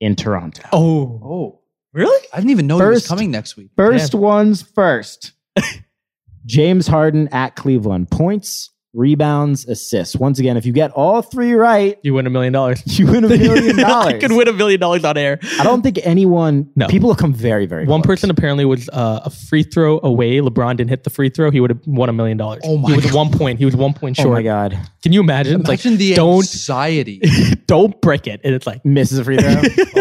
Speaker 1: in Toronto.
Speaker 2: Oh.
Speaker 3: Oh,
Speaker 2: Really?
Speaker 3: I didn't even know it was
Speaker 1: First-
Speaker 3: coming next week.
Speaker 1: First ones first. <laughs> James Harden at Cleveland. Points, rebounds, assists. Once again, if you get all three right,
Speaker 2: You win a million dollars.
Speaker 1: <laughs> you
Speaker 2: <laughs>
Speaker 1: win a million
Speaker 2: I
Speaker 1: dollars.
Speaker 2: could win a million dollars on air.
Speaker 1: I don't think anyone.
Speaker 2: No.
Speaker 1: People have come very, very.
Speaker 2: One
Speaker 1: close.
Speaker 2: person apparently was uh, a free throw away. LeBron didn't hit the free throw. He would have won a million dollars.
Speaker 3: Oh my
Speaker 2: He was
Speaker 3: God.
Speaker 2: one point. He was one point
Speaker 1: Oh
Speaker 2: short.
Speaker 1: my god,
Speaker 2: Can you imagine? It's
Speaker 3: Imagine the
Speaker 2: don't-
Speaker 3: anxiety.
Speaker 2: Like, <laughs> don't brick it. And it's like
Speaker 1: misses a free
Speaker 2: <laughs>
Speaker 1: throw.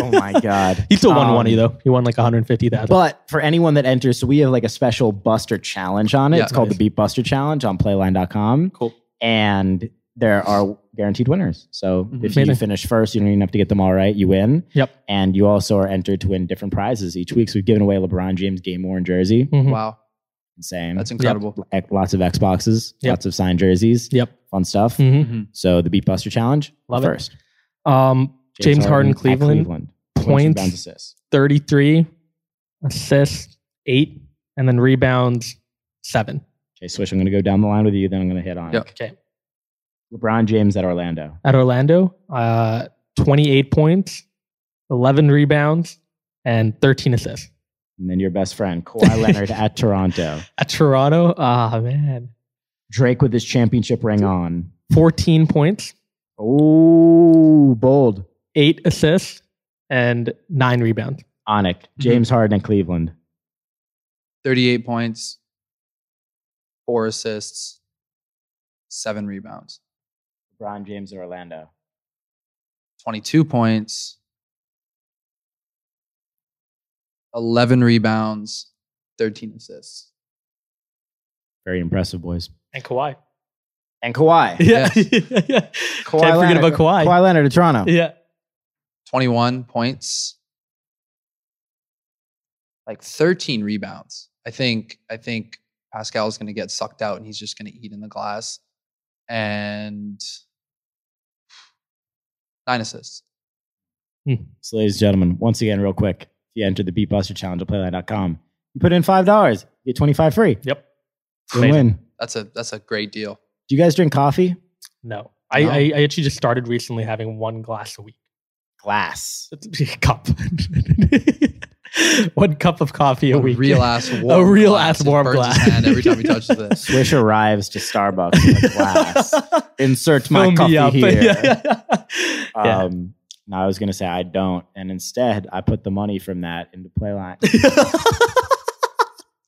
Speaker 1: oh my god.
Speaker 2: he still won
Speaker 1: Um,
Speaker 2: money though. He won like one hundred fifty thousand.
Speaker 1: But for anyone that enters, so we have like a special Buster challenge on it.
Speaker 3: Yeah,
Speaker 1: it's called
Speaker 2: nice.
Speaker 1: the Beat Buster Challenge on playline.com.
Speaker 2: Cool.
Speaker 1: And there are guaranteed winners. So
Speaker 3: Mhm.
Speaker 1: if you
Speaker 2: Mm-hmm. Amazing.
Speaker 1: finish first, you don't even have to get them all right. You win.
Speaker 2: Yep.
Speaker 1: And you also are entered to win different prizes each week. So we've given away a LeBron James game worn jersey.
Speaker 2: Mhm.
Speaker 3: wow.
Speaker 1: Insane.
Speaker 3: That's incredible.
Speaker 1: Ec- lots of Xboxes,
Speaker 2: Yep.
Speaker 1: lots of signed jerseys.
Speaker 2: Yep.
Speaker 1: Fun stuff.
Speaker 2: Mhm.
Speaker 3: Mhm.
Speaker 1: So the Beat Buster Challenge
Speaker 2: Love it.
Speaker 1: first.
Speaker 2: Um, James Harden,
Speaker 1: at
Speaker 2: Cleveland.
Speaker 1: Points,
Speaker 2: Points.
Speaker 1: rebounds, assists.
Speaker 2: thirty-three, assists eight, and then rebounds seven.
Speaker 1: Okay, Swish, I'm going to go down the line with you, then I'm going to hit on
Speaker 3: Yep.
Speaker 1: it.
Speaker 2: Okay.
Speaker 1: LeBron James at Orlando.
Speaker 2: At Orlando, uh, twenty-eight points, eleven rebounds, and thirteen assists.
Speaker 1: And then your best friend, Kawhi Leonard
Speaker 2: <laughs>
Speaker 1: at Toronto.
Speaker 2: At Toronto, ah man,
Speaker 1: Drake with his championship ring on.
Speaker 2: fourteen points,
Speaker 1: Oh, bold.
Speaker 2: eight assists, and nine rebounds.
Speaker 1: Onik,
Speaker 2: Mm-hmm.
Speaker 1: James Harden at Cleveland.
Speaker 3: 38 points, four assists, seven rebounds,
Speaker 1: LeBron James at Orlando.
Speaker 3: 22 points, 11 rebounds, 13 assists.
Speaker 1: Very impressive, boys.
Speaker 2: And Kawhi.
Speaker 1: And Kawhi.
Speaker 2: <laughs> Yeah. <laughs>
Speaker 3: Yes.
Speaker 2: yeah. Can't forget about Kawhi.
Speaker 1: Kawhi Leonard at Toronto.
Speaker 2: Yeah.
Speaker 3: 21 points, like 13 rebounds. I think I think Pascal's going to get sucked out and he's just going to eat in the glass and nine assists.
Speaker 1: So, ladies and gentlemen, once again, real quick, if you enter the Beatbuster Challenge at playline.com, you put in $5, you get 25 free.
Speaker 2: Yep.
Speaker 1: Win win.
Speaker 3: That's a that's a great deal.
Speaker 1: Do you guys drink coffee?
Speaker 2: No. I,
Speaker 3: No.
Speaker 2: I, I actually just started recently having one glass a week. <laughs>
Speaker 1: Glass.
Speaker 2: cup. one cup of coffee a,
Speaker 3: A
Speaker 2: week. <laughs>
Speaker 3: real ass warm
Speaker 2: A real
Speaker 3: glass.
Speaker 2: ass
Speaker 3: It
Speaker 2: warm
Speaker 3: burns his
Speaker 2: glass.
Speaker 3: hand every time he touches
Speaker 2: <laughs>
Speaker 3: this.
Speaker 1: Swish arrives to Starbucks with a glass. Insert my
Speaker 2: Fill me
Speaker 1: coffee
Speaker 2: up.
Speaker 1: here.
Speaker 2: <laughs> Yeah. Yeah.
Speaker 1: Um, no, I was going to say I don't. And instead, I put the money from that into Playline.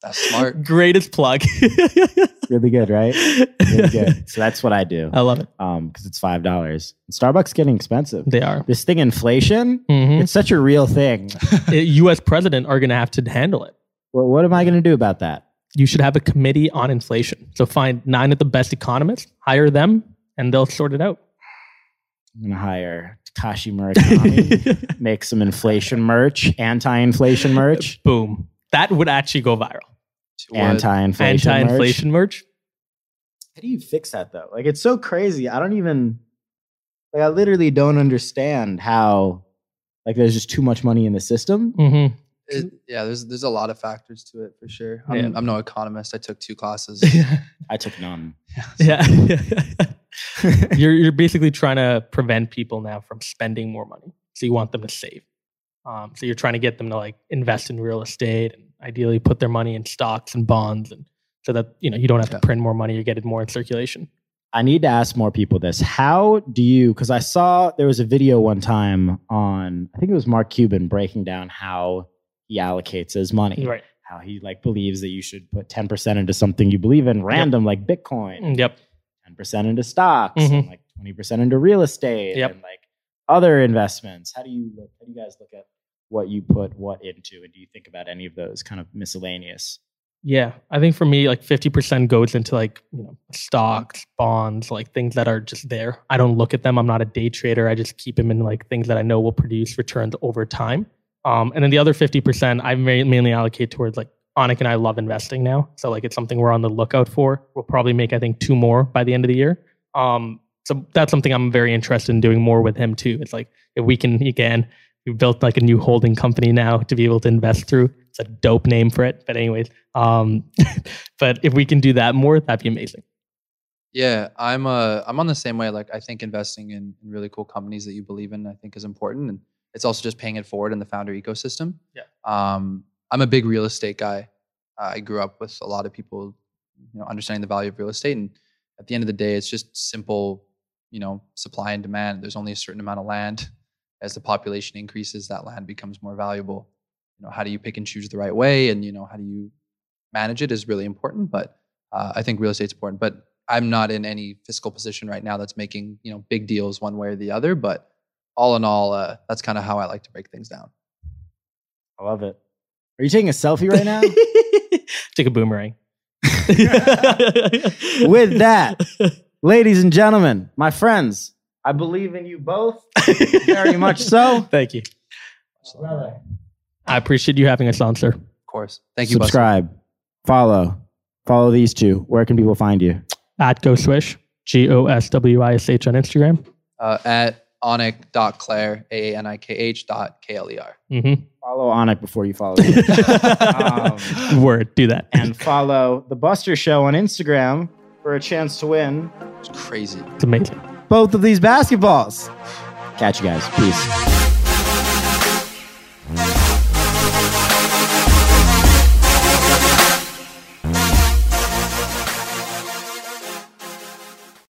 Speaker 3: That's
Speaker 2: <laughs>
Speaker 3: smart.
Speaker 2: Greatest plug.
Speaker 1: really good, right? Really good. So that's what I do
Speaker 2: <laughs> I love it.
Speaker 1: Um, because it's $5. Starbucks getting expensive.
Speaker 2: <laughs> They are.
Speaker 1: This thing, inflation,
Speaker 2: Mhm.
Speaker 1: it's such a real thing.
Speaker 2: Uh, U.S. president are going to have to handle it.
Speaker 1: Well, what am I going to do about that?
Speaker 2: you should have a committee on inflation. So find nine of the best economists, hire them, and they'll sort it out.
Speaker 1: I'm gonna hire Takashi
Speaker 2: <laughs>
Speaker 1: Murakami, make some inflation merch, anti-inflation merch,
Speaker 2: Boom. That would actually go viral.
Speaker 3: Would-
Speaker 1: anti-inflation, merch.
Speaker 2: Anti-inflation merch.
Speaker 1: How do you fix that though? Like it's so crazy. I don't even like I literally don't understand how like there's just too much money in the system.
Speaker 2: hmm
Speaker 3: it- yeah, there's there's a lot of factors to it for sure. I'm,
Speaker 2: Yeah.
Speaker 3: I'm no economist. I took
Speaker 2: <laughs>
Speaker 3: two classes.
Speaker 2: <laughs> yeah.
Speaker 1: I took none.
Speaker 2: <laughs> you're you're basically trying to prevent people now from spending more money. So you want them to save. Um, so you're trying to get them to like invest in real estate and ideally put their money in stocks and bonds and so that you know you don't have
Speaker 3: Yeah.
Speaker 2: to print more money, you get it more in circulation.
Speaker 1: I need to ask more people this. How do you? Because I saw there was a video one time on I think it was Mark Cuban breaking down how he allocates his money.
Speaker 2: Right.
Speaker 1: How he like believes that you should put ten percent into something you believe in, random like Bitcoin.
Speaker 2: Yep.
Speaker 1: ten percent into stocks and
Speaker 2: Mhm.
Speaker 1: like twenty percent into real estate
Speaker 2: Yep.
Speaker 1: and like other investments. How do you look, how do you guys look at what you put what into, and do you think about any of those kind of miscellaneous?
Speaker 2: Yeah. I think for me, like 50% goes into like, you know, stocks, bonds, like things that are just there. I don't look at them. I'm not a day trader. I just keep them in like things that I know will produce returns over time. Um, and then the other 50%, I ma- mainly allocate towards like Onik and I love investing now. So like it's something we're on the lookout for. We'll probably make, I think, two more by the end of the year. Um, so that's something I'm very interested in doing more with him too. It's like if we can again, we built like a new holding company now to be able to invest through. It's a dope name for it. But anyways, um, <laughs> but if we can do that more, that'd be amazing.
Speaker 3: Yeah, I'm uh I'm on the same way. Like I think investing in, in really cool companies that you believe in, I think is important. And it's also just paying it forward in the founder ecosystem.
Speaker 2: Yeah.
Speaker 3: Um, I'm a big real estate guy. I grew up with a lot of people, you know, understanding the value of real estate. And at the end of the day, it's just simple, you know, supply and demand. There's only a certain amount of land. As the population increases, that land becomes more valuable. You know, how do you pick and choose the right way? And you know, how do you manage it is really important. But uh, I think real estate's important. But I'm not in any fiscal position right now that's making you know big deals one way or the other. But all in all, uh, that's kind of how I like to break things down.
Speaker 1: I love it. Are you taking a selfie right
Speaker 2: <laughs>
Speaker 1: now?
Speaker 2: Take a boomerang.
Speaker 1: With that, ladies and gentlemen, my friends, I believe in you both very much so.
Speaker 2: <laughs> Thank you.
Speaker 3: So, of
Speaker 2: I appreciate you having us on, sir.
Speaker 3: course, thank you. Buster.
Speaker 1: Subscribe, follow, follow these two. Where can people find you?
Speaker 2: At Go Swish, G O S W I S H on Instagram.
Speaker 3: Uh, at onic.claire, A A N I K H dot K L E R.
Speaker 2: Mm-hmm.
Speaker 1: Follow Onik before you follow. me. <laughs> Um,
Speaker 2: <laughs> Word, do that.
Speaker 1: and follow the Buster Show on Instagram for a chance to win
Speaker 3: It's crazy.
Speaker 2: It's amazing.
Speaker 1: both of these basketballs. Catch you guys. Peace.